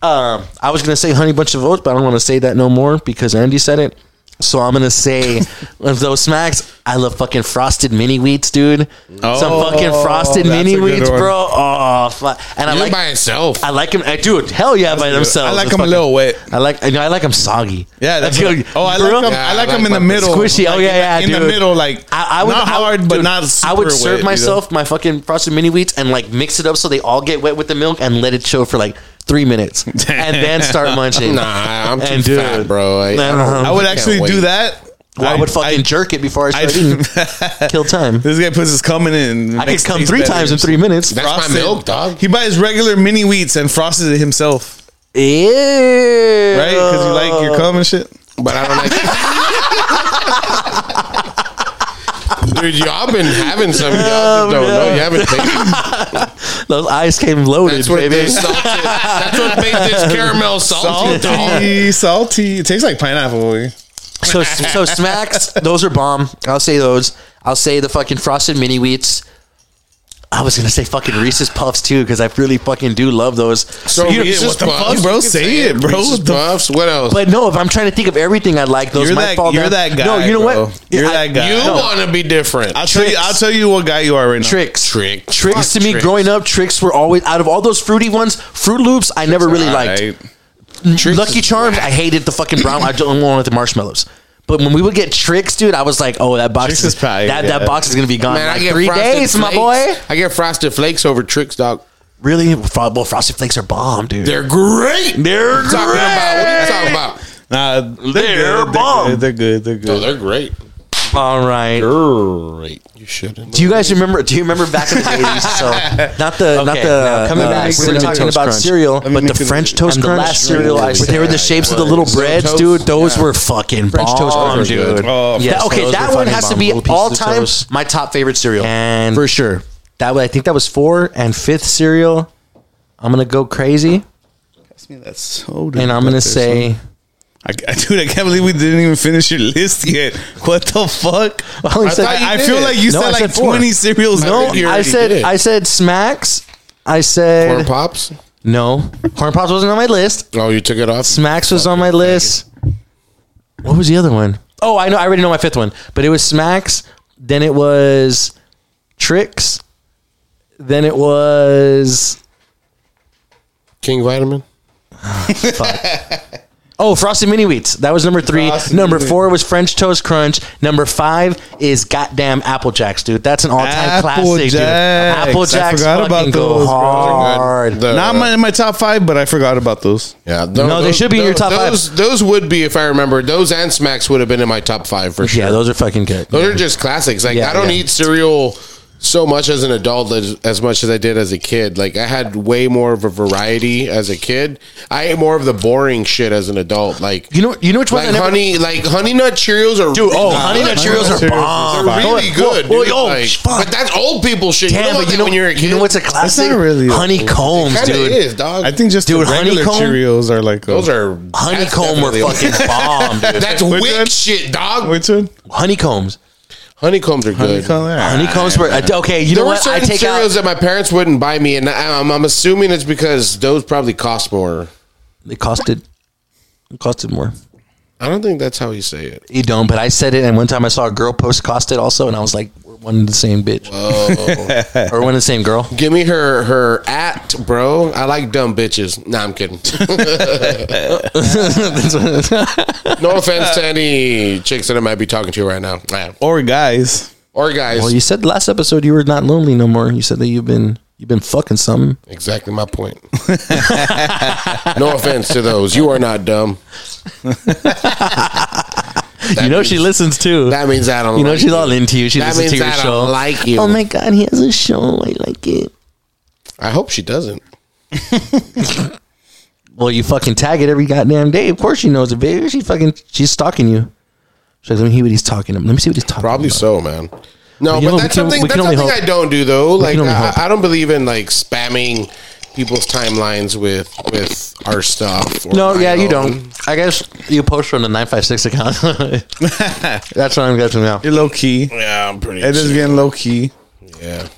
Speaker 6: Um, I was gonna say honey bunch of oats, but I don't want to say that no more because Andy said it. So I'm
Speaker 1: <laughs>
Speaker 6: gonna say of those smacks, I love fucking frosted mini wheats, dude. Some fucking frosted
Speaker 1: Oh, that's
Speaker 6: mini
Speaker 1: a good
Speaker 6: wheats,
Speaker 1: one.
Speaker 6: bro. Oh, fuck. and I
Speaker 9: You
Speaker 6: like
Speaker 9: by
Speaker 1: <laughs>
Speaker 9: itself.
Speaker 6: I like them, I, dude. Hell yeah, by themselves.
Speaker 1: I like
Speaker 6: It's
Speaker 1: them a
Speaker 6: fucking-
Speaker 1: little wet.
Speaker 6: I like, I know, I like them soggy.
Speaker 1: Yeah, that's
Speaker 6: Like,
Speaker 1: what, oh, I
Speaker 6: bro,
Speaker 1: like them. I like
Speaker 9: Yeah,
Speaker 1: them
Speaker 9: I
Speaker 1: in
Speaker 9: like
Speaker 1: the
Speaker 9: my-
Speaker 1: middle,
Speaker 6: Squishy. Oh
Speaker 1: Like,
Speaker 6: yeah, yeah.
Speaker 1: in the
Speaker 6: dude.
Speaker 1: middle, like
Speaker 6: I, I would
Speaker 1: not
Speaker 6: I would-
Speaker 1: hard, but
Speaker 6: dude,
Speaker 1: not.
Speaker 6: I would
Speaker 1: super
Speaker 6: serve
Speaker 1: wet, you know?
Speaker 6: myself my fucking frosted mini wheats and like mix it up so they all get wet with the milk and let it chill for like
Speaker 1: <laughs>
Speaker 6: three minutes and then start munching.
Speaker 9: nah, I'm too
Speaker 6: And,
Speaker 9: fat,
Speaker 6: dude,
Speaker 9: bro. I,
Speaker 6: I don't know.
Speaker 1: I would
Speaker 9: Can't
Speaker 1: actually
Speaker 9: wait.
Speaker 1: do that.
Speaker 6: Well, I, would fucking jerk it before I
Speaker 1: I- <laughs>
Speaker 6: started eating. Kill time.
Speaker 1: This guy puts his coming in.
Speaker 6: I could come three times in three minutes.
Speaker 9: That's my milk, dog.
Speaker 1: He buys regular mini wheats and frosted it himself,
Speaker 6: Ew.
Speaker 1: right? Because you like your cum and shit.
Speaker 9: But I don't
Speaker 1: <laughs>
Speaker 9: like. Dude, y'all been having some. Y'all
Speaker 1: Oh,
Speaker 9: just don't know. You haven't tasted.
Speaker 6: Those eyes came loaded,
Speaker 9: That's what
Speaker 6: baby.
Speaker 9: this salted. That's what made
Speaker 1: <laughs>
Speaker 9: this caramel salty. dog.
Speaker 1: Salty, salty. It tastes like pineapple. eh? <laughs>
Speaker 6: So so smacks, those are bomb. I'll say those. I'll say the fucking frosted mini wheats. I was gonna say fucking Reese's Puffs too because I really fucking do love those.
Speaker 9: So
Speaker 6: You-
Speaker 9: Reese's
Speaker 1: what the fuck,
Speaker 9: Puffs,
Speaker 1: bro?
Speaker 9: you can
Speaker 1: Say it, bro.
Speaker 9: Reese's
Speaker 1: What the-
Speaker 9: Puffs. What else?
Speaker 6: but no, if I'm trying to think of everything I like, those
Speaker 1: You're
Speaker 6: might
Speaker 1: that.
Speaker 6: fall
Speaker 1: You're
Speaker 6: down.
Speaker 1: that guy.
Speaker 6: No, you know
Speaker 1: bro.
Speaker 6: what?
Speaker 1: You're
Speaker 6: I-
Speaker 1: that guy.
Speaker 9: you want to be different.
Speaker 1: I'll tell you. I'll tell you what guy you are right now.
Speaker 6: Tricks,
Speaker 9: Trick.
Speaker 6: tricks
Speaker 9: Fuck
Speaker 6: to me.
Speaker 9: tricks.
Speaker 6: Growing up, tricks were always out of all those fruity ones. Fruit Loops, I never really liked.
Speaker 9: Tricks
Speaker 6: Lucky
Speaker 9: is
Speaker 6: Charms, I hated the fucking brown. I don't want the marshmallows. But when we would get tricks, dude, I was like, "Oh, that box
Speaker 1: Tricks
Speaker 6: is,
Speaker 1: is probably-
Speaker 6: that,
Speaker 1: yeah.
Speaker 6: that box is gonna be gone
Speaker 9: Man,
Speaker 6: in
Speaker 9: I
Speaker 6: like
Speaker 9: get
Speaker 6: three
Speaker 9: frosted
Speaker 6: days, my
Speaker 9: flakes.
Speaker 6: boy."
Speaker 9: I get frosted flakes over tricks, dog.
Speaker 6: Really? Fro- Well, Frosted Flakes are bomb, dude.
Speaker 9: They're great.
Speaker 6: They're
Speaker 9: What you talking about. What are you talking about?
Speaker 1: Nah, they're, good.
Speaker 6: bomb.
Speaker 1: They're good. They're good. They're
Speaker 9: No,
Speaker 1: good.
Speaker 9: they're great.
Speaker 6: All right.
Speaker 9: Great. You shouldn't.
Speaker 6: Do you guys remember? Do you remember back in the days? So not the not the
Speaker 5: coming
Speaker 6: uh,
Speaker 5: back,
Speaker 6: We're
Speaker 5: cinnamon
Speaker 6: talking
Speaker 5: toast
Speaker 6: about
Speaker 5: crunch.
Speaker 6: cereal, but the
Speaker 1: make it-
Speaker 6: French toast
Speaker 5: And the
Speaker 6: crunch.
Speaker 5: last cereal I
Speaker 6: But they were the
Speaker 5: said
Speaker 6: shapes of the little breads, dude. Those
Speaker 9: yeah.
Speaker 6: were fucking
Speaker 5: French
Speaker 6: bomb,
Speaker 5: toast crunch.
Speaker 6: dude.
Speaker 1: Oh,
Speaker 6: Yeah,
Speaker 1: French
Speaker 6: okay,
Speaker 1: toast.
Speaker 6: that were one fucking
Speaker 9: bomb.
Speaker 6: has to be
Speaker 9: Little pieces
Speaker 6: all
Speaker 9: of
Speaker 6: time
Speaker 9: toast.
Speaker 6: my top favorite cereal
Speaker 5: And-
Speaker 6: for sure. That way, I think that was four and fifth cereal. I'm gonna go crazy,
Speaker 1: That's so.
Speaker 6: and I'm gonna say
Speaker 1: I, I- <laughs> dude, I can't believe we didn't even finish your list yet. What the fuck? I,
Speaker 6: only said-
Speaker 1: thought you
Speaker 5: I
Speaker 1: did.
Speaker 5: feel like you
Speaker 6: No, said I
Speaker 1: I
Speaker 6: like said four.
Speaker 1: 20 cereals.
Speaker 5: No,
Speaker 1: already.
Speaker 5: You
Speaker 6: I
Speaker 5: already
Speaker 6: said
Speaker 5: did.
Speaker 6: I said smacks. I said
Speaker 5: Corn pops.
Speaker 6: no. Corn pops wasn't on my list.
Speaker 5: Oh, you took it off.
Speaker 6: Smacks was on my list. What was the other one? Oh, I know. I already know my fifth one, but it was Smacks. Then it was Tricks. Then it was
Speaker 5: King vitamin.
Speaker 6: oh Frosted Mini Wheats. That was number three.
Speaker 9: Frosted
Speaker 6: number
Speaker 9: Mini
Speaker 6: four was French Toast Crunch. Number five is goddamn Apple Jacks, dude. That's an all-time classic, dude.
Speaker 9: Jacks.
Speaker 6: Apple
Speaker 9: I
Speaker 6: Jacks.
Speaker 9: forgot
Speaker 6: fucking
Speaker 9: about
Speaker 6: go
Speaker 9: those, bro.
Speaker 6: hard.
Speaker 5: The-
Speaker 1: Not my, in my top five, but I forgot about those.
Speaker 5: Yeah,
Speaker 6: No, they should be in your top five.
Speaker 5: those, Those would be, if I remember, those and Smacks would have been in my top five for sure.
Speaker 6: Yeah, those are fucking good.
Speaker 5: Those are just classics. Like
Speaker 6: Yeah,
Speaker 5: I don't
Speaker 6: yeah.
Speaker 5: eat cereal so much as an adult as, as much as I did as a kid. Like I had way more of a variety as a kid. I ate more of the boring shit as an adult. Like
Speaker 6: You know, you know which one
Speaker 5: like
Speaker 6: I never
Speaker 5: honey, like honey nut Cheerios are
Speaker 6: Dude, oh,
Speaker 5: really
Speaker 6: Honey Nut
Speaker 5: good.
Speaker 6: Cheerios are bomb.
Speaker 5: They're really
Speaker 6: Well,
Speaker 5: good.
Speaker 6: well,
Speaker 5: dude.
Speaker 6: oh,
Speaker 5: Like,
Speaker 6: fuck.
Speaker 5: but that's old people shit.
Speaker 6: Damn,
Speaker 5: you know
Speaker 6: but you know,
Speaker 5: when you're a kid.
Speaker 6: you know what's a classic?
Speaker 1: really a-
Speaker 6: honeycombs,
Speaker 5: Kinda
Speaker 6: dude.
Speaker 5: is, dog.
Speaker 1: I think just
Speaker 6: Dude,
Speaker 1: the regular
Speaker 6: honeycomb?
Speaker 1: Cheerios are like.
Speaker 5: those are
Speaker 6: Honeycomb were
Speaker 5: that's definitely-
Speaker 6: fucking bomb, <laughs> dude.
Speaker 5: That's
Speaker 1: Which one?
Speaker 5: wick shit, dog.
Speaker 1: Which one?
Speaker 6: Honeycombs.
Speaker 5: Honeycombs are good.
Speaker 6: Honeycombs were okay.
Speaker 5: there
Speaker 6: You know
Speaker 5: were
Speaker 6: what? I
Speaker 5: certain
Speaker 6: take out.
Speaker 5: cereals that my parents wouldn't buy me, and I- I'm, I'm assuming it's because those probably cost more.
Speaker 6: It costed. It costed more.
Speaker 5: I don't think that's how you say it.
Speaker 6: You don't, but I said it, and one time I saw a girl post costed also, and I was like, we're one and the same bitch, <laughs> or one and the same girl.
Speaker 5: Give me her her at, bro. I like dumb bitches. Nah, I'm
Speaker 6: <laughs>
Speaker 5: kidding. <laughs> no offense to any chicks that I might be talking to right now, Nah.
Speaker 1: Or guys. <laughs>
Speaker 5: or guys.
Speaker 6: Well, you said last episode you were not lonely no more. You said that you've been you've been fucking something.
Speaker 5: exactly my point. <laughs> no offense to those. You are not <laughs> dumb.
Speaker 6: you know she listens too.
Speaker 5: That means I don't.
Speaker 6: you know
Speaker 5: like
Speaker 6: she's all into you. She
Speaker 5: That
Speaker 6: listens
Speaker 5: means
Speaker 6: to your
Speaker 5: I don't
Speaker 6: show.
Speaker 5: like you.
Speaker 6: Oh my god, he has a show. I like it.
Speaker 5: I hope she doesn't.
Speaker 6: Well, you fucking tag it every goddamn day. Of course she knows it, baby. She fucking she's stalking you. She's like, let me hear what he's talking about. Let me see what he's talking
Speaker 5: Probably
Speaker 6: about.
Speaker 5: so, man. No,
Speaker 6: But
Speaker 5: but,
Speaker 6: you know, we
Speaker 5: that's
Speaker 6: can-
Speaker 5: something.
Speaker 6: we can
Speaker 5: That's
Speaker 6: only
Speaker 5: something
Speaker 6: hope.
Speaker 5: I don't do though. Like
Speaker 6: can only
Speaker 5: I,
Speaker 6: hope.
Speaker 5: I don't believe in like spamming people's timelines with with our stuff. Or
Speaker 6: No,
Speaker 5: my
Speaker 6: yeah, you
Speaker 5: own.
Speaker 6: don't. I guess you post from the nine five six account. <laughs> That's what I'm guessing now.
Speaker 1: You're low key.
Speaker 5: Oh, Yeah, I'm pretty.
Speaker 1: It is getting low key.
Speaker 5: yeah.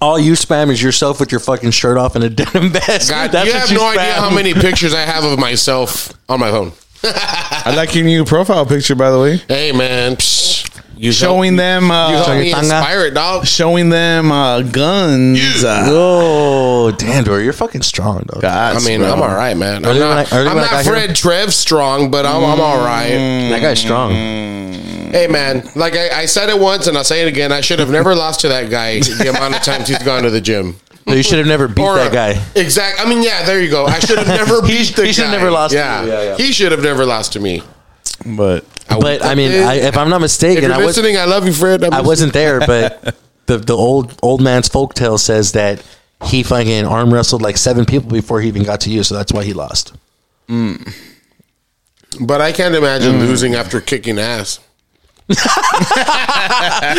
Speaker 6: All you spam is yourself with your fucking shirt off and a denim vest. <laughs>
Speaker 5: God,
Speaker 6: That's
Speaker 5: you
Speaker 6: what
Speaker 5: have no idea
Speaker 6: spam.
Speaker 5: how many pictures I have of myself on my phone.
Speaker 1: I like your new profile picture, by the way.
Speaker 5: Hey, man, psh, you
Speaker 1: Showing
Speaker 5: help,
Speaker 1: them.
Speaker 5: You help
Speaker 1: Uh,
Speaker 5: me inspire it, dog.
Speaker 1: showing them uh, guns. Uh,
Speaker 6: Oh, damn, Dory, you're fucking strong, though.
Speaker 1: gods,
Speaker 5: I mean,
Speaker 1: bro.
Speaker 5: I'm all right, man. I'm
Speaker 6: Earlier when
Speaker 5: not,
Speaker 6: I- earlier
Speaker 5: I'm
Speaker 6: when I
Speaker 5: not
Speaker 6: got here- Mm.
Speaker 5: Fred Trev strong, but I'm, I'm all right.
Speaker 6: That guy's
Speaker 5: Mm.
Speaker 6: strong.
Speaker 5: Hey man, like I, I said it once and I'll say it again. I should have never lost to that guy the
Speaker 6: <laughs>
Speaker 5: amount of times he's gone to the gym.
Speaker 6: You should have never beat that guy.
Speaker 5: Exact. I mean, yeah, there you go. I should have never
Speaker 6: <laughs> He-
Speaker 5: beat the
Speaker 6: he should
Speaker 5: guy.
Speaker 6: have never lost to
Speaker 5: Yeah.
Speaker 6: you. Yeah, yeah.
Speaker 5: he should have never lost to me.
Speaker 1: But
Speaker 6: But I mean, I, if I'm not
Speaker 5: if
Speaker 6: mistaken,
Speaker 5: you're
Speaker 6: I was
Speaker 5: listening, I love you, Fred.
Speaker 6: I wasn't there, but the the old old man's folktale says that he fucking arm wrestled like seven people before he even got to you, so that's why he lost.
Speaker 5: but I can't imagine
Speaker 6: Mm.
Speaker 5: losing after kicking ass.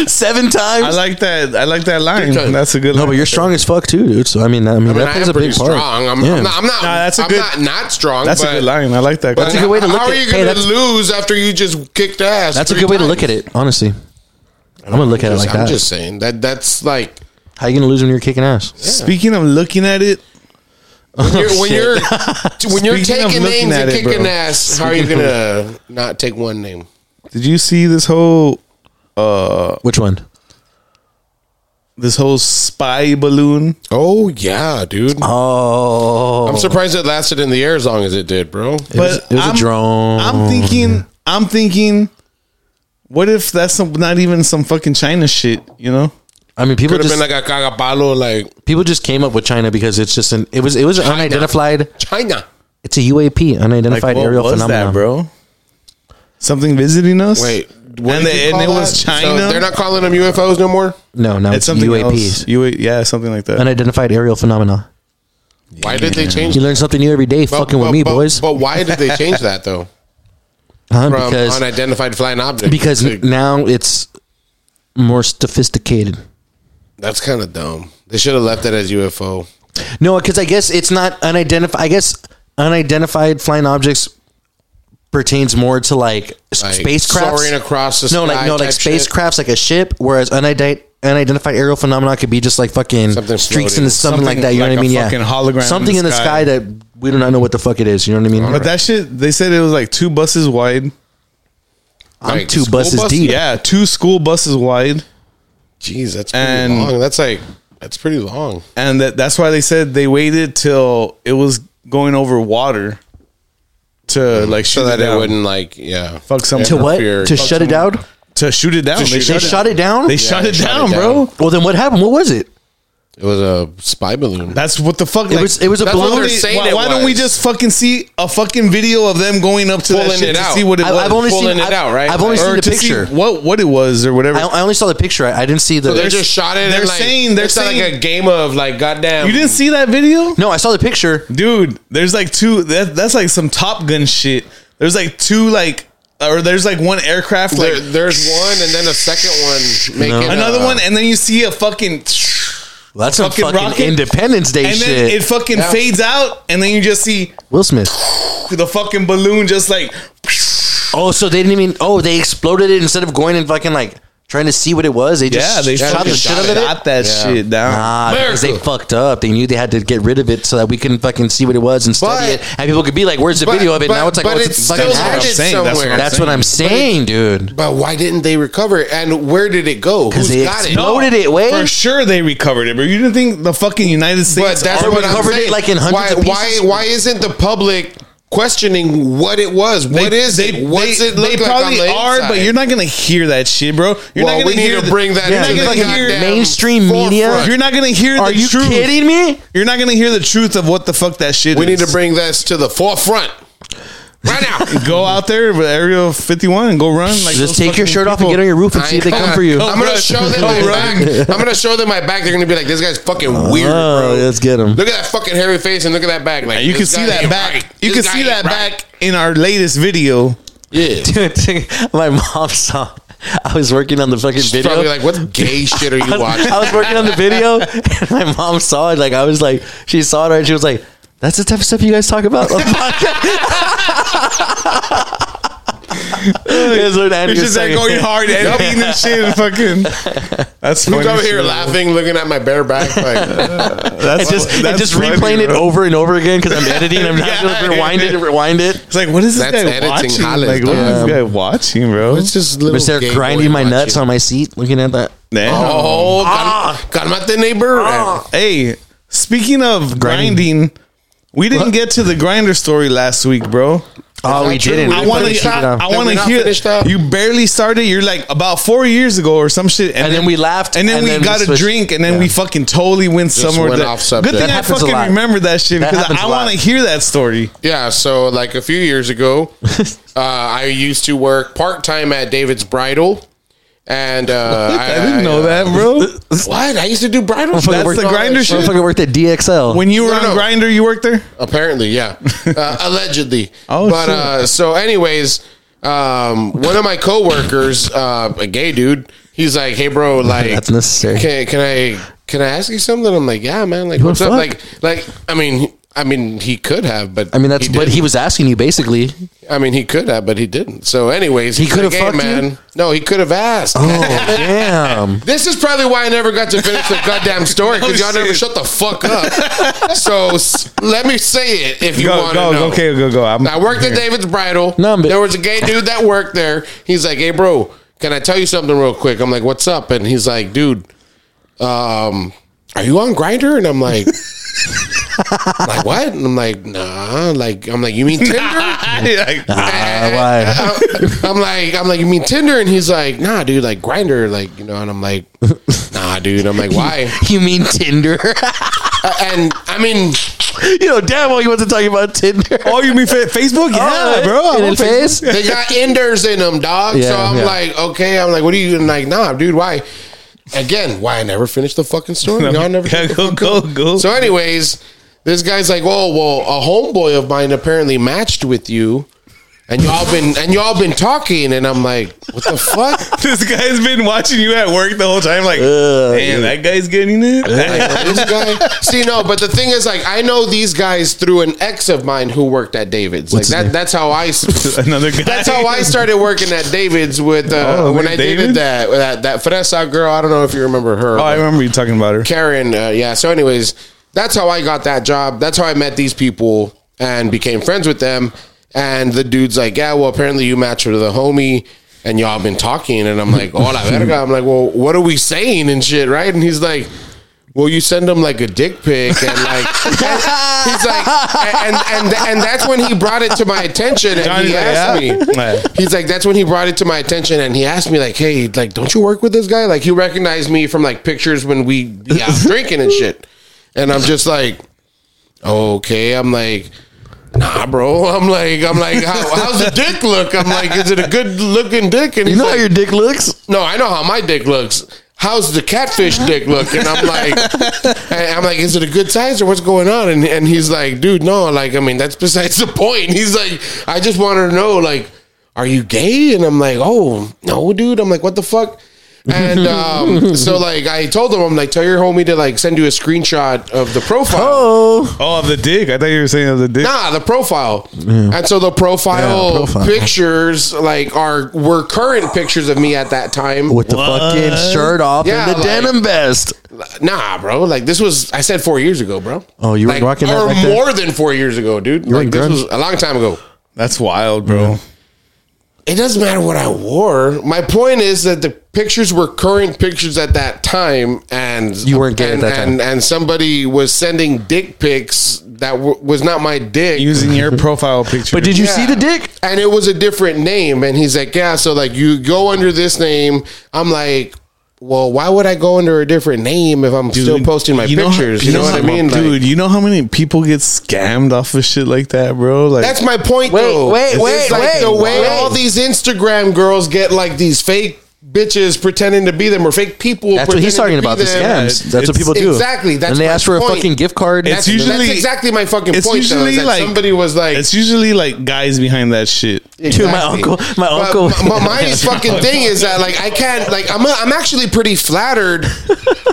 Speaker 6: Seven
Speaker 1: I
Speaker 6: times.
Speaker 1: like that. I like that line.
Speaker 5: Because-
Speaker 1: That's a good.
Speaker 6: no,
Speaker 1: line.
Speaker 6: but you're strong as fuck too, dude. So I mean, I mean,
Speaker 5: I mean,
Speaker 6: that
Speaker 5: I
Speaker 6: plays
Speaker 5: am
Speaker 6: a
Speaker 5: pretty
Speaker 6: big part.
Speaker 5: strong. I'm,
Speaker 6: Yeah.
Speaker 5: I'm not. I'm not.
Speaker 1: Nah, that's a
Speaker 5: I'm
Speaker 1: good-
Speaker 5: not, not strong.
Speaker 1: That's a
Speaker 5: but-
Speaker 1: good line. I like that.
Speaker 5: but
Speaker 1: That's
Speaker 6: a good way to look
Speaker 5: How
Speaker 6: at-
Speaker 5: are you
Speaker 6: hey,
Speaker 5: going to
Speaker 6: that's-
Speaker 5: lose after you just kicked ass?
Speaker 6: That's a
Speaker 5: three
Speaker 6: good way to
Speaker 5: times?
Speaker 6: look at it, honestly. I'm gonna look at it like
Speaker 5: I'm
Speaker 6: that.
Speaker 5: just saying that. That's like
Speaker 6: How you gonna lose when you're kicking ass?
Speaker 1: Speaking of looking at it,
Speaker 5: you're, when
Speaker 6: shit.
Speaker 5: you're when you're
Speaker 1: Speaking of
Speaker 5: taking
Speaker 1: looking
Speaker 5: names
Speaker 1: at
Speaker 5: and
Speaker 1: it,
Speaker 5: kicking
Speaker 1: bro.
Speaker 5: ass, how are you gonna not take one name?
Speaker 1: did you see this whole
Speaker 6: Which one?
Speaker 1: this whole spy balloon?
Speaker 5: Oh yeah, dude.
Speaker 6: Oh,
Speaker 5: I'm surprised it lasted in the air as long as it did, bro.
Speaker 6: it was, it was
Speaker 1: I'm-
Speaker 6: a drone.
Speaker 1: I'm thinking. I'm thinking. What if that's some, not even some fucking China shit? You know,
Speaker 6: I mean, people
Speaker 5: Could have
Speaker 6: just
Speaker 5: been like a cagapalo, like
Speaker 6: people just came up with China because it's just an it was it was an unidentified.
Speaker 5: China.
Speaker 6: It's a UAP,
Speaker 1: like
Speaker 6: unidentified
Speaker 1: what
Speaker 6: aerial
Speaker 1: was
Speaker 6: phenomenon,
Speaker 1: that, bro? Something visiting us?
Speaker 5: Wait,
Speaker 1: and, the, and it was China.
Speaker 5: they're not calling them UFOs no more.
Speaker 6: No, no,
Speaker 1: It's
Speaker 6: it's,
Speaker 1: something
Speaker 6: UAPs,
Speaker 1: else. UA, yeah, something like that.
Speaker 6: unidentified aerial phenomena.
Speaker 5: Why did they change?
Speaker 6: You learn something new every day,
Speaker 5: but-
Speaker 6: fucking
Speaker 5: but-
Speaker 6: with me,
Speaker 5: but-
Speaker 6: boys.
Speaker 5: But why did they change that
Speaker 6: <laughs>
Speaker 5: though?
Speaker 6: Huh?
Speaker 5: From
Speaker 6: Because
Speaker 5: unidentified flying object.
Speaker 6: because
Speaker 5: to-
Speaker 6: now it's more sophisticated.
Speaker 5: that's kind of dumb. They should have left it as UFO.
Speaker 6: No, because I guess it's not unidentified. I guess unidentified flying objects pertains more to like, s-
Speaker 9: Like,
Speaker 6: spacecrafts
Speaker 9: soaring across the
Speaker 6: no,
Speaker 9: sky
Speaker 6: like no, like
Speaker 9: type shit?
Speaker 6: spacecrafts, like a ship. Whereas unidentified unidentified aerial phenomena could be just like fucking
Speaker 9: Something
Speaker 6: streaks
Speaker 9: floating.
Speaker 6: in the something, like
Speaker 1: Something
Speaker 6: that. You
Speaker 1: like
Speaker 6: know what I
Speaker 1: a
Speaker 6: mean? Yeah,
Speaker 1: fucking hologram in
Speaker 6: something
Speaker 1: the
Speaker 6: in the
Speaker 1: sky.
Speaker 6: sky. that we do not know what the fuck it is. You know what I mean?
Speaker 1: But that shit, they said it was like two buses wide.
Speaker 6: I'm
Speaker 9: Like,
Speaker 6: two
Speaker 9: school
Speaker 6: buses
Speaker 9: bus-
Speaker 6: deep.
Speaker 1: Yeah, two school buses wide,
Speaker 9: Jeez, that's pretty
Speaker 1: And-
Speaker 9: long. That's like that's pretty long.
Speaker 1: and that, that's why they said they waited till it was going over water to like shoot
Speaker 9: Mm-hmm. So that it
Speaker 1: down.
Speaker 9: wouldn't like yeah.
Speaker 1: fuck someone
Speaker 6: To
Speaker 1: up
Speaker 6: what?
Speaker 1: here.
Speaker 6: To
Speaker 1: Fuck
Speaker 6: shut it
Speaker 1: someone-
Speaker 6: down?
Speaker 1: To shoot it down.
Speaker 9: shoot
Speaker 1: they
Speaker 9: Oh,
Speaker 1: shut
Speaker 9: it down.
Speaker 1: it
Speaker 6: Shut it down.
Speaker 1: They shut
Speaker 9: they
Speaker 1: it
Speaker 9: shut
Speaker 1: down,
Speaker 9: it down.
Speaker 1: bro.
Speaker 6: Well, then what happened? What was it?
Speaker 9: It was a spy balloon.
Speaker 1: That's what the fuck.
Speaker 6: It was. It was a
Speaker 9: that's what
Speaker 6: balloon.
Speaker 9: they're saying
Speaker 1: why
Speaker 9: it
Speaker 1: why don't we
Speaker 9: was.
Speaker 1: just fucking see a fucking video of them going up to that
Speaker 9: Pulling
Speaker 1: shit
Speaker 9: it
Speaker 1: to
Speaker 9: out.
Speaker 1: see what it
Speaker 6: I-
Speaker 1: was?
Speaker 6: I've only
Speaker 9: pulling
Speaker 6: seen.
Speaker 9: it
Speaker 6: I've,
Speaker 9: out, right?
Speaker 6: I've only
Speaker 9: Or
Speaker 6: seen the
Speaker 1: to see
Speaker 6: picture.
Speaker 1: what what it was or whatever.
Speaker 6: I, I only saw the picture. I, I didn't see the.
Speaker 9: they just shot it.
Speaker 1: they're
Speaker 9: and like,
Speaker 1: saying- they're
Speaker 9: it's like
Speaker 1: saying-
Speaker 9: a game of like goddamn.
Speaker 1: you didn't see that video?
Speaker 6: no, I saw the picture.
Speaker 1: dude there's like two that, that's like some top gun shit there's like two like or there's like one aircraft like
Speaker 9: There, there's one and then a second one uh, making
Speaker 1: another
Speaker 9: a-
Speaker 1: one and then you see a fucking
Speaker 6: Well, that's some
Speaker 1: Fucking
Speaker 6: fucking
Speaker 1: rocket.
Speaker 6: Independence Day
Speaker 1: and then
Speaker 6: shit.
Speaker 1: it fucking
Speaker 9: Yeah.
Speaker 1: fades out and then you just see
Speaker 6: Will Smith.
Speaker 1: the fucking balloon just like
Speaker 6: Oh, so they didn't even. Oh, they exploded it instead of going and fucking like trying to see what it was. They just
Speaker 1: yeah they
Speaker 6: shot
Speaker 1: fucking
Speaker 6: the shit
Speaker 1: shot,
Speaker 6: out of it.
Speaker 1: that
Speaker 9: Yeah.
Speaker 1: shit down
Speaker 6: Ah, because they fucked up. They knew they had to get rid of it so that we couldn't fucking see what it was and study
Speaker 9: But-
Speaker 6: it, and people could be like, "Where's the
Speaker 9: But-
Speaker 6: video of it?"
Speaker 9: but-
Speaker 6: now it's
Speaker 1: oh,
Speaker 6: like,
Speaker 9: but
Speaker 6: "Well,
Speaker 9: it's
Speaker 6: it's a fucking
Speaker 9: still
Speaker 1: That's
Speaker 6: hack.
Speaker 1: what I'm
Speaker 9: hidden
Speaker 1: saying, that's
Speaker 9: somewhere.
Speaker 1: what I'm
Speaker 6: That's what I'm saying, dude.
Speaker 9: But why didn't they recover it? And where did it go? Who's
Speaker 6: they
Speaker 9: got it?
Speaker 6: exploded Loaded it, way.
Speaker 1: for sure they recovered it but you didn't think the fucking united
Speaker 9: But
Speaker 1: states
Speaker 9: that's
Speaker 1: Army-
Speaker 9: what I'm
Speaker 6: covered it,
Speaker 9: saying.
Speaker 6: like, in hundreds
Speaker 9: why,
Speaker 6: of
Speaker 9: why?
Speaker 6: pieces?
Speaker 9: Why isn't the public questioning what it was? What is
Speaker 1: they,
Speaker 9: it? What's
Speaker 1: they,
Speaker 9: it look
Speaker 1: they
Speaker 9: like
Speaker 1: probably
Speaker 9: on the
Speaker 1: are,
Speaker 9: inside?
Speaker 1: but you're not gonna hear that shit, bro. You're
Speaker 9: Well,
Speaker 1: not gonna
Speaker 9: we need
Speaker 1: hear
Speaker 9: to
Speaker 1: the-
Speaker 9: bring that
Speaker 1: You're not
Speaker 9: to the
Speaker 1: gonna
Speaker 6: fucking
Speaker 1: hear.
Speaker 9: goddamn
Speaker 6: mainstream
Speaker 9: forefront.
Speaker 6: media.
Speaker 1: You're not gonna hear.
Speaker 6: Are
Speaker 1: the
Speaker 6: you
Speaker 1: truth.
Speaker 6: kidding me?
Speaker 1: You're not gonna hear the truth of what the fuck that shit
Speaker 9: We
Speaker 1: is.
Speaker 9: need to bring this to the forefront
Speaker 6: <laughs>
Speaker 9: right now.
Speaker 1: go out there with Area 51 and go run. Like
Speaker 6: Just
Speaker 1: those
Speaker 6: take
Speaker 1: fucking
Speaker 6: your shirt off and
Speaker 1: people.
Speaker 6: get on your roof and
Speaker 9: I
Speaker 6: see
Speaker 9: ain't
Speaker 6: if they
Speaker 9: gonna-
Speaker 6: come for you.
Speaker 9: I'm gonna show them my back. I'm gonna show them my back. They're gonna be like, "This guy's fucking weird,
Speaker 6: Oh,
Speaker 9: bro."
Speaker 6: let's get him.
Speaker 9: Look at that fucking hairy face and look at that back. Like
Speaker 1: And you can
Speaker 9: this
Speaker 1: see
Speaker 9: guy
Speaker 1: that
Speaker 9: ain't
Speaker 1: back.
Speaker 9: right.
Speaker 1: You
Speaker 9: This
Speaker 1: can
Speaker 9: guy
Speaker 1: see
Speaker 9: ain't
Speaker 1: that
Speaker 9: right.
Speaker 1: back in our latest <laughs> video.
Speaker 6: <laughs>
Speaker 9: Yeah.
Speaker 6: Dude, my mom saw. I was working on the fucking video.
Speaker 9: Probably like, what gay shit are you
Speaker 6: <laughs>
Speaker 9: watching?
Speaker 6: I was working on the <laughs> video, and my mom saw it. Like I was like, she saw it, and she was like, "That's the type of stuff you guys talk about." <laughs> on the podcast." That's what Andrew
Speaker 1: It's just
Speaker 6: was
Speaker 1: like
Speaker 6: saying. <laughs>
Speaker 1: going hard and beating and shit <laughs> and fucking. That's
Speaker 9: Who's
Speaker 1: funny.
Speaker 9: over here
Speaker 1: shit.
Speaker 9: laughing, looking at my
Speaker 6: <laughs>
Speaker 9: bare back? Like,
Speaker 1: That's
Speaker 6: And just, and
Speaker 1: that's
Speaker 6: just
Speaker 1: funny,
Speaker 6: replaying it
Speaker 1: bro.
Speaker 6: over and over again because I'm editing. <laughs> I'm not going to rewind it and rewind it.
Speaker 1: It's like, what is this
Speaker 9: That's
Speaker 1: guy
Speaker 9: editing
Speaker 1: watching?
Speaker 9: Hollis,
Speaker 1: Like, what is
Speaker 9: dog.
Speaker 1: this guy watching, bro?
Speaker 9: it's just little.
Speaker 6: Was there
Speaker 9: gay
Speaker 6: grinding
Speaker 9: boy
Speaker 6: my nuts
Speaker 9: watching.
Speaker 6: on my seat, looking at that?
Speaker 1: Damn.
Speaker 9: Oh,
Speaker 1: Ah.
Speaker 9: cal- calmate, neighbor.
Speaker 1: Hey, speaking of grinding, we didn't get to the grinder story last week, bro.
Speaker 6: Oh, we
Speaker 9: not true.
Speaker 6: didn't.
Speaker 9: I
Speaker 1: I
Speaker 6: We
Speaker 1: want to.
Speaker 6: finished it
Speaker 1: I
Speaker 6: off.
Speaker 1: want
Speaker 9: we
Speaker 1: to
Speaker 9: not
Speaker 1: hear.
Speaker 9: finished up?
Speaker 1: You barely started. You're like about four years ago or some shit,
Speaker 6: And then we laughed,
Speaker 1: and then
Speaker 6: and
Speaker 1: we
Speaker 6: then we
Speaker 1: got a
Speaker 6: switched.
Speaker 1: drink, and then we
Speaker 6: Yeah.
Speaker 1: fucking totally went somewhere.
Speaker 9: went
Speaker 1: that-
Speaker 9: off subject.
Speaker 1: Good thing
Speaker 6: That
Speaker 1: I
Speaker 6: happens a
Speaker 1: fucking
Speaker 6: lot.
Speaker 1: remember that shit
Speaker 6: That
Speaker 1: because
Speaker 6: happens
Speaker 1: I
Speaker 6: a
Speaker 1: want to
Speaker 6: lot.
Speaker 1: hear that story.
Speaker 9: Yeah, so like a few
Speaker 6: <laughs>
Speaker 9: years ago, uh, I used to work part time at David's Bridal, and uh,
Speaker 1: <laughs> I didn't know that, bro.
Speaker 9: <laughs> What I used to do bridal.
Speaker 6: Motherfucker
Speaker 9: shows
Speaker 6: worked-
Speaker 1: the grinder shit?
Speaker 6: Motherfucker worked at DXL.
Speaker 1: When you were
Speaker 9: No, no,
Speaker 1: on
Speaker 9: no.
Speaker 1: Grinder, you worked there.
Speaker 9: Apparently,
Speaker 6: <laughs>
Speaker 9: yeah, uh, allegedly.
Speaker 1: Oh,
Speaker 9: but
Speaker 1: shit.
Speaker 9: uh, so, anyways, um, one of my coworkers, uh, a gay dude, he's like, "Hey, bro, like,
Speaker 6: <laughs> That's necessary.
Speaker 9: Can, can I can I ask you something?" I'm like, "Yeah, man. Like,
Speaker 6: wanna
Speaker 9: what's up?
Speaker 6: fuck?
Speaker 9: Like, like, I mean." he- I mean, he could have, but
Speaker 6: I mean, that's what
Speaker 9: didn't.
Speaker 6: he was asking you, basically.
Speaker 9: I mean, he could have, but he didn't. So, anyways, he's
Speaker 6: could
Speaker 9: like,
Speaker 6: have
Speaker 9: "Hey,
Speaker 6: fucked you?"
Speaker 9: No, he could have asked.
Speaker 6: Oh, damn.
Speaker 9: This is probably why I never got to finish
Speaker 6: <laughs>
Speaker 9: the goddamn story because
Speaker 6: Oh,
Speaker 1: No
Speaker 9: y'all never
Speaker 1: shit.
Speaker 9: shut the fuck up. so s- let me say it if you
Speaker 1: Go,
Speaker 9: want to
Speaker 1: go,
Speaker 9: know.
Speaker 1: okay, go, go. I'm, <laughs>
Speaker 9: I worked at David's Bridal.
Speaker 6: No, but-
Speaker 9: there was a gay dude that worked there. He's like, "Hey, bro, can I tell you something real quick?" I'm like, "What's up?" And he's like, "Dude, um, are you on Grinder?" And I'm like. <laughs> like what? And I'm like, nah. Like I'm like, you
Speaker 6: <laughs>
Speaker 9: mean Tinder?
Speaker 1: Like,
Speaker 6: Uh,
Speaker 9: <laughs>
Speaker 6: why?
Speaker 9: I'm like, I'm like, you mean Tinder? And he's like, nah, dude, like grinder, like you know. And I'm like, <laughs> nah, dude. I'm
Speaker 6: <laughs>
Speaker 9: like, why?
Speaker 6: <laughs> You mean Tinder? <laughs>
Speaker 9: And I mean,
Speaker 6: you know damn well you wasn't talking about Tinder. Oh,
Speaker 1: oh, you mean fa- Facebook? Yeah, bro. I
Speaker 6: In
Speaker 1: love
Speaker 6: the face?
Speaker 9: they
Speaker 1: <laughs>
Speaker 9: got enders in them, dog. so
Speaker 6: Yeah,
Speaker 9: I'm
Speaker 6: yeah.
Speaker 9: like, okay. I'm like, what are you? And like, nah, dude, why? Again, why I never finished the fucking story? No, I never.
Speaker 1: Yeah, go, go, go. <laughs>
Speaker 9: So, anyways, this guy's like, oh well, a homeboy of mine apparently matched with you. and y'all been and y'all been talking, and I'm like, what the fuck?
Speaker 11: This guy's been watching you at work the whole time.
Speaker 6: Uh,
Speaker 11: Like, damn, that guy's getting
Speaker 9: <laughs>
Speaker 11: it.
Speaker 9: Like, this guy. See, no, but the thing is, like, I know these guys through an ex of mine who worked at David's.
Speaker 1: What's his
Speaker 9: like
Speaker 1: name?
Speaker 9: that. That's how
Speaker 1: <laughs>
Speaker 9: I.
Speaker 1: <laughs>
Speaker 9: s-
Speaker 1: Another guy.
Speaker 9: That's how I started working at David's with uh,
Speaker 1: Oh,
Speaker 9: when
Speaker 1: with
Speaker 9: I
Speaker 1: David's?
Speaker 9: dated that that that Fresa girl. I don't know if you remember
Speaker 1: <laughs>
Speaker 9: her.
Speaker 1: Oh, I
Speaker 9: but-
Speaker 1: remember you talking about her.
Speaker 9: Karen, uh, yeah. So, anyways, that's how I got that job. That's how I met these people and became friends with them. And the dude's like, yeah, well, apparently you match with the homie. And y'all been talking, and I'm like,
Speaker 1: <laughs>
Speaker 9: oh la verga. I'm like, well, what are we saying and shit, right? And he's like, well, you send him like a dick pic, and like, <laughs> and he's like, and and and that's when he brought it to my attention, and
Speaker 1: Johnny's
Speaker 9: he
Speaker 1: like,
Speaker 9: asked
Speaker 1: "Yeah?"
Speaker 9: me,
Speaker 1: <laughs> Yeah.
Speaker 9: He's like, that's when he brought it to my attention, and he asked me like, "Hey, like, don't you work with this guy?" Like, he recognized me from like pictures when we be out drinking and shit, and I'm just like, okay, I'm like, nah, bro, I'm like, I'm like, How, how's the dick look? I'm like, is it a good looking dick? And
Speaker 6: You
Speaker 9: he's
Speaker 6: know how
Speaker 9: like,
Speaker 6: your dick looks?
Speaker 9: no, I know how my dick looks. How's
Speaker 6: <laughs>
Speaker 9: the catfish dick look? And I'm like, I- I'm like, is it a good size or what's going on? And and he's like, dude, no, like, I mean, that's besides the point. <laughs> He's like, I just wanted to know, like, are you gay? And I'm like, oh no, dude. I'm like, what the fuck?
Speaker 6: <laughs>
Speaker 9: And um, so like, I told him, I'm like, tell your homie to like send you a screenshot of the profile.
Speaker 1: Oh, of the dick. I thought you were saying of the dick.
Speaker 9: Nah, the profile. And so the profile,
Speaker 6: Yeah, profile.
Speaker 9: pictures like are were current pictures of me at that time.
Speaker 6: With the fucking shirt off
Speaker 9: Yeah,
Speaker 6: and the
Speaker 9: like-
Speaker 6: denim vest.
Speaker 9: Nah, bro. Like this was I said four years ago, bro.
Speaker 6: Oh, you weren't
Speaker 9: like,
Speaker 6: rocking that
Speaker 9: or
Speaker 6: back then?
Speaker 9: more than four years ago, dude.
Speaker 6: weren't
Speaker 9: like this
Speaker 6: grunge?
Speaker 9: was a long time ago.
Speaker 1: That's wild, bro.
Speaker 9: It doesn't matter what I wore. My point is that the pictures were current pictures at that time, and
Speaker 6: You weren't gay at
Speaker 9: and,
Speaker 6: that time.
Speaker 9: and, and somebody was sending dick pics that w- was not my dick.
Speaker 1: Using your profile picture.
Speaker 6: But did you
Speaker 9: Yeah.
Speaker 6: see the dick?
Speaker 9: and it was a different name. And he's like, yeah, so like you go under this name. I'm like, well, why would I go under a different name if I'm still posting my
Speaker 1: you know-
Speaker 9: pictures? you know, what I
Speaker 1: how-
Speaker 9: mean? Like,
Speaker 1: dude? you know how many people get scammed off of shit like that, bro? Like
Speaker 9: That's my point.
Speaker 6: Wait,
Speaker 9: though.
Speaker 6: wait,
Speaker 9: It's
Speaker 6: wait,
Speaker 9: like
Speaker 6: wait,
Speaker 9: The way
Speaker 6: wait.
Speaker 9: all these Instagram girls get like these fake bitches pretending to be them or fake people.
Speaker 6: That's what he's talking
Speaker 9: pretending to
Speaker 6: about,
Speaker 9: be
Speaker 6: the
Speaker 9: them.
Speaker 6: scams. That's what
Speaker 1: It's-
Speaker 6: people do.
Speaker 9: exactly, that's
Speaker 6: and they
Speaker 9: my
Speaker 6: ask for
Speaker 9: point.
Speaker 6: a fucking gift card.
Speaker 1: It's usually-
Speaker 9: That's exactly my fucking point. though, is that somebody was like,
Speaker 1: it's usually like guys behind that shit.
Speaker 6: Dude, my uncle- my
Speaker 9: But
Speaker 6: uncle-
Speaker 9: m- m- my
Speaker 6: <laughs>
Speaker 9: fucking thing is that like I can't like I'm I'm actually pretty flattered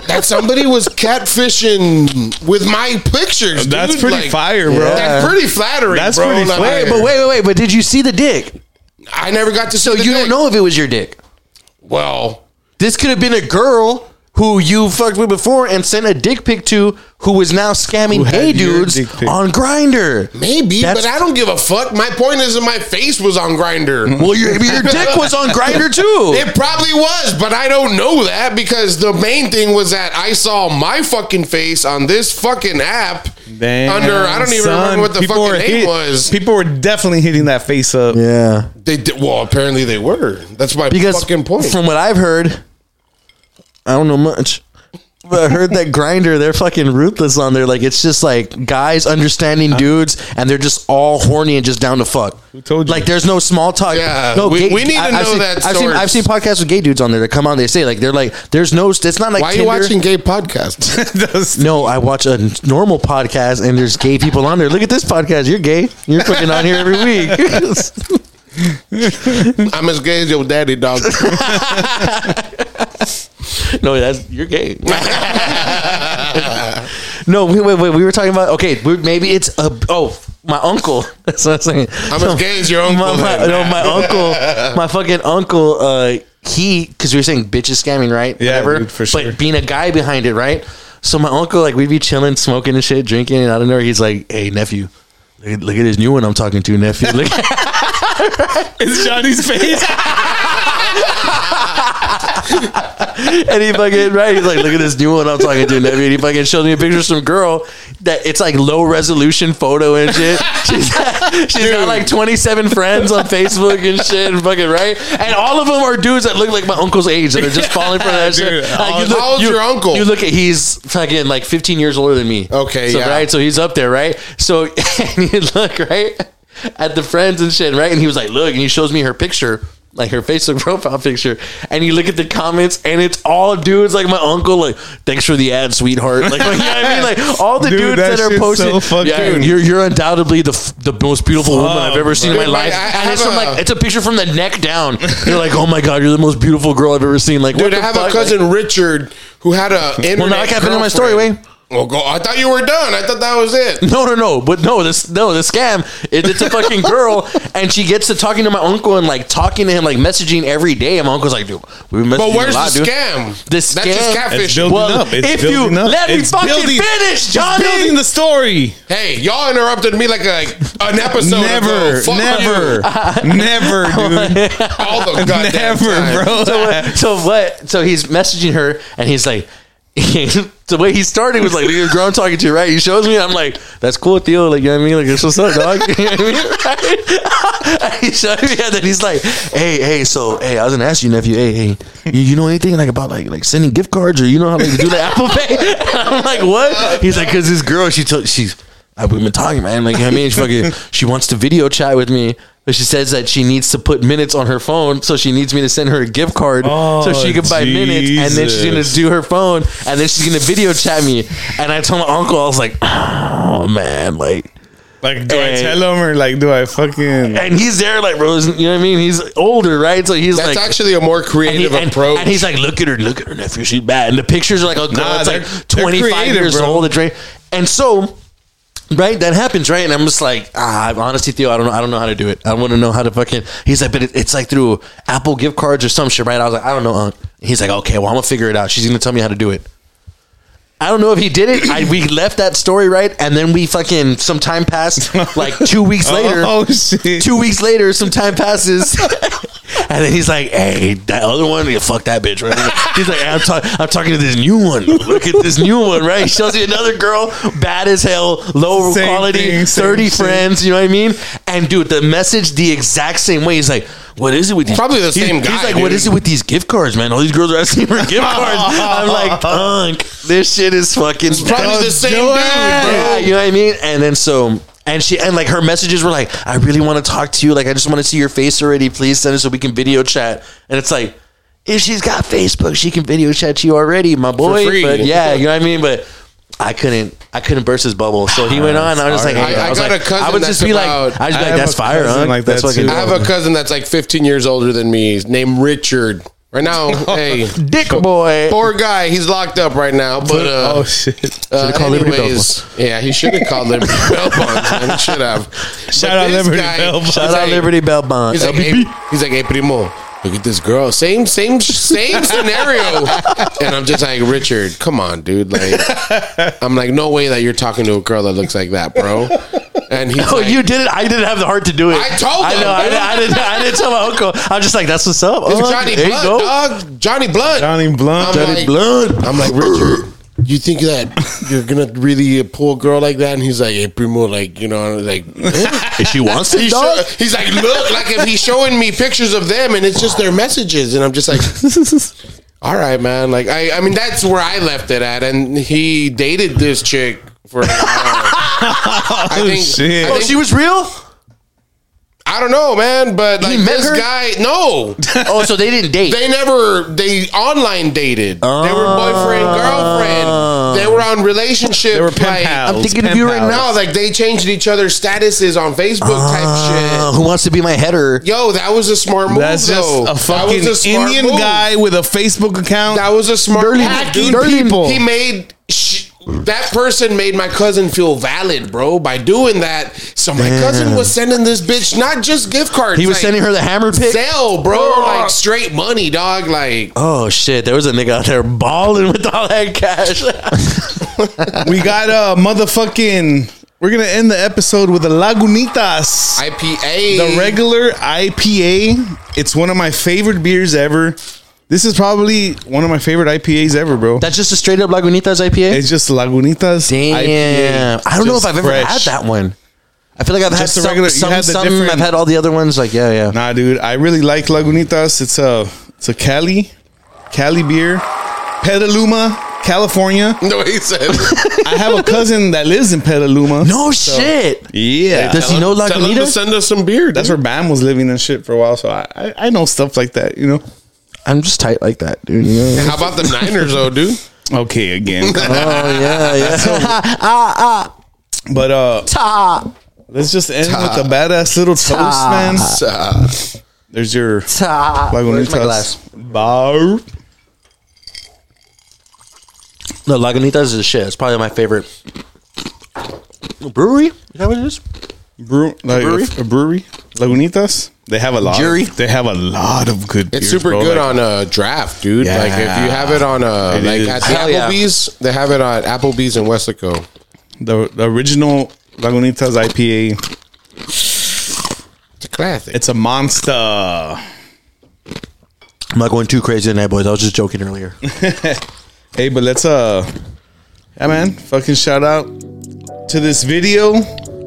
Speaker 9: that somebody was catfishing with my pictures.
Speaker 1: That's
Speaker 9: dude.
Speaker 1: pretty
Speaker 9: like,
Speaker 1: fire, bro.
Speaker 9: That's pretty flattering.
Speaker 1: That's
Speaker 9: bro.
Speaker 1: pretty
Speaker 9: Like,
Speaker 1: flattering.
Speaker 6: wait, but wait, wait, wait. But did you see the dick?
Speaker 9: I never got to.
Speaker 6: So you don't know if it was your dick.
Speaker 9: Well,
Speaker 6: This could have been a girl who you fucked with before and sent a dick pic to who was now scamming
Speaker 1: had
Speaker 6: gay
Speaker 1: your
Speaker 6: dudes
Speaker 1: dick pic.
Speaker 6: on Grinder.
Speaker 9: maybe,
Speaker 6: That's-
Speaker 9: but I don't give a fuck. My point is that my face was on Grinder.
Speaker 6: <laughs> Well, your, maybe your dick was on Grinder too.
Speaker 9: <laughs> It probably was, but I don't know that because the main thing was that I saw my fucking face on this fucking app
Speaker 1: Damn,
Speaker 9: under I don't even
Speaker 1: son.
Speaker 9: remember what the
Speaker 1: People were
Speaker 9: fucking name
Speaker 1: hit-
Speaker 9: was.
Speaker 1: People were definitely hitting that face up.
Speaker 6: Yeah,
Speaker 9: They did, well, apparently they were. That's my
Speaker 6: because
Speaker 9: fucking point.
Speaker 6: from what I've heard, I don't know much. But I heard that Grinder, they're fucking ruthless on there. Like it's just like guys understanding dudes, and they're just all horny and just down to fuck. Who
Speaker 1: told you?
Speaker 6: Like there's no small talk.
Speaker 9: Yeah,
Speaker 6: no.
Speaker 9: we- we need to
Speaker 6: I've
Speaker 9: know
Speaker 6: seen-
Speaker 9: that
Speaker 6: I've seen,
Speaker 9: source.
Speaker 6: I've seen podcasts with gay dudes on there that come on. They say like they're like there's no. It's not like
Speaker 9: Why are you
Speaker 6: Tinder.
Speaker 9: watching
Speaker 6: <laughs>
Speaker 9: gay podcasts?
Speaker 1: <laughs> That's-
Speaker 6: No, I watch a normal podcast and there's gay people on there. Look at this podcast. You're gay. You're fucking on here every
Speaker 9: <laughs>
Speaker 6: week. <laughs>
Speaker 9: I'm as gay as your
Speaker 6: <laughs>
Speaker 9: daddy, dog.
Speaker 6: no, that's you're
Speaker 9: <laughs>
Speaker 6: gay. no, wait, wait, wait. We were talking about okay. we maybe it's a oh my uncle. <laughs> That's what I'm saying.
Speaker 9: I'm as gay as your uncle.
Speaker 6: My, my,
Speaker 9: then.
Speaker 6: no,
Speaker 9: <laughs>
Speaker 6: my uncle, my fucking uncle. Uh, he because we were saying bitch is scamming, right?
Speaker 1: Yeah, dude, for sure.
Speaker 6: But being a guy behind it, right? So my uncle, like, we'd be chilling, smoking and shit, drinking, and I don't know. He's like, "Hey, nephew." Look at, look at this new one I'm talking to, nephew. Look,
Speaker 1: it's
Speaker 9: <laughs>
Speaker 1: Johnny's face.
Speaker 6: and he fucking right. He's like, look at this new one I'm talking to, nephew. And he fucking showed me a picture of some girl that it's like low resolution photo and shit. She's she's got like 27 friends on Facebook and shit, and fucking right. And all of them are dudes that look like my uncle's age, and they're
Speaker 9: <laughs>
Speaker 6: just falling for that
Speaker 1: Dude,
Speaker 6: shit. Like,
Speaker 1: how-
Speaker 6: you
Speaker 9: how old's
Speaker 6: you-
Speaker 9: your uncle?
Speaker 6: You look at he's fucking like 15 years older than me.
Speaker 9: Okay,
Speaker 6: so,
Speaker 9: yeah.
Speaker 6: right. So he's up there, right? So <laughs> and you look right at the friends and shit, right? And he was like, look, and he shows me her picture. like her Facebook <laughs> profile picture, and you look at the comments, and it's all dudes like my uncle, like thanks for the ad, sweetheart. Like, <laughs> like, you know what I mean, like all the
Speaker 1: Dude,
Speaker 6: dudes
Speaker 1: that
Speaker 6: that, are
Speaker 1: shit's
Speaker 6: posting,
Speaker 1: so fucked
Speaker 6: yeah,
Speaker 1: up.
Speaker 6: you're you're undoubtedly the f- the most beautiful woman I've ever seen in my
Speaker 9: Dude,
Speaker 6: life.
Speaker 9: like, I- I
Speaker 6: and it's
Speaker 9: have
Speaker 6: from,
Speaker 9: a-
Speaker 6: like it's a picture from the neck down. You're like, oh my god, you're the most beautiful girl I've ever seen. Like, what
Speaker 9: Dude, I
Speaker 6: the
Speaker 9: have
Speaker 6: fuck?
Speaker 9: a cousin Richard who had a internet
Speaker 6: now I can't finish my story,
Speaker 9: girlfriend.
Speaker 6: Wayne.
Speaker 9: Well, go. I thought you were done. I thought that was it.
Speaker 6: No, no, no. But no, this no, the scam. It, it's a fucking
Speaker 9: <laughs>
Speaker 6: girl, and she gets to talking to my uncle and like talking to him, like messaging every day. And my uncle's like, dude, we've been messaging
Speaker 9: But where's
Speaker 6: a lot,
Speaker 9: the
Speaker 6: dude.
Speaker 9: scam?
Speaker 6: The scam.
Speaker 9: That's just catfish.
Speaker 1: It's built- building
Speaker 6: Well,
Speaker 1: up. It's
Speaker 6: if
Speaker 1: building
Speaker 6: you
Speaker 1: up.
Speaker 6: let me
Speaker 1: It's
Speaker 6: fucking
Speaker 1: building-
Speaker 6: finish,
Speaker 1: It's
Speaker 6: Johnny.
Speaker 1: building the story.
Speaker 9: Hey, y'all interrupted me like a, an episode.
Speaker 1: Never,
Speaker 9: ago. Fuck
Speaker 1: never,
Speaker 9: you.
Speaker 1: never, dude.
Speaker 9: all the goddamn
Speaker 1: <laughs> never,
Speaker 9: time.
Speaker 1: bro.
Speaker 6: <laughs> so uh, what? <laughs> So what? So he's messaging her, and he's like. <laughs> the way he started was like, "You're grown talking to you, right?" He shows me, I'm like, "That's cool, Theo." Like, you know what I mean? Like, that's what's up, dog? <laughs> You know what I mean? <laughs> Right? he showed me, and then he's like, "Hey, hey, so, hey, I was gonna ask you, nephew. Hey, hey, you, you know anything like about like like sending gift cards or you know how like to do the <laughs> Apple Pay?" And I'm like, "What?" He's like, "Cause this girl, she told she's." I've been talking, man. Like, you know what I mean, she fucking, she wants to video chat with me, but she says that she needs to put minutes on her phone, so she needs me to send her a gift card so she can buy minutes, and then she's gonna
Speaker 1: Jesus.
Speaker 6: do her phone, and then she's gonna video chat me. And I told my uncle, I was like, oh man, like,
Speaker 1: Like, do I
Speaker 6: Hey.
Speaker 1: tell him or like, do I fucking?
Speaker 6: and he's there, like, bro, isn't- you know what I mean? He's older, right? So he's
Speaker 9: That's
Speaker 6: like.
Speaker 9: actually a more
Speaker 6: and, he-
Speaker 9: creative
Speaker 6: and-
Speaker 9: approach.
Speaker 6: and he's like, look at her, look at her nephew, she's bad. And the pictures are like a girl
Speaker 1: Nah,
Speaker 6: that's
Speaker 1: they're-
Speaker 6: like
Speaker 1: they're
Speaker 6: 25
Speaker 1: creative,
Speaker 6: years
Speaker 1: bro.
Speaker 6: old. And, dra- and so, right, that happens, right? And I'm just like, ah, honestly, Theo, I don't know, I don't know how to do it. I want to know how to fucking. He's like, but it, it's like through Apple gift cards or some shit, right? I was like, I don't know. Unc. He's like, okay, well, I'm gonna figure it out. She's gonna tell me how to do it. I don't know if he did it. I, we left that story right, and then we fucking some time passed, like two weeks later.
Speaker 1: <laughs> Oh shit!
Speaker 6: Two weeks later, some time passes, and then he's like, "Hey, that other one, yeah, fuck that bitch." Right? He's like, "I'm, talk- I'm talking to this new one. Look at this new one, right?" He shows you another girl, bad as hell, low
Speaker 1: Same
Speaker 6: quality,
Speaker 1: thing, same
Speaker 6: thirty
Speaker 1: shit.
Speaker 6: friends. You know what I mean? And dude, the message the exact same way. He's like, "What is it with these?"
Speaker 9: Probably the
Speaker 6: He's-
Speaker 9: same guy,
Speaker 6: He's like, "What
Speaker 9: dude."
Speaker 6: is it with these gift cards, man? All these girls are asking for gift cards." I'm like, "Punk, this shit is fucking."
Speaker 9: probably the
Speaker 6: dumb.
Speaker 9: same dude, bro.
Speaker 6: Yeah, you know what I mean? And then so and she and like her messages were like, I really want to talk to you. Like I just want to see your face already. Please send it so we can video chat. And it's like, if she's got Facebook, she can video chat you already, my boy.
Speaker 9: free.
Speaker 6: But yeah, you know what I mean? But I couldn't I couldn't burst his bubble. So he went on. I was just like,
Speaker 9: I-
Speaker 6: hey, I,
Speaker 9: I
Speaker 6: was
Speaker 9: got
Speaker 6: like-
Speaker 9: a cousin
Speaker 6: I would
Speaker 9: that's
Speaker 6: just be like,
Speaker 9: about-
Speaker 6: I just be
Speaker 1: I
Speaker 6: like,
Speaker 1: have
Speaker 6: that's
Speaker 1: a
Speaker 6: fire,
Speaker 1: cousin
Speaker 6: huh?
Speaker 1: like
Speaker 6: that's
Speaker 1: that,
Speaker 6: fucking
Speaker 1: too.
Speaker 9: I have a cousin that's like 15 years older than me, named Richard.
Speaker 1: <laughs>
Speaker 9: Right now,
Speaker 1: Oh,
Speaker 9: hey,
Speaker 6: dick boy.
Speaker 9: poor guy, he's locked up right now. But uh,
Speaker 1: oh shit!
Speaker 9: uh,
Speaker 6: called Liberty Bell
Speaker 9: anyways, yeah, he should have called Liberty Bell Bonds. Man. He should have.
Speaker 1: <laughs> Shout out Liberty Bell Bonds.
Speaker 6: Shout out Liberty Belmont.
Speaker 9: He's like, hey, he's like, hey, primo, look at this girl. Same, same,
Speaker 6: <laughs>
Speaker 9: same scenario. And I'm just like, Richard, come on, dude. Like, I'm like, no way that you're talking to a girl that looks like that, bro. And he's
Speaker 6: <laughs> Oh,
Speaker 9: like,
Speaker 6: you did it! I didn't have the heart to do it.
Speaker 9: I told
Speaker 6: I
Speaker 9: him,
Speaker 6: know. I,
Speaker 9: dude.
Speaker 6: didn't- I didn't. I didn't tell my uncle. I'm just like, that's what's up.
Speaker 9: it's
Speaker 6: Oh,
Speaker 9: Johnny
Speaker 6: there you
Speaker 9: Blunt,
Speaker 6: go.
Speaker 9: dog. Johnny Blunt.
Speaker 1: Johnny Blunt.
Speaker 9: I'm like,
Speaker 6: Blunt.
Speaker 9: I'm like, Richard, you think that you're gonna really pull a girl like that? And he's like, hey, primo, like, you know,
Speaker 6: <laughs>
Speaker 9: like, <laughs>
Speaker 6: If she wants
Speaker 9: He
Speaker 6: to,
Speaker 9: show-
Speaker 6: dog.
Speaker 9: he's like, look, like if he's showing me pictures of them and it's just their messages, and I'm just like, all right, man. Like, I, I mean, that's where I left it at, and he dated this chick
Speaker 1: <laughs>
Speaker 9: for. a while. I think,
Speaker 1: shit.
Speaker 9: I,
Speaker 6: Oh,
Speaker 9: think-
Speaker 6: she was
Speaker 9: <laughs>
Speaker 6: real.
Speaker 9: I don't know, man, but like
Speaker 6: met
Speaker 9: this
Speaker 6: her?
Speaker 9: guy, no,
Speaker 6: Oh, so they didn't date.
Speaker 9: they never they online dated. they were boyfriend girlfriend. They were on relationship.
Speaker 1: <laughs> Oh. They were pen
Speaker 9: like,
Speaker 1: pals.
Speaker 6: thinking
Speaker 1: pen
Speaker 6: of you right
Speaker 1: pals.
Speaker 9: No, like they changed each other's statuses on Facebook type shit.
Speaker 6: Uh, who wants to be my header?
Speaker 9: Yo, that was a smart move.
Speaker 1: Oh. That's just
Speaker 9: though.
Speaker 1: a fucking
Speaker 9: that was a smart
Speaker 1: Indian
Speaker 9: move.
Speaker 1: guy with a Facebook account.
Speaker 9: That was a smart
Speaker 6: Dirty-
Speaker 9: hacking
Speaker 6: dirty-
Speaker 9: people. He made sh- that person made my cousin feel valid, bro, by doing that. So my cousin was sending this bitch not just gift cards.
Speaker 6: He was
Speaker 9: like,
Speaker 6: sending her the hammer pick.
Speaker 9: Zelle, bro, like straight money, dog. Like
Speaker 6: Oh shit! There was a nigga out there balling with all that cash.
Speaker 1: we got a motherfucking. We're gonna end the episode with a Lagunitas.
Speaker 9: IPA.
Speaker 1: The regular IPA. It's one of my favorite beers ever. This is probably one of my favorite IPAs ever, bro.
Speaker 6: <laughs> That's just a straight up Lagunitas IPA.
Speaker 1: it's just Lagunitas.
Speaker 6: Damn,
Speaker 1: IPA.
Speaker 6: I don't know if
Speaker 1: Just
Speaker 6: I've ever
Speaker 1: fresh.
Speaker 6: had that one. I feel like I've had
Speaker 1: Just the
Speaker 6: some,
Speaker 1: regular- you
Speaker 6: some,
Speaker 1: had the
Speaker 6: something.
Speaker 1: different-
Speaker 6: I've had all the other ones. Like yeah, yeah.
Speaker 1: Nah, dude, I really like Lagunitas. It's a it's a Cali, Cali beer, Petaluma, California.
Speaker 9: <laughs> No, he said.
Speaker 1: I have
Speaker 6: <laughs>
Speaker 1: a cousin that lives in Petaluma.
Speaker 6: No shit.
Speaker 1: Yeah.
Speaker 6: Does he know
Speaker 9: Tell him to
Speaker 6: Lagunitas?
Speaker 9: send us some beer.
Speaker 1: That's where Bam was living and shit for a while. So I, I, I know stuff like that, you know?
Speaker 6: I'm just tight like that, dude. you know?
Speaker 9: How about the Niners, though, <laughs> dude?
Speaker 1: Okay,
Speaker 6: <laughs>
Speaker 1: again.
Speaker 6: Oh <laughs> yeah, yeah.
Speaker 1: but uh,
Speaker 6: Ta,
Speaker 1: let's just end with a badass little toast, man.
Speaker 9: Uh,
Speaker 1: There's your
Speaker 6: ta. uh, Where's my glass?
Speaker 1: Lagunitas. Bar.
Speaker 6: No, Lagunitas is shit. It's probably my favorite brewery. Is that what it is?
Speaker 1: Brew, like a
Speaker 6: brewery?
Speaker 1: brewery? A brewery, Lagunitas. They have a lot.
Speaker 6: Jury?
Speaker 1: Of, they have a lot of good.
Speaker 9: it's
Speaker 1: beers,
Speaker 9: super
Speaker 1: bro.
Speaker 9: good
Speaker 1: Like,
Speaker 9: on a draft, dude.
Speaker 1: Yeah.
Speaker 9: Like if you have it on a
Speaker 1: It
Speaker 9: like
Speaker 1: is.
Speaker 9: at the
Speaker 6: Hell yeah.
Speaker 9: Applebee's, they have it on Applebee's in Westlaco.
Speaker 1: the, the original Lagunitas IPA.
Speaker 9: It's a classic.
Speaker 1: It's a monster.
Speaker 6: I'm not going too crazy tonight, boys. I was just joking earlier.
Speaker 1: Hey, but let's uh, yeah, man. Fucking shout out to this video.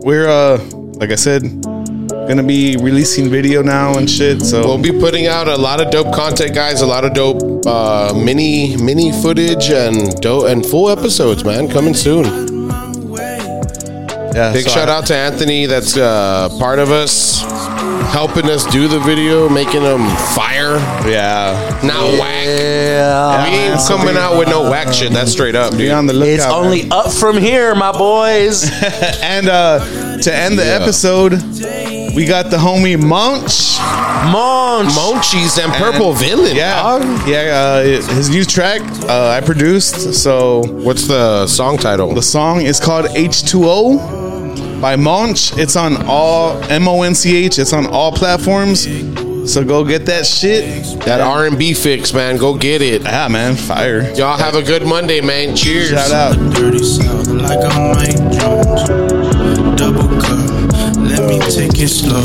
Speaker 1: We're uh, like I said, gonna be releasing video now and shit. So
Speaker 9: We'll be putting out a lot of dope content, guys. A lot of dope uh, mini mini footage and dope and full episodes, man, coming soon.
Speaker 1: yeah,
Speaker 9: Big
Speaker 1: so
Speaker 9: shout
Speaker 1: I-
Speaker 9: out to Anthony, that's uh, part of us, helping us do the video, making them fire,
Speaker 1: Yeah,
Speaker 9: not whack.
Speaker 6: Yeah.
Speaker 9: We ain't coming out with no whack shit. That's straight up,
Speaker 1: be
Speaker 9: dude.
Speaker 1: on the lookout.
Speaker 6: It's only
Speaker 1: man.
Speaker 6: up from here, my <laughs> boys.
Speaker 1: and uh, to end the
Speaker 9: Yeah.
Speaker 1: episode, we got the homie Munch.
Speaker 6: Munch.
Speaker 9: Munchies and Purple Villain.
Speaker 1: Yeah,
Speaker 9: dog.
Speaker 1: yeah. Uh, his new track uh, I produced. So
Speaker 9: What's the song title?
Speaker 1: the song is called H2O by Monch. It's on all M O N C H. It's on all platforms. So go get that shit.
Speaker 9: that R and B fix, man. Go get it.
Speaker 1: Yeah, man, fire.
Speaker 9: Y'all have a good Monday, man. Cheers.
Speaker 1: Shout out.
Speaker 12: Dirty South like I'm Mike Jones. Double cup, let me take it slow.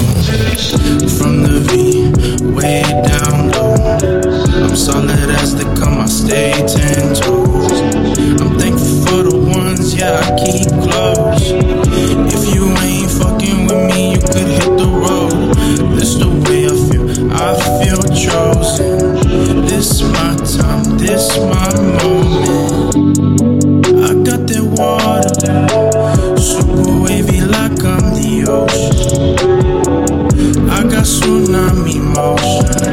Speaker 12: From the V, way down low. I'm solid as they come, I stay ten toes. I'm thankful for the ones, yeah, I keep close. If you ain't fucking with me, you could hit the road. This the way I feel, I feel chosen. This my time, this my moment. I got that water, super wavy like I'm the ocean. I got tsunami motion.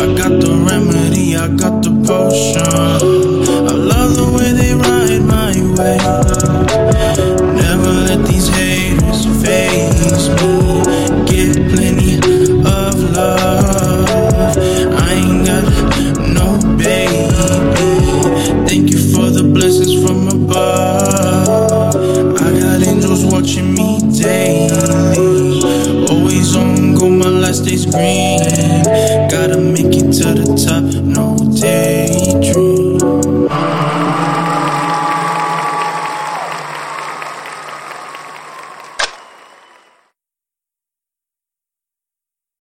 Speaker 12: I got the remedy, I got the potion. I love the way they ride my way. Never let these haters phase me. Get plenty of love. I ain't got no baby. Thank you for the blessings from above. I got angels watching me daily. Always on go, my light stays green. Gotta make it to the top